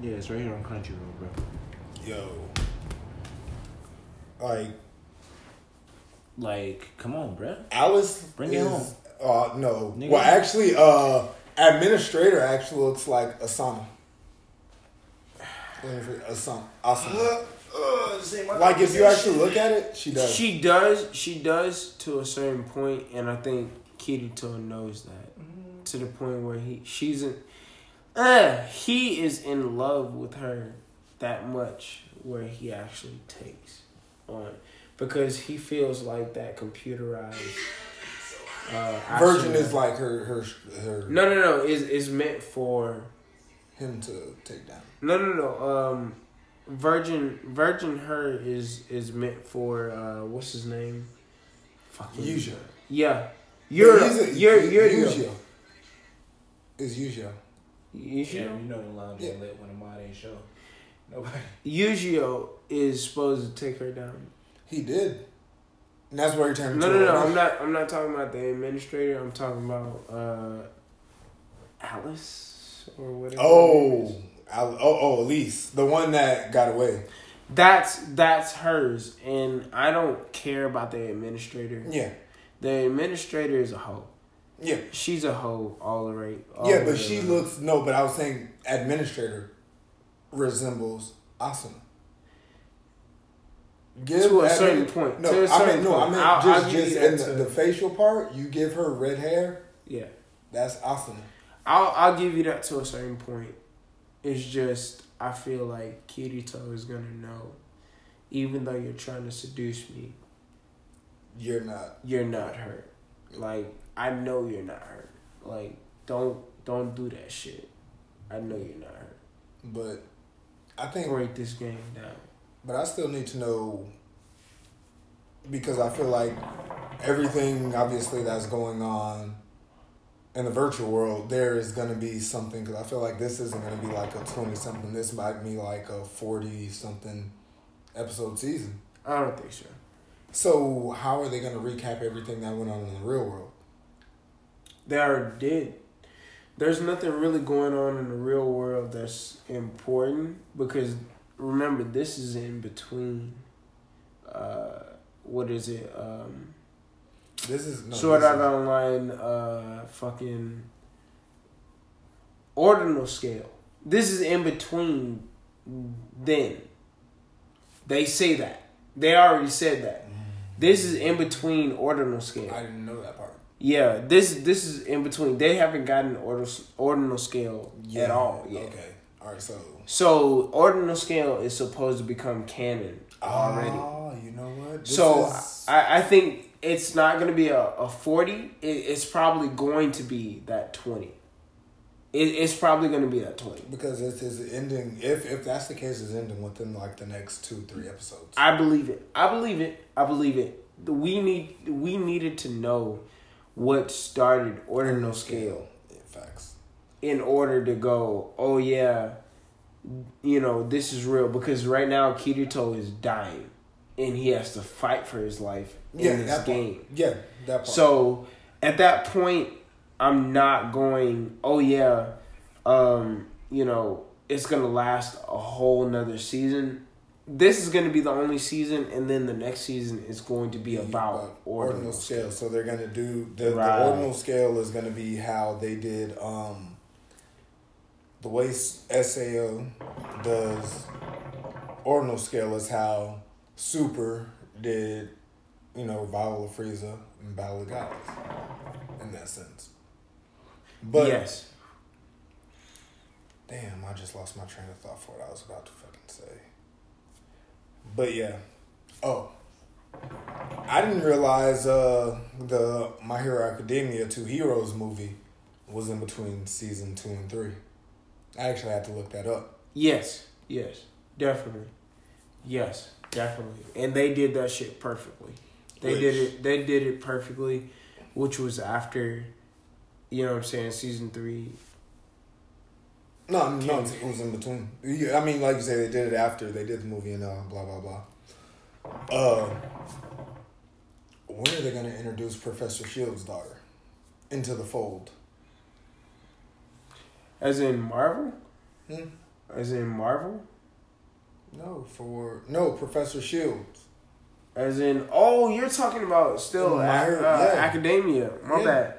Speaker 6: Yeah, it's right here on Crunchyroll, bro.
Speaker 4: Yo. Like
Speaker 6: Like, come on, bro.
Speaker 4: Alice
Speaker 6: Bring it
Speaker 4: is,
Speaker 6: home.
Speaker 4: Uh, no.
Speaker 6: Nigga.
Speaker 4: Well, actually, uh, administrator actually looks like Asana. Let me see, Asana. Asana. Like if you actually look at it, she does.
Speaker 5: She does. She does to a certain point, and I think Kirito knows that. To the point where he, she's in, uh, he is in love with her that much, where he actually takes on because he feels like that computerized. Uh,
Speaker 4: Virgin
Speaker 5: action-
Speaker 4: is like her, her, her,
Speaker 5: no, no, no. Is is meant for
Speaker 4: him to take down.
Speaker 5: No, no, no. Um, Virgin Virgin Her is is meant for uh what's his name? Fucking
Speaker 4: Usual.
Speaker 5: Yeah. You're
Speaker 4: He's a-
Speaker 5: you're you're
Speaker 4: usual. It's usual.
Speaker 6: Yeah,
Speaker 5: Yuzio.
Speaker 6: you know the lounge
Speaker 4: Yeah.
Speaker 6: is lit when the mod ain't show. Nobody.
Speaker 5: Yuzio is supposed to take her down.
Speaker 4: He did. And that's where he turned
Speaker 5: No,
Speaker 4: into
Speaker 5: no,
Speaker 4: a
Speaker 5: no.
Speaker 4: witch.
Speaker 5: I'm not. I'm not talking about the administrator. I'm talking about uh, Alice or whatever. her name
Speaker 4: Oh,
Speaker 5: is.
Speaker 4: I, oh, oh, Elise, the one that got away.
Speaker 5: that's that's hers, and I don't care about the administrator.
Speaker 4: Yeah,
Speaker 5: The administrator is a hoe.
Speaker 4: yeah,
Speaker 5: She's a hoe all the right. all
Speaker 4: yeah.
Speaker 5: the
Speaker 4: But
Speaker 5: way
Speaker 4: she
Speaker 5: around.
Speaker 4: looks no. But I was saying administrator resembles Asuna. Give
Speaker 5: To a
Speaker 4: admin-
Speaker 5: certain point.
Speaker 4: No,
Speaker 5: To a
Speaker 4: I
Speaker 5: certain
Speaker 4: mean no. I
Speaker 5: point.
Speaker 4: mean
Speaker 5: I'll-
Speaker 4: just
Speaker 5: I'll give
Speaker 4: just
Speaker 5: you that
Speaker 4: in the,
Speaker 5: to-
Speaker 4: the facial part. You give her red hair.
Speaker 5: Yeah,
Speaker 4: That's Asuna.
Speaker 5: I'll I'll give you that to a certain point. It's just I feel like Kirito is gonna know, even though you're trying to seduce me.
Speaker 4: You're not.
Speaker 5: you're not hurt. Like I know you're not hurt. Like don't don't do that shit. I know you're not hurt.
Speaker 4: But I think
Speaker 5: Break this game down.
Speaker 4: But I still need to know because I feel like everything obviously that's going on in the virtual world, there is going to be something because I feel like this isn't going to be like a 20 something. This might be like a 40 something episode season.
Speaker 5: I don't think so.
Speaker 4: So, how are they going to recap everything that went on in the real world?
Speaker 5: They already did. There's nothing really going on in the real world that's important because remember this is in between. Uh, what is it? Um,
Speaker 4: This is no,
Speaker 5: Sword
Speaker 4: this
Speaker 5: Art
Speaker 4: is-
Speaker 5: Online. Uh, fucking. Ordinal scale. This is in between. Then. They say that. They already said that.
Speaker 4: Mm.
Speaker 5: This is in between ordinal
Speaker 4: I
Speaker 5: scale.
Speaker 4: didn't know that part.
Speaker 5: Yeah, this this is in between. They haven't gotten ordinal ordinal scale at all yet.
Speaker 4: Okay. All right. So,
Speaker 5: So ordinal scale is supposed to become canon already.
Speaker 4: Oh, you know what? This
Speaker 5: So
Speaker 4: is-
Speaker 5: I, I think it's not going to be a, a 40. It, it's probably going to be that 20. It, it's probably going to be that 20.
Speaker 4: Because it's his ending. If if that's the case, it's ending within like the next two three episodes.
Speaker 5: I believe it. I believe it. I believe it. We need we needed to know what started ordinal scale
Speaker 4: Yeah, facts.
Speaker 5: in order to go, oh yeah, you know, this is real because right now Kirito is dying and he has to fight for his life in
Speaker 4: yeah,
Speaker 5: this
Speaker 4: that
Speaker 5: game.
Speaker 4: Part. Yeah, that part.
Speaker 5: So at that point, I'm not going, oh yeah, um, you know, it's gonna last a whole nother season. This is gonna be the only season, and then the next season is going to be about
Speaker 4: ordinal
Speaker 5: ordinals.
Speaker 4: scale. So they're gonna do the,
Speaker 5: Right.
Speaker 4: the ordinal scale is gonna be how they did um the way S- Sao does ordinal scale is how Super did you know Battle of Frieza and Battle of Gods in that sense. But
Speaker 5: yes.
Speaker 4: Damn, I just lost my train of thought for what I was about to fucking say. But yeah. Oh. I didn't realize uh the My Hero Academia Two Heroes movie was in between season two and three. I actually had to look that up.
Speaker 5: Yes. Yes. Definitely. Yes. Definitely. And they did that shit perfectly. They did
Speaker 4: Which-
Speaker 5: it they did it perfectly, which was after you know what I'm saying, season three.
Speaker 4: No, no, it was in between. Yeah, I mean, like you say, they did it after they did the movie and uh, blah blah blah. Uh, when are they gonna introduce Professor Shields' daughter into the fold?
Speaker 5: As in Marvel?
Speaker 4: Hmm?
Speaker 5: As in Marvel?
Speaker 4: No, for no Professor Shields.
Speaker 5: As in, oh, you're talking about still
Speaker 4: My-
Speaker 5: ac- uh,
Speaker 4: Oh, yeah.
Speaker 5: academia. My
Speaker 4: Yeah.
Speaker 5: bad.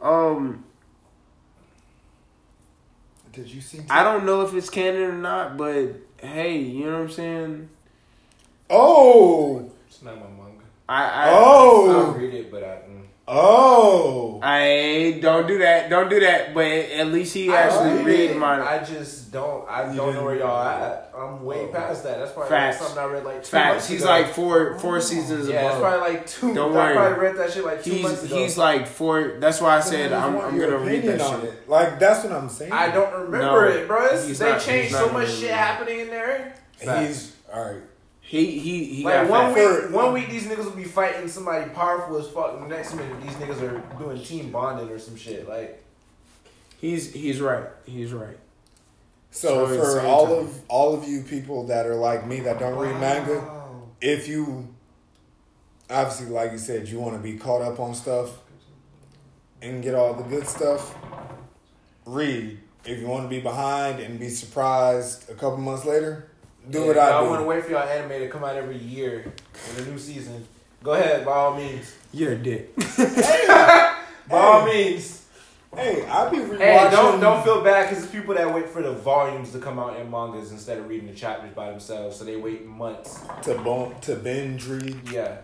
Speaker 5: Um,
Speaker 4: Did you see?
Speaker 5: I don't know if it's canon or not, but hey, you know what I'm saying?
Speaker 4: oh,
Speaker 6: It's not my manga.
Speaker 5: I, I
Speaker 4: oh,
Speaker 6: read it, but I. Mm.
Speaker 4: Oh.
Speaker 5: I don't do that. Don't do that. But at least he actually read mine.
Speaker 6: I just don't. I don't know where y'all at. I'm way past that. That's probably
Speaker 5: Facts.
Speaker 6: something I read like two
Speaker 5: Facts.
Speaker 6: months
Speaker 5: He's
Speaker 6: ago.
Speaker 5: like four four seasons
Speaker 6: yeah, it's
Speaker 5: above.
Speaker 6: probably like two.
Speaker 5: Don't
Speaker 6: I
Speaker 5: worry.
Speaker 6: probably read that shit like two months
Speaker 5: he's
Speaker 6: ago.
Speaker 5: he's like four. That's why I said
Speaker 4: I
Speaker 5: I'm
Speaker 4: want
Speaker 5: I'm
Speaker 4: your
Speaker 5: gonna read
Speaker 4: opinion
Speaker 5: that
Speaker 4: on
Speaker 5: shit.
Speaker 4: It. Like that's what I'm saying.
Speaker 6: I don't remember
Speaker 5: No,
Speaker 6: it, bro. It's-
Speaker 5: he's
Speaker 6: They
Speaker 5: not-
Speaker 6: changed
Speaker 5: he's not
Speaker 6: so
Speaker 5: gonna
Speaker 6: much
Speaker 5: read
Speaker 6: shit
Speaker 5: it.
Speaker 6: happening in there.
Speaker 4: He's all right.
Speaker 5: He he he got
Speaker 6: Like one
Speaker 5: facts.
Speaker 6: week, one week these niggas will be fighting somebody powerful as fuck. and The next minute, these niggas are doing team bonding or some shit. Like
Speaker 5: He's he's right. He's right.
Speaker 4: So
Speaker 5: So it's
Speaker 4: for
Speaker 5: same
Speaker 4: all
Speaker 5: time.
Speaker 4: of all of you people that are like me that don't read manga,
Speaker 6: Oh.
Speaker 4: if you obviously like you said you want to be caught up on stuff and get all the good stuff, read. If you want to be behind and be surprised a couple months later, do what I
Speaker 6: want to
Speaker 4: do.
Speaker 6: wait for y'all anime to come out every year with a new season. Go ahead, by all means.
Speaker 5: You're a dick.
Speaker 6: By all means.
Speaker 4: Hey, I be rewatching.
Speaker 6: Hey, don't don't feel bad because it's people that wait for the volumes to come out in mangas instead of reading the chapters by themselves, so they wait months.
Speaker 4: to bon- to binge read.
Speaker 6: Yeah.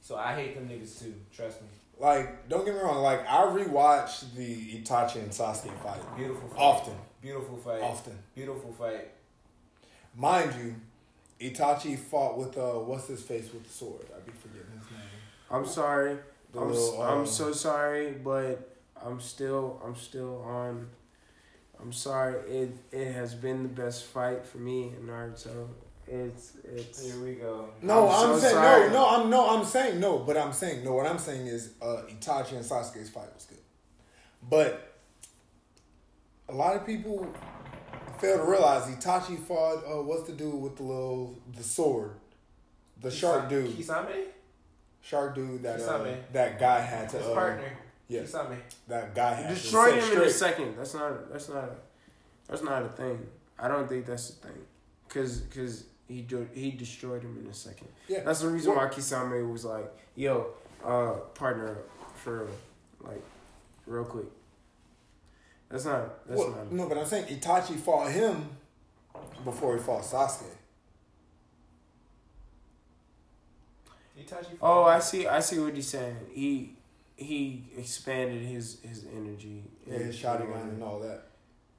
Speaker 6: So I hate them niggas too. Trust me.
Speaker 4: Like, don't get me wrong. Like, I rewatch the Itachi and Sasuke fight
Speaker 6: Beautiful fight.
Speaker 4: often.
Speaker 6: Beautiful fight.
Speaker 5: Oh.
Speaker 4: Often.
Speaker 6: Beautiful fight.
Speaker 4: Mind you, Itachi fought with uh, what's his face with the sword. I be forgetting his name.
Speaker 5: I'm sorry.
Speaker 4: The
Speaker 5: I'm,
Speaker 4: little,
Speaker 5: s- I'm
Speaker 4: uh,
Speaker 5: so sorry, but I'm still I'm still on. I'm sorry. It it has been the best fight for me in Naruto. It's it's
Speaker 6: Here we go.
Speaker 4: No,
Speaker 5: I'm
Speaker 4: I'm,
Speaker 5: so
Speaker 4: saying
Speaker 5: sorry.
Speaker 4: no, no, I'm no, I'm saying no, but I'm saying no. What I'm saying is uh, Itachi and Sasuke's fight was good, but a lot of people fail to realize Itachi fought. Uh, what's the dude with the little the sword, the shark dude,
Speaker 6: Kisame?
Speaker 4: shark dude that uh,
Speaker 6: Kisame.
Speaker 4: that guy had to
Speaker 6: His
Speaker 4: uh,
Speaker 6: partner.
Speaker 4: yeah.
Speaker 6: Kisame.
Speaker 4: That guy had
Speaker 5: destroyed
Speaker 4: to
Speaker 5: him
Speaker 4: set
Speaker 5: in a
Speaker 4: straight.
Speaker 5: second. That's not that's not that's not a thing. I don't think that's a thing. Cause cause he do, he destroyed him in a second.
Speaker 4: Yeah.
Speaker 5: That's the reason why Kisame was like, yo, uh, partner up for real. like real quick. That's not that's
Speaker 4: Well,
Speaker 5: not
Speaker 4: no, but I'm saying Itachi fought him before he fought Sasuke.
Speaker 6: Itachi.
Speaker 5: Oh, I see. I see what he's saying. He he expanded his his energy.
Speaker 4: Yeah, his Sharingan and all that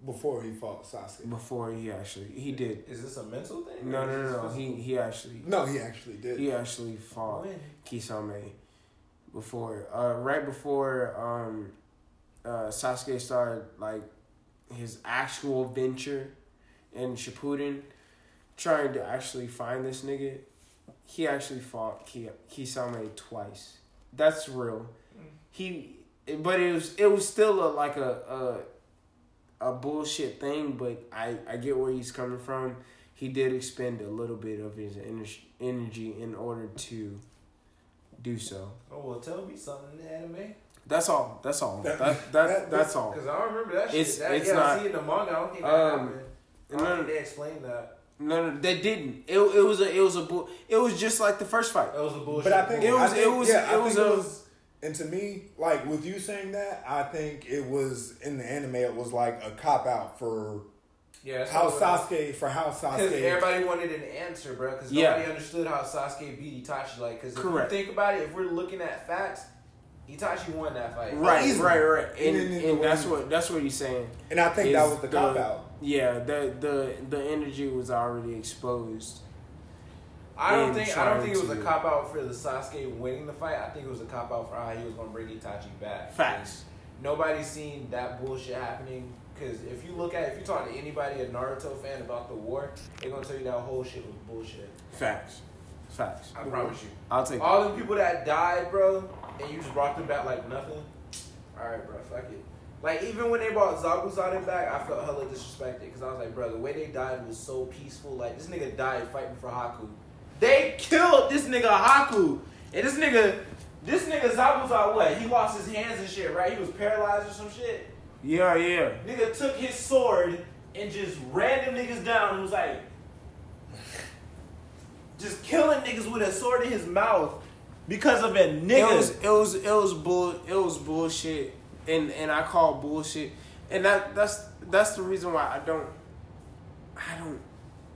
Speaker 4: before he fought Sasuke.
Speaker 5: before he actually he did.
Speaker 6: Is this a mental thing?
Speaker 5: No,
Speaker 6: or is
Speaker 5: no,
Speaker 6: this
Speaker 5: no, no. He
Speaker 6: physical?
Speaker 5: he actually
Speaker 4: No, he actually did.
Speaker 5: he actually fought
Speaker 6: When?
Speaker 5: Kisame before uh right before um uh Sasuke started like his actual venture in Shippuden trying to actually find this nigga. He actually fought Ki- Kisame twice. That's real. He but it was it was still a like a a, a bullshit thing, but I I get where he's coming from he did expend a little bit of his ener- energy in order to do so.
Speaker 6: Oh, well, tell me something in the anime.
Speaker 5: That's all. That's all. That,
Speaker 4: That-
Speaker 5: that,
Speaker 4: that-
Speaker 5: that's all.
Speaker 6: Because I don't remember that
Speaker 5: It's-
Speaker 6: shit. That,
Speaker 5: it's
Speaker 6: yeah,
Speaker 5: not-
Speaker 6: I see it in the manga. I don't think that
Speaker 5: Um,
Speaker 6: happened. I
Speaker 5: No,
Speaker 6: don't
Speaker 5: no,
Speaker 6: think they explained that.
Speaker 5: no, no, they didn't. It, it was a it was a bull. It was just like the first fight.
Speaker 6: That was a bullshit.
Speaker 4: But I think
Speaker 5: It was-
Speaker 4: I think-
Speaker 5: it was-
Speaker 4: yeah, I
Speaker 5: it
Speaker 4: think
Speaker 5: was a-
Speaker 4: and to me, like with you saying that, I think it was in the anime. It was like a cop out for
Speaker 6: yeah, that's
Speaker 4: how
Speaker 6: what it was.
Speaker 4: Sasuke for how Sasuke.
Speaker 6: Because everybody wanted an answer, bro. Because
Speaker 5: Yeah.
Speaker 6: nobody understood how Sasuke beat Itachi. Like, because if
Speaker 5: Correct.
Speaker 6: you think about it, if we're looking at facts, Itachi won that fight.
Speaker 5: Right,
Speaker 4: Easy.
Speaker 5: right, right. And,
Speaker 4: And then the
Speaker 5: and that's
Speaker 4: way-
Speaker 5: what that's what he's saying.
Speaker 4: and I think that
Speaker 5: is
Speaker 4: was the cop out.
Speaker 5: Yeah, the the the energy was already exposed.
Speaker 6: I don't
Speaker 5: In
Speaker 6: think I don't think it was
Speaker 5: trying
Speaker 6: a
Speaker 5: to-
Speaker 6: cop out for the Sasuke winning the fight. I think it was a cop out for how he was going to bring Itachi back.
Speaker 5: Facts.
Speaker 6: Nobody's seen that bullshit happening. Because if you look at, if you talk to anybody a Naruto fan about the war, they're gonna tell you that whole shit was bullshit.
Speaker 5: Facts. Facts.
Speaker 6: I promise you.
Speaker 5: I'll take.
Speaker 6: All the people that died, bro, and you just brought them back like nothing. All right, bro, fuck it. Like even when they brought Zabuzaden back, I felt hella disrespected because I was like, bro, the way they died was so peaceful. Like this nigga died fighting for Haku. They killed this nigga Haku, and this nigga, this nigga Zabuzad, what? He lost his hands and shit, right? He was paralyzed or some shit.
Speaker 5: Yeah, yeah.
Speaker 6: Nigga took his sword and just ran them niggas down and was like, just killing niggas with a sword in his mouth because of a nigga.
Speaker 5: It was it was it was bull it was bullshit and and I call bullshit and that that's that's the reason why I don't I don't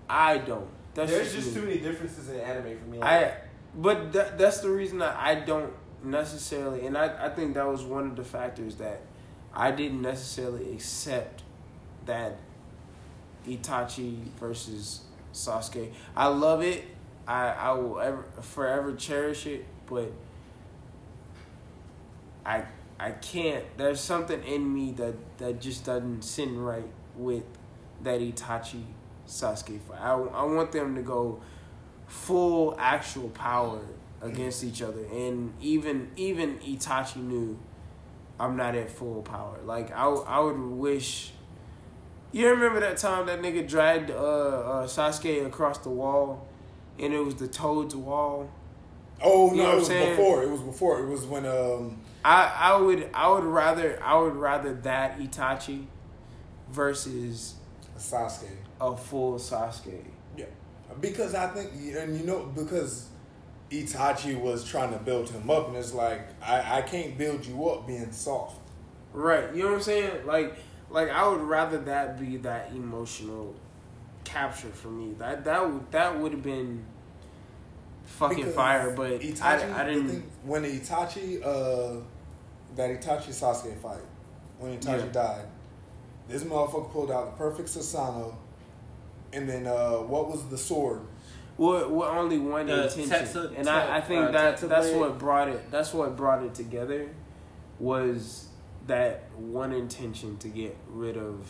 Speaker 5: I don't that's
Speaker 6: There's just
Speaker 5: me.
Speaker 6: too many differences in anime for me.
Speaker 5: I but that, that's the reason that I don't necessarily, and I, I think that was one of the factors that I didn't necessarily accept that Itachi versus Sasuke. I love it. I, I will ever forever cherish it, but I I can't. There's something in me that that just doesn't sit right with that Itachi Sasuke fight. I I want them to go full actual power against each other, and even even Itachi knew I'm not at full power. Like I I would wish. You remember that time that nigga dragged uh, uh Sasuke across the wall, and it was the Toad's wall.
Speaker 7: Oh no,
Speaker 5: You know what
Speaker 7: it
Speaker 5: I'm
Speaker 7: was
Speaker 5: saying?
Speaker 7: before. It was before. It was when um
Speaker 5: I I would I would rather I would rather that Itachi versus
Speaker 7: Sasuke.
Speaker 5: a full Sasuke.
Speaker 7: Yeah, because I think, and you know, because Itachi was trying to build him up, and it's like I, I can't build you up being soft.
Speaker 5: Right. You know what I'm saying? Like like I would rather that be that emotional capture for me. That that would that would have been fucking
Speaker 7: Because
Speaker 5: fire, but I, I
Speaker 7: the
Speaker 5: didn't
Speaker 7: thing- when Itachi, uh, that Itachi Sasuke fight, when Itachi
Speaker 5: Yeah.
Speaker 7: died, this motherfucker pulled out the perfect Sasano, and then uh, what was the sword?
Speaker 5: We're, we're only one
Speaker 6: The
Speaker 5: intention,
Speaker 6: Tetsu-
Speaker 5: and I, I think
Speaker 6: uh,
Speaker 5: that that's
Speaker 6: Tetsublade.
Speaker 5: what brought it. That's what brought it together, was that one intention to get rid of,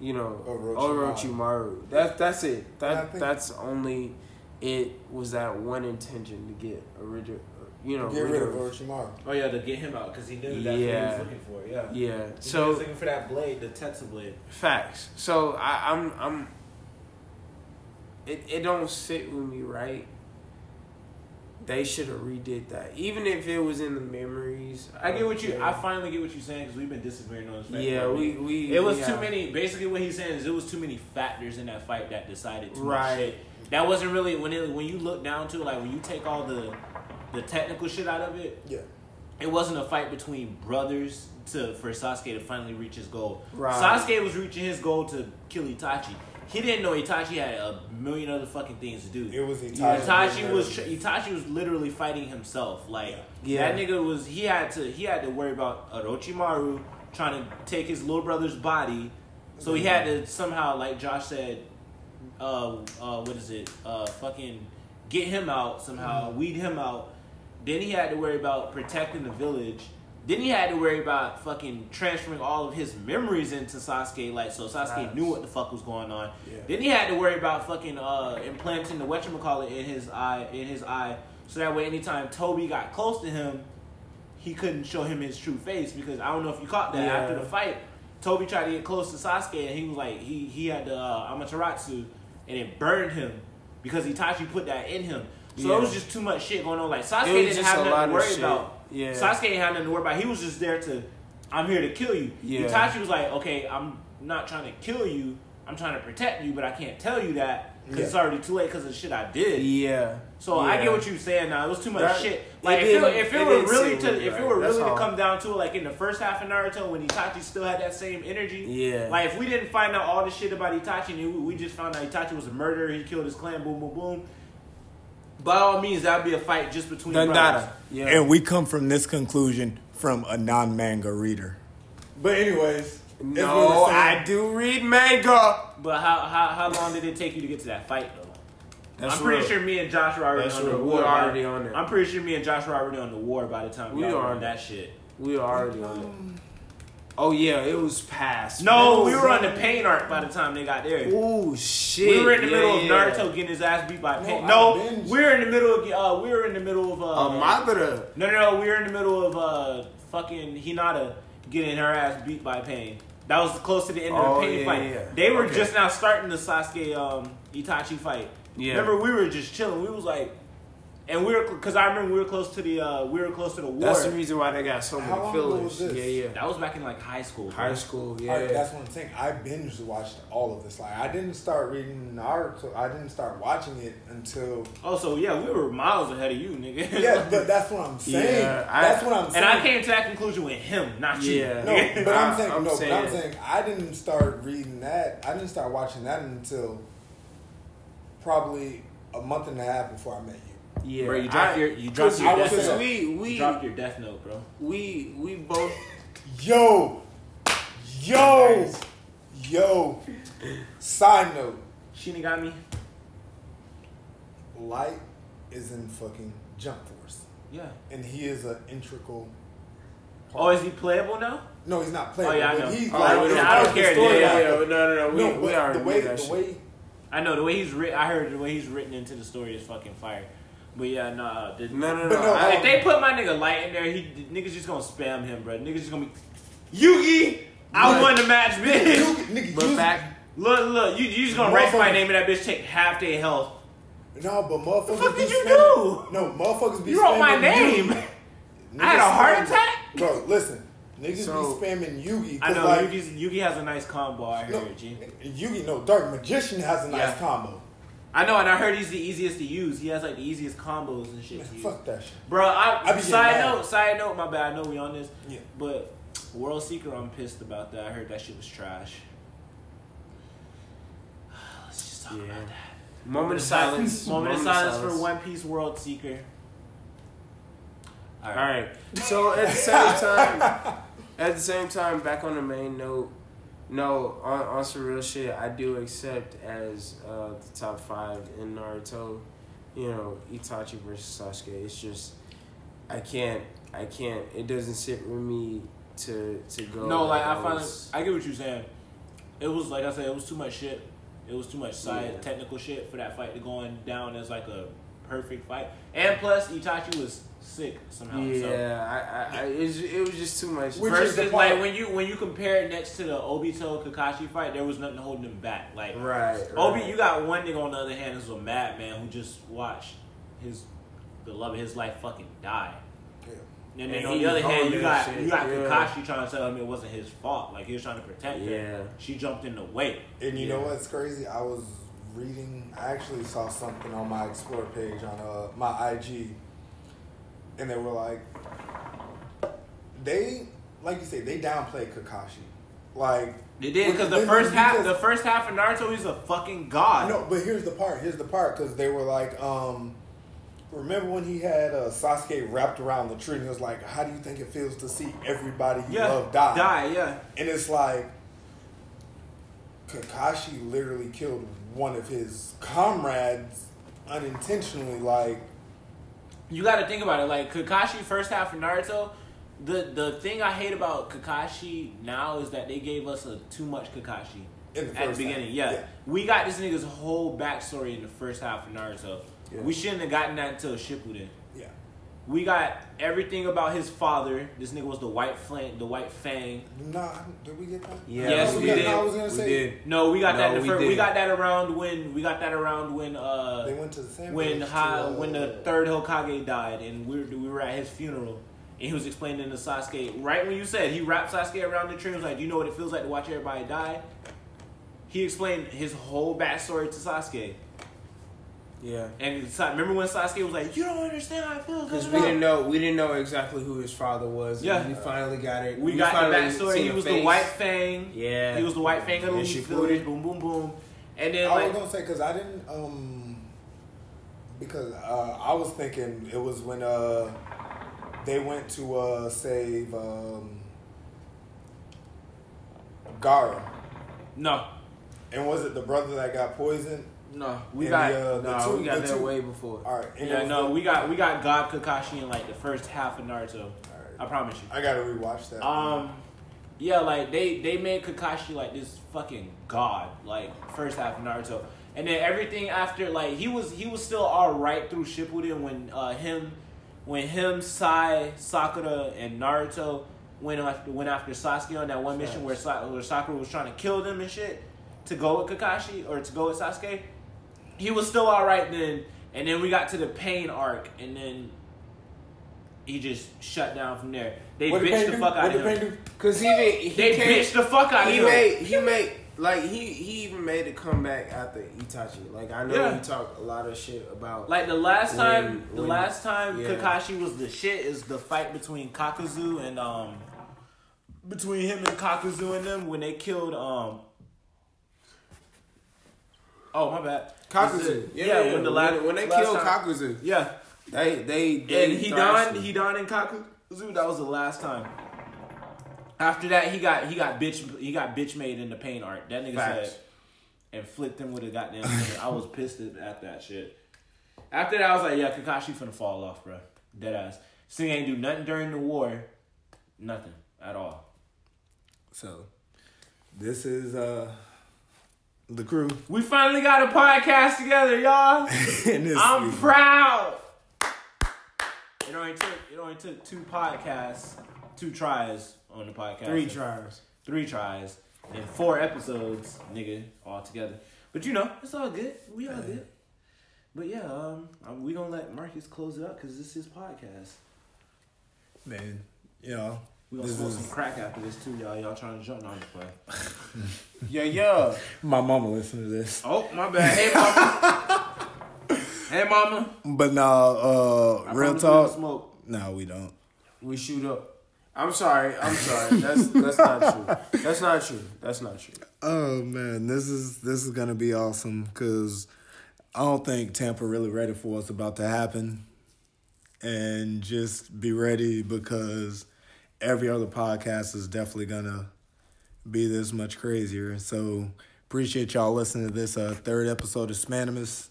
Speaker 5: you know,
Speaker 7: Orochimaru.
Speaker 5: Orochimaru. That that's it.
Speaker 7: And I
Speaker 5: That
Speaker 7: think-
Speaker 5: that's only it was that one intention to get original, you know,
Speaker 7: Get rid of Orochimaru.
Speaker 6: Oh yeah, to get him out because he knew that's what
Speaker 5: Yeah.
Speaker 6: he was looking for. Yeah.
Speaker 5: Yeah.
Speaker 6: He
Speaker 5: So
Speaker 6: was looking for that blade, the Tetsu blade.
Speaker 5: Facts. So I, I'm I'm. It it don't sit with me right. They should have redid that, even if it was in the memories.
Speaker 6: I get what you.
Speaker 5: Yeah.
Speaker 6: I finally get what you're saying because we've been disagreeing on this. fact
Speaker 5: yeah,
Speaker 6: for a
Speaker 5: we
Speaker 6: minute.
Speaker 5: we
Speaker 6: It was
Speaker 5: we
Speaker 6: too
Speaker 5: have-
Speaker 6: many. Basically, what he's saying is it was too many factors in that fight that decided. Too
Speaker 5: Right.
Speaker 6: Much shit. That wasn't really when it when you look down to it, like when you take all the the technical shit out of it.
Speaker 7: Yeah.
Speaker 6: It wasn't a fight between brothers to for Sasuke to finally reach his goal.
Speaker 5: Right.
Speaker 6: Sasuke was reaching his goal to kill Itachi. He didn't know Itachi had a million other fucking things to do.
Speaker 7: It was Itachi.
Speaker 6: Itachi was Itachi was literally fighting himself. Like
Speaker 5: Yeah.
Speaker 6: that nigga was he had to he had to worry about Orochimaru trying to take his little brother's body. So he had to somehow, like Josh said, uh, uh, what is it? Uh, fucking get him out somehow, weed him out. Then he had to worry about protecting the village. Then he had to worry about fucking transferring all of his memories into Sasuke, like so Sasuke knew what the fuck was going on. Then he had to worry about fucking uh, implanting the whatchamacallit in his eye, in his eye, so that way anytime Toby got close to him, he couldn't show him his true face because I don't know if you caught that
Speaker 5: Yeah.
Speaker 6: after the fight. Toby tried to get close to Sasuke and he was like he he had the uh, Amaterasu and it burned him because Itachi put that in him. So
Speaker 5: Yeah.
Speaker 6: it was just too much shit going on. Like Sasuke
Speaker 5: It was
Speaker 6: didn't
Speaker 5: just a
Speaker 6: have
Speaker 5: lot
Speaker 6: nothing
Speaker 5: of
Speaker 6: to worry
Speaker 5: shit.
Speaker 6: about.
Speaker 5: Yeah.
Speaker 6: Sasuke didn't have nothing to worry about. He was just there to, I'm here to kill you.
Speaker 5: Yeah.
Speaker 6: Itachi was like, okay, I'm not trying to kill you. I'm trying to protect you, but I can't tell you that because it's already too late because of the shit I did.
Speaker 5: Yeah.
Speaker 6: So I
Speaker 5: Yeah.
Speaker 6: get what you're saying now. It was too much
Speaker 5: That-
Speaker 6: shit.
Speaker 5: it
Speaker 6: Like if it, were-
Speaker 5: didn't-
Speaker 6: if it,
Speaker 5: it
Speaker 6: were
Speaker 5: didn't
Speaker 6: really
Speaker 5: sit
Speaker 6: to
Speaker 5: with me
Speaker 6: if it
Speaker 5: right.
Speaker 6: were
Speaker 5: That's
Speaker 6: really
Speaker 5: all.
Speaker 6: to come down to it, like in the first half of Naruto when Itachi still had that same energy.
Speaker 5: Yeah.
Speaker 6: Like if we didn't find out all the shit about Itachi, and we, we just found out Itachi was a murderer, he killed his clan, boom, boom, boom. By all means, that'd be a fight just between brothers.
Speaker 5: Dandara. Yeah.
Speaker 4: And we come from this conclusion from a non manga reader.
Speaker 7: But anyways,
Speaker 5: no, I do read manga.
Speaker 6: But how, how how long did it take you to get to that fight though?
Speaker 5: That's
Speaker 6: I'm pretty
Speaker 5: real.
Speaker 6: sure me and Josh were already
Speaker 5: That's
Speaker 6: on the
Speaker 5: real.
Speaker 6: war.
Speaker 5: We're
Speaker 6: by-
Speaker 5: already on it.
Speaker 6: I'm pretty sure me and Josh were already on the war by the time
Speaker 5: We
Speaker 6: we were
Speaker 5: are.
Speaker 6: on that shit.
Speaker 5: We are already on it. Oh yeah, it was past.
Speaker 6: No, we were on the pain art by the time they got there.
Speaker 5: Oh shit.
Speaker 6: We were in the
Speaker 5: Yeah,
Speaker 6: middle
Speaker 5: yeah.
Speaker 6: of Naruto getting his ass beat by Pain.
Speaker 7: I
Speaker 6: No,
Speaker 7: binged.
Speaker 6: we were in the middle of uh, we were in the middle of uh,
Speaker 5: Uh, Madara.
Speaker 6: no, no, no, we were in the middle of uh, fucking Hinata getting her ass beat by Pain. That was close to the end
Speaker 5: Oh,
Speaker 6: of the Pain
Speaker 5: yeah,
Speaker 6: fight.
Speaker 5: yeah.
Speaker 6: They were
Speaker 5: Okay.
Speaker 6: just now starting the Sasuke um, Itachi fight.
Speaker 5: Yeah.
Speaker 6: Remember, we were just chilling. We was like, and we were because I remember we were close to the uh, we were close to the war.
Speaker 5: That's the reason why they got so many
Speaker 7: How long ago
Speaker 5: fillers.
Speaker 7: was this?
Speaker 5: Yeah, yeah.
Speaker 6: that was back in like high school. bro.
Speaker 5: High school. Yeah.
Speaker 7: I, that's one thing. I binge watched all of this. Like I didn't start reading Naruto. I didn't start watching it until
Speaker 6: Oh, so yeah, we were miles ahead of you, nigga.
Speaker 7: yeah. But that's what I'm saying.
Speaker 5: Yeah, I-
Speaker 7: that's what I'm saying.
Speaker 6: And I came to that conclusion with him, not you.
Speaker 5: Yeah.
Speaker 7: No, but
Speaker 5: I-
Speaker 7: I'm saying
Speaker 5: I'm
Speaker 7: no. But I'm
Speaker 5: saying-
Speaker 7: saying I didn't start reading that. I didn't start watching that until probably a month and a half before I met you.
Speaker 5: Yeah,
Speaker 6: Bro, you dropped
Speaker 5: I-
Speaker 6: your you dropped your
Speaker 5: I was
Speaker 6: death
Speaker 5: just-
Speaker 6: note.
Speaker 5: we
Speaker 6: You
Speaker 5: we
Speaker 6: dropped your death note, bro.
Speaker 5: we we both
Speaker 4: Yo, yo, yo. Side note:
Speaker 6: Shinigami.
Speaker 4: Light is in fucking Jump Force,
Speaker 6: Yeah.
Speaker 4: and he is an integral.
Speaker 6: Oh, is he playable now?
Speaker 4: No, he's not playing.
Speaker 6: Oh, yeah, I know.
Speaker 4: He's
Speaker 6: Oh,
Speaker 4: like,
Speaker 6: I don't-
Speaker 4: he's
Speaker 6: I don't
Speaker 4: part of the
Speaker 6: care.
Speaker 4: storyline.
Speaker 6: Yeah, yeah,
Speaker 5: no no no we,
Speaker 4: No,
Speaker 5: we
Speaker 4: but
Speaker 5: already
Speaker 4: the way
Speaker 5: knew that
Speaker 4: the
Speaker 5: shit.
Speaker 4: way
Speaker 6: I know the way he's written. I heard the way he's written into the story is fucking fire. But yeah, nah. The,
Speaker 5: no no
Speaker 4: But
Speaker 5: no,
Speaker 4: no,
Speaker 5: I-
Speaker 6: if they put my nigga Light in there, he niggas just gonna spam him, bro. Niggas just gonna be Yugi. I
Speaker 5: Right.
Speaker 6: won the match,
Speaker 4: you,
Speaker 6: bitch.
Speaker 4: nigga,
Speaker 5: but
Speaker 4: you,
Speaker 5: back
Speaker 6: look, look, you you just gonna write my name in that bitch, take half their health.
Speaker 4: no, but motherfuckers.
Speaker 6: fuck
Speaker 4: be
Speaker 6: did you
Speaker 4: spamming- No, motherfuckers be.
Speaker 6: You wrote my
Speaker 4: spamming Yugi.
Speaker 6: name.
Speaker 4: Niggas
Speaker 6: I had a heart
Speaker 4: spamming-
Speaker 6: attack?
Speaker 4: Bro, listen, niggas
Speaker 5: So-
Speaker 4: be spamming Yugi. 'cause,
Speaker 6: I know
Speaker 4: like,
Speaker 6: Yugi's, Yugi has a nice combo. I
Speaker 4: no,
Speaker 6: heard G.
Speaker 4: Yugi, no, Dark Magician has a nice
Speaker 6: Yeah.
Speaker 4: combo.
Speaker 6: I know, and I heard he's the easiest to use. He has like the easiest combos and shit. to use.
Speaker 4: Fuck that shit.
Speaker 6: Bro, I,
Speaker 4: I be getting
Speaker 6: side
Speaker 4: mad.
Speaker 6: note, side note, my bad. I know we on this,
Speaker 4: Yeah.
Speaker 6: but World Seeker, I'm pissed about that. I heard that shit was trash. Let's just talk about that.
Speaker 5: moment of silence
Speaker 6: Moment of silence for One Piece World Seeker. All
Speaker 5: All
Speaker 6: right.
Speaker 5: right. So at the same time, at the same time, back on the main note, no, on, on some real shit, I do accept as uh, the top five in Naruto. You know, Itachi versus Sasuke. It's just I can't, I can't. It doesn't sit with me to to go.
Speaker 6: No, like I finally,
Speaker 5: was-
Speaker 6: I get what you're saying. It was like I said, it was too much shit. It was too much side
Speaker 5: Yeah.
Speaker 6: technical shit for that fight to going down as like a perfect fight. And plus, Itachi was sick somehow. So.
Speaker 5: yeah, I, I, I it's, it was just too much.
Speaker 4: Which is the
Speaker 6: Versus
Speaker 4: part-
Speaker 6: like when you when you compare it next to the Obito Kakashi fight, there was nothing holding him back. Like
Speaker 5: right, right.
Speaker 6: Obi, you got one nigga on the other hand who's a madman who just watched his the love of his life fucking die.
Speaker 4: Yeah.
Speaker 6: And then
Speaker 5: And
Speaker 6: on
Speaker 5: he
Speaker 6: the other hand, you
Speaker 5: owned
Speaker 6: got
Speaker 5: that shit,
Speaker 6: you got
Speaker 5: yeah.
Speaker 6: Kakashi trying to tell him it wasn't his fault. Like he was trying to protect
Speaker 5: Yeah.
Speaker 6: her. She jumped in the way.
Speaker 4: And you know
Speaker 5: Yeah.
Speaker 4: what's crazy? I was reading. I actually saw something on my Explore page on uh, my IG, and they were like, they like you say they downplay Kakashi, like
Speaker 6: They did because the
Speaker 4: Because-
Speaker 6: first half,
Speaker 4: because-
Speaker 6: the first half of Naruto, he's a fucking god.
Speaker 4: no. But here's the part. Here's the part because they were like, um, remember when he had uh, Sasuke wrapped around the tree and he was like, how do you think it feels to see everybody you
Speaker 6: yeah,
Speaker 4: love die?
Speaker 6: die, yeah.
Speaker 4: And it's like Kakashi literally killed one of his comrades unintentionally. Like,
Speaker 6: you got to think about it. Like Kakashi, first half of Naruto. The the thing I hate about Kakashi now is that they gave us a too much Kakashi
Speaker 4: In the
Speaker 6: at the
Speaker 4: first half,
Speaker 6: beginning. Yeah.
Speaker 4: yeah.
Speaker 6: we got this nigga's whole backstory in the first half of Naruto.
Speaker 4: Yeah.
Speaker 6: We shouldn't have gotten that until Shippuden.
Speaker 4: yeah,
Speaker 6: We got everything about his father. This nigga was the white flank, the white fang.
Speaker 4: nah, did we get that?
Speaker 5: Yeah,
Speaker 6: Yes, we
Speaker 4: got-
Speaker 6: did.
Speaker 4: I was gonna
Speaker 5: we
Speaker 4: say
Speaker 5: did.
Speaker 6: No, we got that.
Speaker 5: No,
Speaker 6: In the
Speaker 5: we
Speaker 6: first, we,
Speaker 5: didn't.
Speaker 6: got that around when we got that around when uh
Speaker 4: they went to the same.
Speaker 6: when
Speaker 4: village to,
Speaker 6: ha,
Speaker 4: uh,
Speaker 6: when the third Hokage died and we were, we were at his funeral and he was explaining to Sasuke right when you said he wrapped Sasuke around the tree and was like, "Do you know what it feels like to watch everybody die?" He explained his whole backstory to Sasuke.
Speaker 5: yeah.
Speaker 6: And Sa- remember when Sasuke was like, "You don't understand how it feels."
Speaker 5: Because
Speaker 6: da,
Speaker 5: we
Speaker 6: da, da."
Speaker 5: didn't know we didn't know exactly who his father was. and
Speaker 6: Yeah.
Speaker 5: we finally got it.
Speaker 6: We, got the
Speaker 5: finally
Speaker 6: backstory.
Speaker 5: seen
Speaker 6: He was the
Speaker 5: face.
Speaker 6: White Fang.
Speaker 5: Yeah.
Speaker 6: He was the White Fang of
Speaker 5: And
Speaker 6: the Leaf
Speaker 5: Shippuden.
Speaker 6: Village. Boom, boom, boom. And then
Speaker 4: I was
Speaker 6: like,
Speaker 4: gonna say because I didn't um because uh, I was thinking it was when uh they went to uh save um Gara
Speaker 6: no,
Speaker 4: and was it the brother that got poisoned?
Speaker 5: No, we
Speaker 4: And
Speaker 5: got
Speaker 4: the, uh, the
Speaker 5: nah,
Speaker 4: two-
Speaker 5: we got
Speaker 4: the
Speaker 5: that
Speaker 4: two-
Speaker 5: way before.
Speaker 4: All right, and it
Speaker 6: yeah,
Speaker 4: was
Speaker 6: no.
Speaker 4: the-
Speaker 6: We got we got God Kakashi in like the first half of Naruto. I promise you.
Speaker 4: I gotta rewatch that.
Speaker 6: Um, yeah, like they they made Kakashi like this fucking god, like first half of Naruto, and then everything after like he was he was still all right through Shippuden when uh him when him Sai Sakura and Naruto went after went after Sasuke on that one mission where Sa- where Sakura was trying to kill them and shit to go with Kakashi or to go with Sasuke, he was still all right then, and then we got to the pain arc and then. He just shut down from there. They
Speaker 4: what did
Speaker 6: bitched
Speaker 4: Payne
Speaker 6: the
Speaker 4: do?
Speaker 6: fuck out
Speaker 4: What
Speaker 6: of
Speaker 4: did
Speaker 6: him.
Speaker 4: Payne do?
Speaker 5: Cause he did, he
Speaker 6: They
Speaker 5: came-
Speaker 6: bitched the fuck out of
Speaker 5: he
Speaker 6: him.
Speaker 5: made he made like he he even made a comeback after Itachi. Like I know
Speaker 6: Yeah.
Speaker 5: he talked a lot of shit about
Speaker 6: Like the last
Speaker 5: When-
Speaker 6: time, the
Speaker 5: when-
Speaker 6: last time
Speaker 5: yeah.
Speaker 6: Kakashi was the shit is the fight between Kakazu and um, between him and Kakazu and them when they killed um. Oh my bad.
Speaker 5: Kakuzu.
Speaker 6: yeah, when the last
Speaker 5: when they
Speaker 6: last
Speaker 5: killed
Speaker 6: time-
Speaker 5: Kakuzu.
Speaker 6: Yeah,
Speaker 5: They they they
Speaker 6: And he donned
Speaker 5: thirsty.
Speaker 6: he donned in Kakuzu. That was the last time. After that, he got he got bitch he got bitch made in the paint art. That nigga
Speaker 5: Facts.
Speaker 6: said and flicked him with a goddamn. finger. I was pissed at at that shit. After that, I was like, yeah, Kakashi finna fall off, bro. Dead ass. Sing ain't do nothing during the war. Nothing at all.
Speaker 4: So, this is uh the crew.
Speaker 6: We finally got a podcast together, y'all.
Speaker 4: and this
Speaker 6: I'm proud. It only took it only took two podcasts, two tries on the podcast.
Speaker 8: Three tries.
Speaker 6: Three tries and four episodes, nigga, all together. But you know, it's all good. We all good. But yeah, um, I'm, we gonna let Marcus close it up because this is his podcast.
Speaker 4: man, you know,
Speaker 6: We gonna
Speaker 4: This
Speaker 6: smoke
Speaker 4: is-
Speaker 6: some crack after this too, y'all. Y'all trying to jump on the play?
Speaker 5: yeah yeah.
Speaker 4: my mama listened to this.
Speaker 6: Oh my bad. Hey mama. hey mama.
Speaker 4: But nah, uh, real
Speaker 6: I promise we don't
Speaker 4: talk.
Speaker 6: Smoke.
Speaker 4: No, we don't.
Speaker 5: We shoot up. I'm sorry. I'm sorry. That's that's not true. That's not true. That's not true.
Speaker 4: Oh man, this is this is gonna be awesome because I don't think Tampa really ready for what's about to happen, and just be ready because every other podcast is definitely gonna be this much crazier. So appreciate y'all listening to this uh, third episode of Spanimus,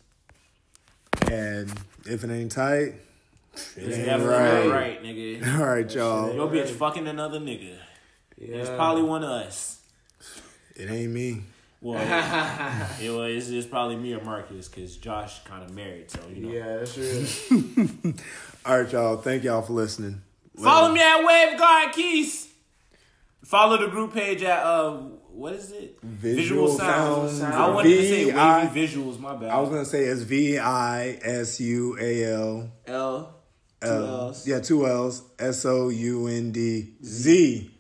Speaker 4: and if it ain't tight, it
Speaker 6: It's
Speaker 4: ain't
Speaker 6: definitely
Speaker 4: right.
Speaker 6: not right, nigga.
Speaker 4: All right, y'all.
Speaker 6: Your bitch fucking another nigga. It's
Speaker 5: Yeah.
Speaker 6: probably one of us.
Speaker 4: It ain't me.
Speaker 8: Well, it was, it's probably me or Marcus because Josh kind of married, so you know.
Speaker 5: Yeah, that's true.
Speaker 4: All right, y'all. Thank y'all for listening.
Speaker 6: Follow me at WaveGuard Keys. Follow the group page at uh what is it?
Speaker 4: Visual Sounds.
Speaker 6: I wanted to say
Speaker 4: VI.
Speaker 6: wavy visuals. My bad.
Speaker 4: I was gonna say it's V I S U A L
Speaker 6: L.
Speaker 4: L.
Speaker 6: L's.
Speaker 4: Yeah, two L's. S O U N D Z.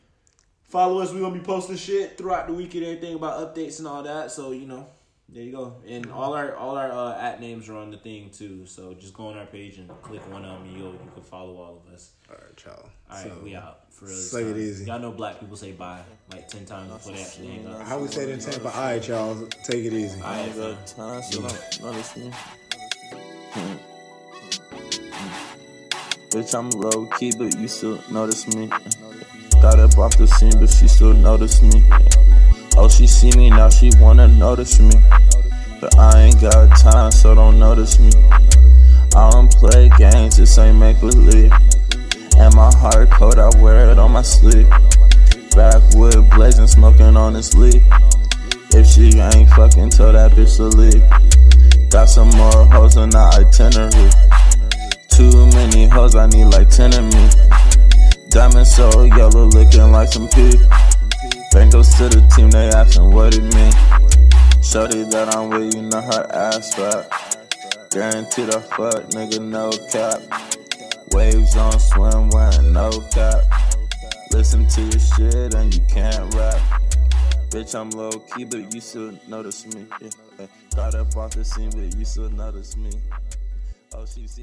Speaker 6: Follow us. We're gonna be posting shit throughout the week and everything about updates and all that. So you know, there you go. And all our all our uh, at names are on the thing too. So just go on our page and click one of them. and You'll you can follow all of us.
Speaker 4: All right, y'all.
Speaker 6: All right,
Speaker 4: So,
Speaker 6: we out. For real this
Speaker 4: take it
Speaker 6: time.
Speaker 4: easy.
Speaker 6: Y'all know black people say bye like ten times before they actually hang up.
Speaker 4: How we say it in Tampa? All right, y'all. Take it easy.
Speaker 6: All right, bro.
Speaker 1: Bitch, I'm a low key, but you still notice me. Got up off the scene, but she still noticed me. Oh, she see me now, she wanna notice me. But I ain't got time, so don't notice me. I don't play games, this ain't make believe. And my heart cold, I wear it on my sleeve. Backwood blazing, smoking on his leaf. If she ain't fucking, tell that bitch to leave. Got some more hoes on the itinerary. Too many hoes, I need like 10 of me. Diamond so yellow, looking like some pee. Bangles to the team, they asking what it mean. Shorty that I'm with, you know her ass fat. Guaranteed I fuck, nigga, no cap. Waves on swim, wearing no cap. Listen to your shit and you can't rap. Bitch, I'm low key, but you still notice me. Yeah. Got up off the scene, but you still notice me. Oh, she see.